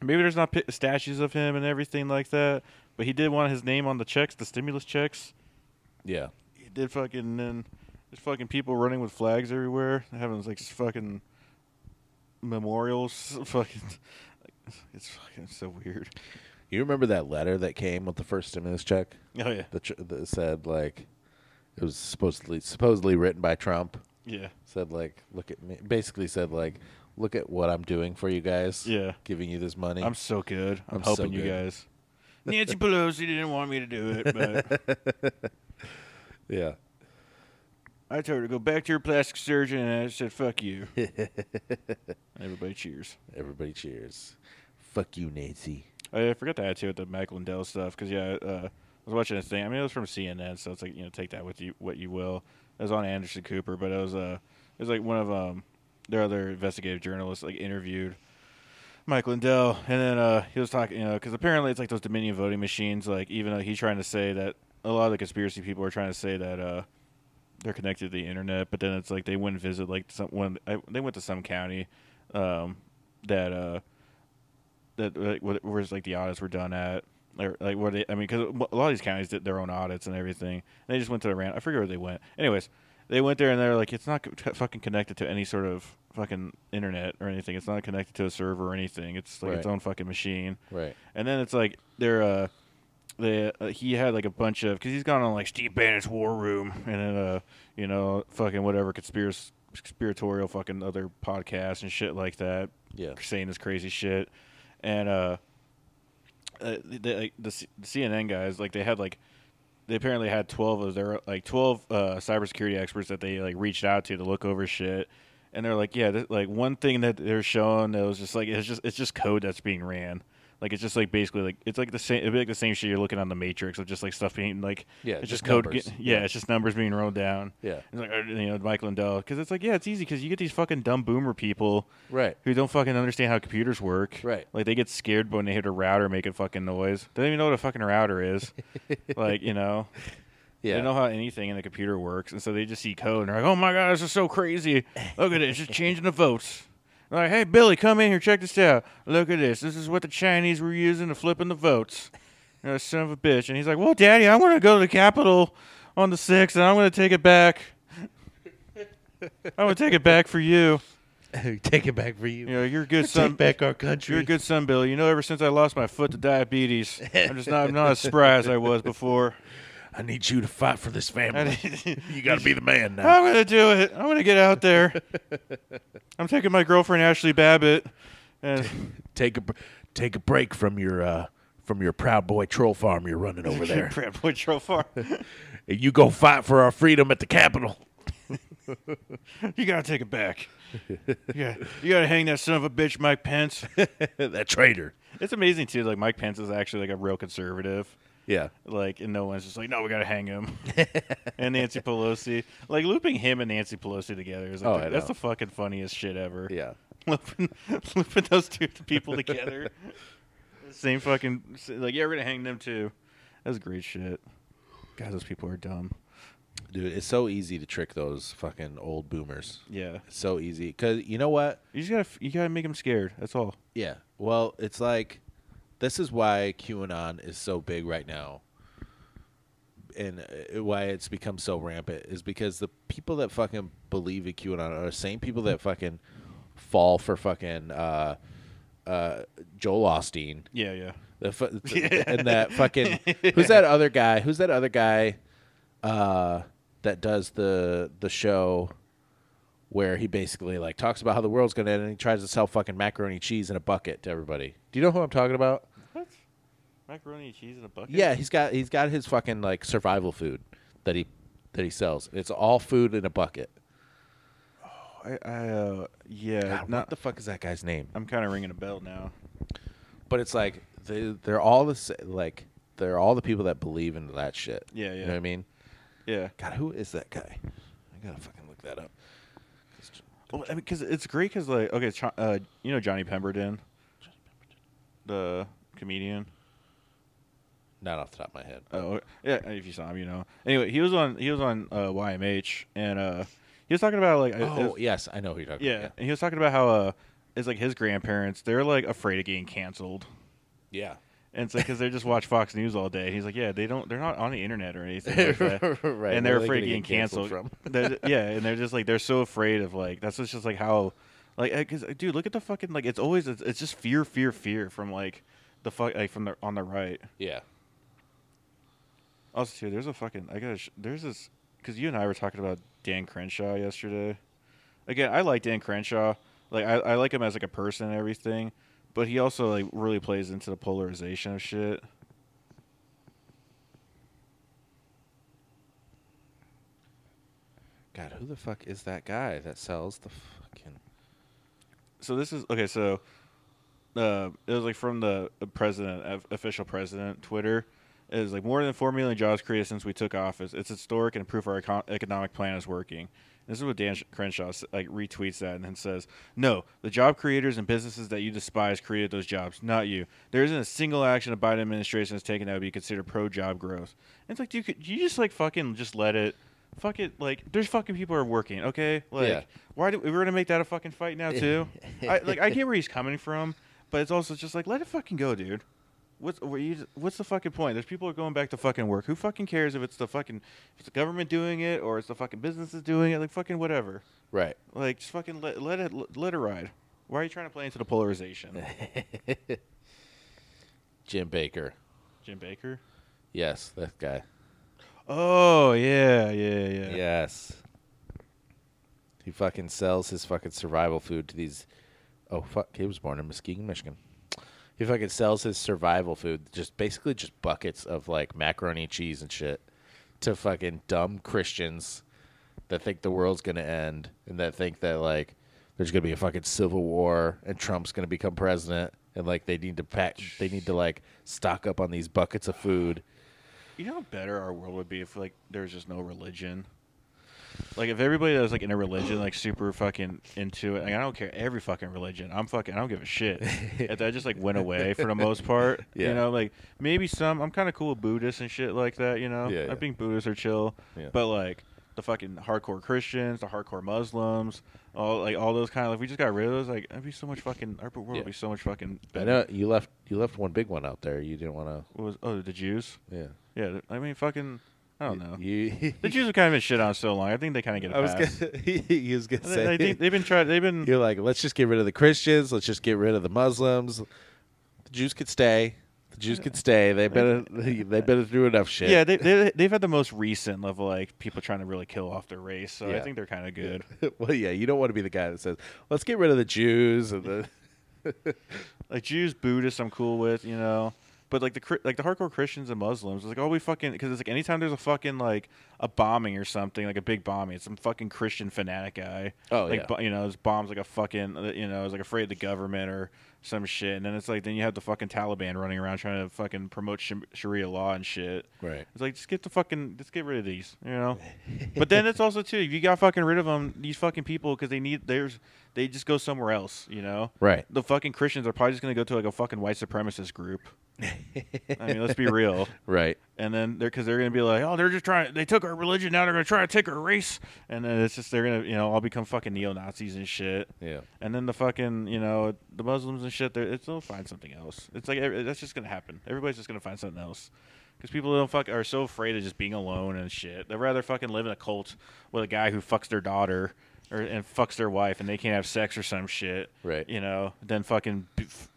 C: Maybe there's not pi- statues of him and everything like that, but he did want his name on the checks, the stimulus checks.
A: Yeah.
C: He did fucking and there's fucking people running with flags everywhere, having like fucking memorials. Fucking, it's fucking so weird.
A: You remember that letter that came with the first stimulus check?
C: Oh, yeah.
A: That, tr- that said like it was supposedly supposedly written by Trump.
C: Yeah.
A: Said like, look at me. Basically said like, look at what I'm doing for you guys.
C: Yeah.
A: Giving you this money.
C: I'm so good. I'm,
A: so
C: helping you
A: good.
C: guys. Nancy Pelosi didn't want me to do it, but
A: Yeah.
C: I told her to go back to your plastic surgeon, and I said, "Fuck you." Everybody cheers.
A: Everybody cheers. Fuck you, Nancy.
C: Oh, yeah, I forgot to add to it the Mac Lindell stuff because yeah, uh, I was watching this thing. I mean, it was from CNN, so it's like you know, take that with you what you will. It was on Anderson Cooper, but it was uh, it was like one of um their other investigative journalists like interviewed Mike Lindell, and then uh, he was talking, you know, because apparently it's like those Dominion voting machines. Like even though he's trying to say that a lot of the conspiracy people are trying to say that uh, they're connected to the internet, but then it's like they went and visit like some one. I, they went to some county um, that uh, that like what, where's like the audits were done at. Or, like what they, I mean, because a lot of these counties did their own audits and everything. And they just went to the rant. I forget where they went. Anyways, they went there and they're like, it's not co- fucking connected to any sort of fucking internet or anything. It's not connected to a server or anything. It's like its
A: Right.
C: own fucking machine.
A: Right.
C: And then it's like they're uh they uh, he had like a bunch of because he's gone on like Steve Bannett's War Room and then uh you know fucking whatever conspiracy conspiratorial fucking other podcasts and shit like that.
A: Yeah.
C: Saying this crazy shit and uh. Uh, the, like, the, C- the CNN guys, like they had like, they apparently had twelve of their like twelve uh, cybersecurity experts that they like reached out to to look over shit, and they're like, yeah, th- like one thing that they're showing that was just like it's just it's just code that's being ran, like it's just like basically like it's like the same it'd be like the same shit you're looking on the Matrix of just like stuff being like
A: Yeah,
C: it's
A: just
C: just code
A: numbers.
C: get- yeah, it's just numbers being rolled down
A: Yeah.
C: it's like uh, you know Mike Lindell because it's like yeah it's easy because you get these fucking dumb boomer people
A: Right.
C: who don't fucking understand how computers work
A: Right.
C: like they get scared when they hit a router making fucking noise they don't even know what a fucking router is like you know They don't know how anything in the computer works, and so they just see code and they're like, "Oh my god, this is so crazy! Look at this, just changing the votes." They're like, "Hey Billy, come in here, check this out. Look at this. This is what the Chinese were using to flipping the votes." You know, son of a bitch, and he's like, "Well, Daddy, I'm gonna go to the Capitol on the sixth, and I'm gonna take it back. I'm gonna take it back for you."
A: Take it back for you.
C: You know, you're a good
A: Take
C: son.
A: back our country.
C: You're a good son, Billy. You know, ever since I lost my foot to diabetes, I'm just not, I'm not as spry as I was before.
A: I need you to fight for this family. you got to be the man now.
C: I'm gonna do it. I'm gonna get out there. I'm taking my girlfriend Ashley Babbitt, and
A: take a br- take a break from your uh, from your proud boy troll farm you're running over there.
C: Brad Boy Troll Farm.
A: And you go fight for our freedom at the Capitol.
C: you gotta take it back. Yeah, you gotta hang that son of a bitch, Mike Pence.
A: that traitor.
C: It's amazing too. Like Mike Pence is actually like a real conservative.
A: Yeah.
C: Like, and no one's just like, no, we gotta hang him. and Nancy Pelosi, like looping him and Nancy Pelosi together is
A: Oh,
C: like,
A: I
C: the- that's
A: know.
C: the fucking funniest shit ever.
A: Yeah.
C: looping, looping those two people together. Same fucking like, yeah, we're gonna hang them too. That's great shit. God, those people are dumb.
A: Dude, it's so easy to trick those fucking old boomers.
C: Yeah.
A: It's so easy cuz you know what?
C: You just gotta you gotta make them scared. That's all.
A: Yeah. Well, it's like this is why QAnon is so big right now, and uh, why it's become so rampant is because the people that fucking believe in QAnon are the same people that fucking fall for fucking uh, uh, Joel Osteen.
C: Yeah, yeah.
A: The fu- and that fucking who's that other guy? Who's that other guy uh, that does the the show where he basically like talks about how the world's gonna end and he tries to sell fucking macaroni and cheese in a bucket to everybody. Do you know who I'm talking about?
C: What? Macaroni and cheese in a bucket?
A: Yeah, he's got he's got his fucking like survival food that he that he sells. It's all food in a bucket.
C: I, I uh, yeah.
A: God,
C: not,
A: what the fuck is that guy's name?
C: I'm kind of ringing a bell now.
A: But it's like they they're all the sa- like they're all the people that believe in that shit.
C: Yeah,
A: You
C: yeah.
A: know what I mean?
C: Yeah.
A: God, who is that guy? I gotta fucking look that up.
C: Well, I mean, because it's great because like okay, Cho- uh, you know Johnny Pemberton, the comedian.
A: Not off the top of my head.
C: Oh yeah, if you saw him, you know. Anyway, he was on he was on uh, YMH and uh, he was talking about like uh,
A: Oh
C: uh,
A: yes, I know who you're talking
C: yeah,
A: about.
C: and he was talking about how uh, it's like his grandparents they're like afraid of getting canceled.
A: Yeah.
C: And it's like because they just watch Fox News all day. He's like, yeah, they don't, they're not on the internet or anything. Like that.
A: Right,
C: And
A: where
C: they're
A: are they
C: afraid of
A: gonna
C: getting
A: get canceled
C: canceled. They're- yeah, and they're just like they're so afraid of like that's just just, like how, like because dude, look at the fucking like it's always it's, it's just fear, fear, fear from like the fuck like from the on the right.
A: Yeah.
C: Also, too, there's a fucking I gotta sh- there's this because you and I were talking about Dan Crenshaw yesterday. Again, I like Dan Crenshaw. Like I, I like him as like a person and everything, but he also like really plays into the polarization of shit.
A: God, who the fuck is that guy that sells the fucking?
C: so this is okay. So uh, it was like from the president, of- official president, Twitter. It was like more than four million jobs created since we took office. It's historic and proof our econ- economic plan is working. This is what Dan Sh- Crenshaw s- like retweets that and then says, "No, the job creators and businesses that you despise created those jobs, not you. There isn't a single action the Biden administration has taken that would be considered pro-job growth." And it's like, dude, could you just like fucking just let it, fuck it. Like, there's fucking people who are working, okay? Like,
A: Yeah.
C: why do, we're gonna make that a fucking fight now too? I, like I get where he's coming from, but it's also just like let it fucking go, dude. What's what you, what's the fucking point? There's people who are going back to fucking work. Who fucking cares if it's the fucking if it's the government doing it or it's the fucking businesses doing it? Like fucking whatever.
A: Right.
C: Like just fucking let let it let it ride. Why are you trying to play into the polarization?
A: Jim Baker.
C: Jim Baker.
A: Yes, that guy.
C: Oh yeah yeah yeah.
A: Yes. He fucking sells his fucking survival food to these. Oh fuck! He was born in Muskegon, Michigan. He fucking sells his survival food, just basically just buckets of like macaroni and cheese and shit, to fucking dumb Christians that think the world's gonna end and that think that like there's gonna be a fucking civil war and Trump's gonna become president and like they need to pack, they need to like stock up on these buckets of food.
C: You know how better our world would be if like there was just no religion. Like if everybody that was like in a religion, like super fucking into it, like I don't care every fucking religion. I'm fucking I don't give a shit. if that just like went away for the most part,
A: Yeah.
C: you know, like maybe some. I'm kind of cool with Buddhists and shit like that, you know.
A: Yeah,
C: I
A: yeah.
C: think Buddhists are chill,
A: Yeah.
C: but like the fucking hardcore Christians, the hardcore Muslims, all like all those kind of like we just got rid of those. Like that'd be so much fucking our world would be so much fucking.
A: I
C: better.
A: know you left you left one big one out there. You didn't want to.
C: What was oh the Jews?
A: Yeah.
C: Yeah, I mean fucking. I don't know.
A: You,
C: the Jews have kind of been shit on so long. I think they kind of get. A
A: I was
C: pass.
A: gonna, he was gonna
C: I
A: say
C: think they've been trying. They've been.
A: You're like, let's just get rid of the Christians. Let's just get rid of the Muslims. The Jews could stay. The Jews could stay. They've been they've been through enough shit.
C: Yeah, they, they they've had the most recent level like people trying to really kill off their race. So I
A: Yeah.
C: think they're kind of good.
A: well, yeah, you don't want to be the guy that says, let's get rid of the Jews and the.
C: like Jews, Buddhists, I'm cool with, you know. But like the Chri- like the hardcore Christians and Muslims, it's like oh we fucking because it's like anytime there's a fucking like a bombing or something like a big bombing, it's some fucking Christian fanatic guy.
A: Oh,
C: like,
A: yeah.
C: bo- you know, his bombs like a fucking uh, you know, is like afraid of the government or some shit. And then it's like then you have the fucking Taliban running around trying to fucking promote sh- Sharia law and shit.
A: Right.
C: It's like just get the fucking just get rid of these, you know. but then it's also too if you got fucking rid of them, these fucking people because they need there's they just go somewhere else, you know.
A: Right.
C: The fucking Christians are probably just gonna go to like a fucking white supremacist group. I mean, let's be real.
A: Right.
C: And then they're because they're gonna be like, oh, they're just trying. They took our religion. Now they're gonna try to take our race. And then it's just they're gonna you know all become fucking neo Nazis and shit.
A: Yeah.
C: And then the fucking you know the Muslims and shit. They're it's, they'll find something else. It's like every- that's just gonna happen. Everybody's just gonna find something else. Because people don't fuck are so afraid of just being alone and shit. They'd rather fucking live in a cult with a guy who fucks their daughter or and fucks their wife and they can't have sex or some shit.
A: Right.
C: You know, than fucking be- f-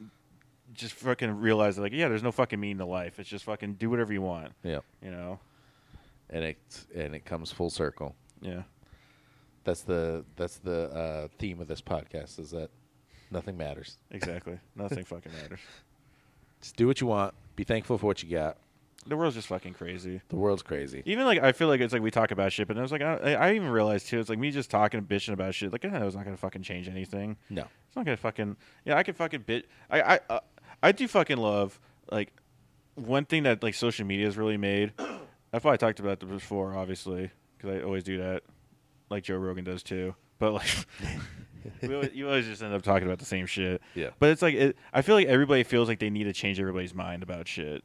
C: just fucking realize like yeah, there's no fucking meaning to life. It's just fucking do whatever you want.
A: Yeah.
C: You know.
A: And it and it comes full circle.
C: Yeah.
A: That's the that's the uh, theme of this podcast is that nothing matters.
C: Exactly. Nothing fucking matters.
A: Just do what you want. Be thankful for what you got.
C: The world's just fucking crazy.
A: The world's crazy.
C: Even like I feel like it's like we talk about shit, but then it's like I, I even realized too. It's like me just talking and bitching about shit. Like I know it's not gonna fucking change anything.
A: No.
C: it's not gonna fucking. Yeah, I could fucking bit. I I uh, I do fucking love like one thing that like social media has really made. I've probably talked about this before, obviously, because I always do that, like Joe Rogan does too. But like, we always, you always just end up talking about the same shit.
A: Yeah.
C: But it's like it, I feel like everybody feels like they need to change everybody's mind about shit.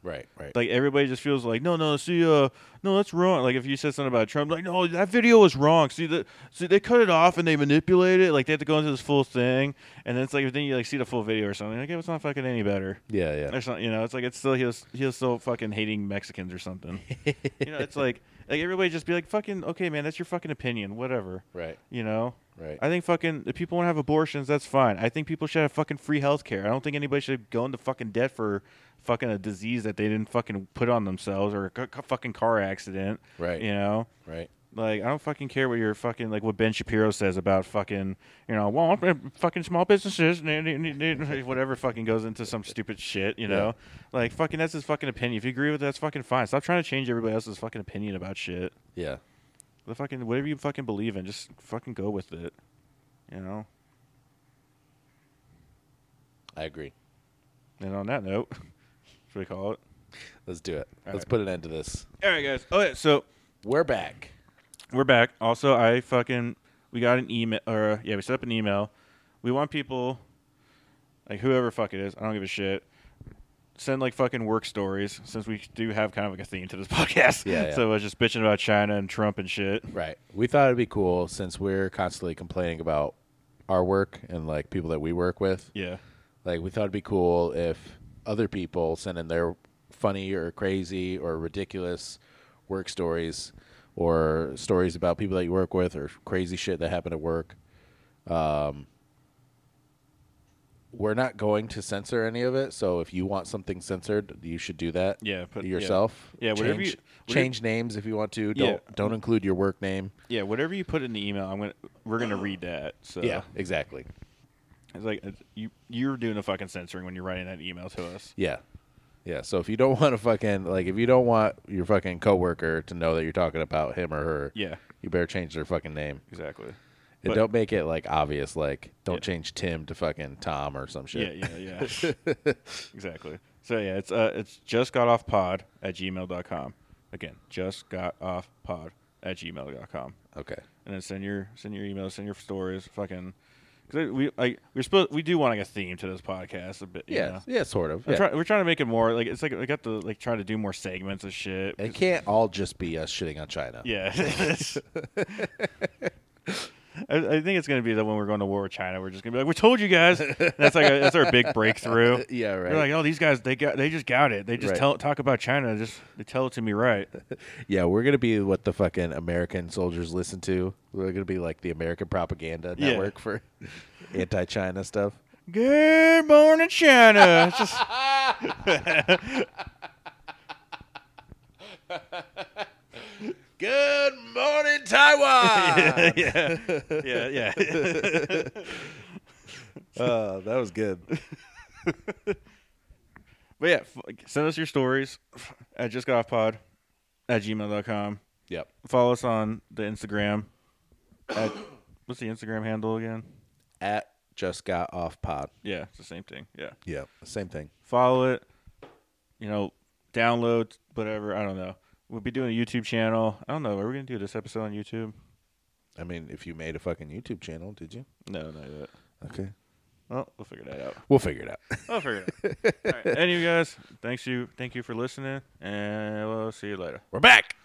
A: Right. Right.
C: Like everybody just feels like, no, no, see, uh, no, that's wrong. Like if you said something about Trump, like, no, that video was wrong. See the, see they cut it off and they manipulate it. Like they have to go into this full thing, and then it's like then you like see the full video or something. Like, yeah, it's not fucking any better.
A: Yeah, yeah.
C: Or something, you know, it's like it's still he was he was still fucking hating Mexicans or something. you know, it's like like everybody just be like, fucking okay, man, that's your fucking opinion, whatever.
A: Right.
C: You know.
A: Right.
C: I think fucking if people want to have abortions, that's fine. I think people should have fucking free health care. I don't think anybody should go into fucking debt for fucking a disease that they didn't fucking put on themselves or a c- c- fucking car accident.
A: Right.
C: You know.
A: Right.
C: Like I don't fucking care what your fucking like what Ben Shapiro says about fucking you know well I'm- fucking small businesses and- and- and- and whatever fucking goes into some stupid shit you know like fucking that's his fucking opinion if you agree with that, that's fucking fine stop trying to change everybody else's fucking opinion about shit
A: Yeah.
C: the fucking whatever you fucking believe in, just fucking go with it. You know.
A: I agree.
C: And on that note, should we call it?
A: Let's do it.
C: All
A: Let's
C: right.
A: put an end to this.
C: All right, guys. Oh, yeah, so
A: we're back.
C: We're back. Also, I fucking we got an email, or uh, yeah, we set up an email. We want people, like whoever fuck it is, I don't give a shit. Send like fucking work stories since we do have kind of like a theme to this podcast.
A: Yeah, yeah.
C: So I was just bitching about China and Trump and shit.
A: Right. We thought it'd be cool since we're constantly complaining about our work and like people that we work with.
C: Yeah.
A: Like we thought it'd be cool if other people send in their funny or crazy or ridiculous work stories or stories about people that you work with or crazy shit that happened at work. Um we're not going to censor any of it, so if you want something censored, you should do that.
C: Yeah, put- yeah.
A: yourself.
C: Yeah, whatever
A: change,
C: you- whatever-
A: change names if you want to. Don't
C: Yeah.
A: don't include your work name.
C: Yeah, whatever you put in the email, I'm gonna we're gonna read that. So
A: Yeah, exactly.
C: It's like it's- you you're doing the fucking censoring when you're writing that email to us.
A: Yeah. Yeah. So if you don't want to fucking like if you don't want your fucking coworker to know that you're talking about him or her,
C: Yeah.
A: you better change their fucking name.
C: Exactly.
A: And
C: But-
A: don't make it like obvious, like don't change Tim to fucking Tom or some shit.
C: Yeah, yeah, yeah. exactly. So yeah, it's uh it's just got off pod at gmail.com. Again, just got off pod at gmail.com.
A: Okay.
C: And then send your send your emails, send your stories, fucking. Cause we like we're supposed we do want like a theme to this podcast a bit. you
A: Yeah,
C: know?
A: yeah, sort of,
C: We're,
A: yeah.
C: try- we're trying to make it more like it's like we got to like try to do more segments of shit.
A: It can't all just be us shitting on China.
C: Yeah. I, I think it's gonna be that when we're going to war with China, we're just gonna be like, "We told you guys." That's like a, that's our big breakthrough.
A: Yeah, right.
C: They're like, "Oh, these guys, they got, they just got it. They just
A: Right.
C: tell talk about China. Just they tell it to me right."
A: Yeah, we're gonna be what the fucking American soldiers listen to. We're gonna be like the American propaganda
C: Yeah.
A: network for anti-China stuff.
C: Good morning, China. It's just-
A: Good morning, Taiwan.
C: yeah, yeah, yeah.
A: oh, that was good.
C: But yeah, f- send us your stories at justgoffpod at gmail.com.
A: Yep.
C: Follow us on the Instagram. At, what's the Instagram handle again?
A: At just got off pod.
C: Yeah, it's the same thing. Yeah.
A: Yeah, same thing.
C: Follow it. You know, download whatever. I don't know. We'll be doing a YouTube channel. I don't know. Are we going to do this episode on YouTube?
A: I mean, if you made a fucking YouTube channel, did you?
C: No, not yet.
A: Okay,
C: Well, we'll figure that out.
A: we'll figure it out.
C: I'll figure it out. All right. Anyway, guys, thanks you. Thank you for listening, and we'll see you later.
A: We're back.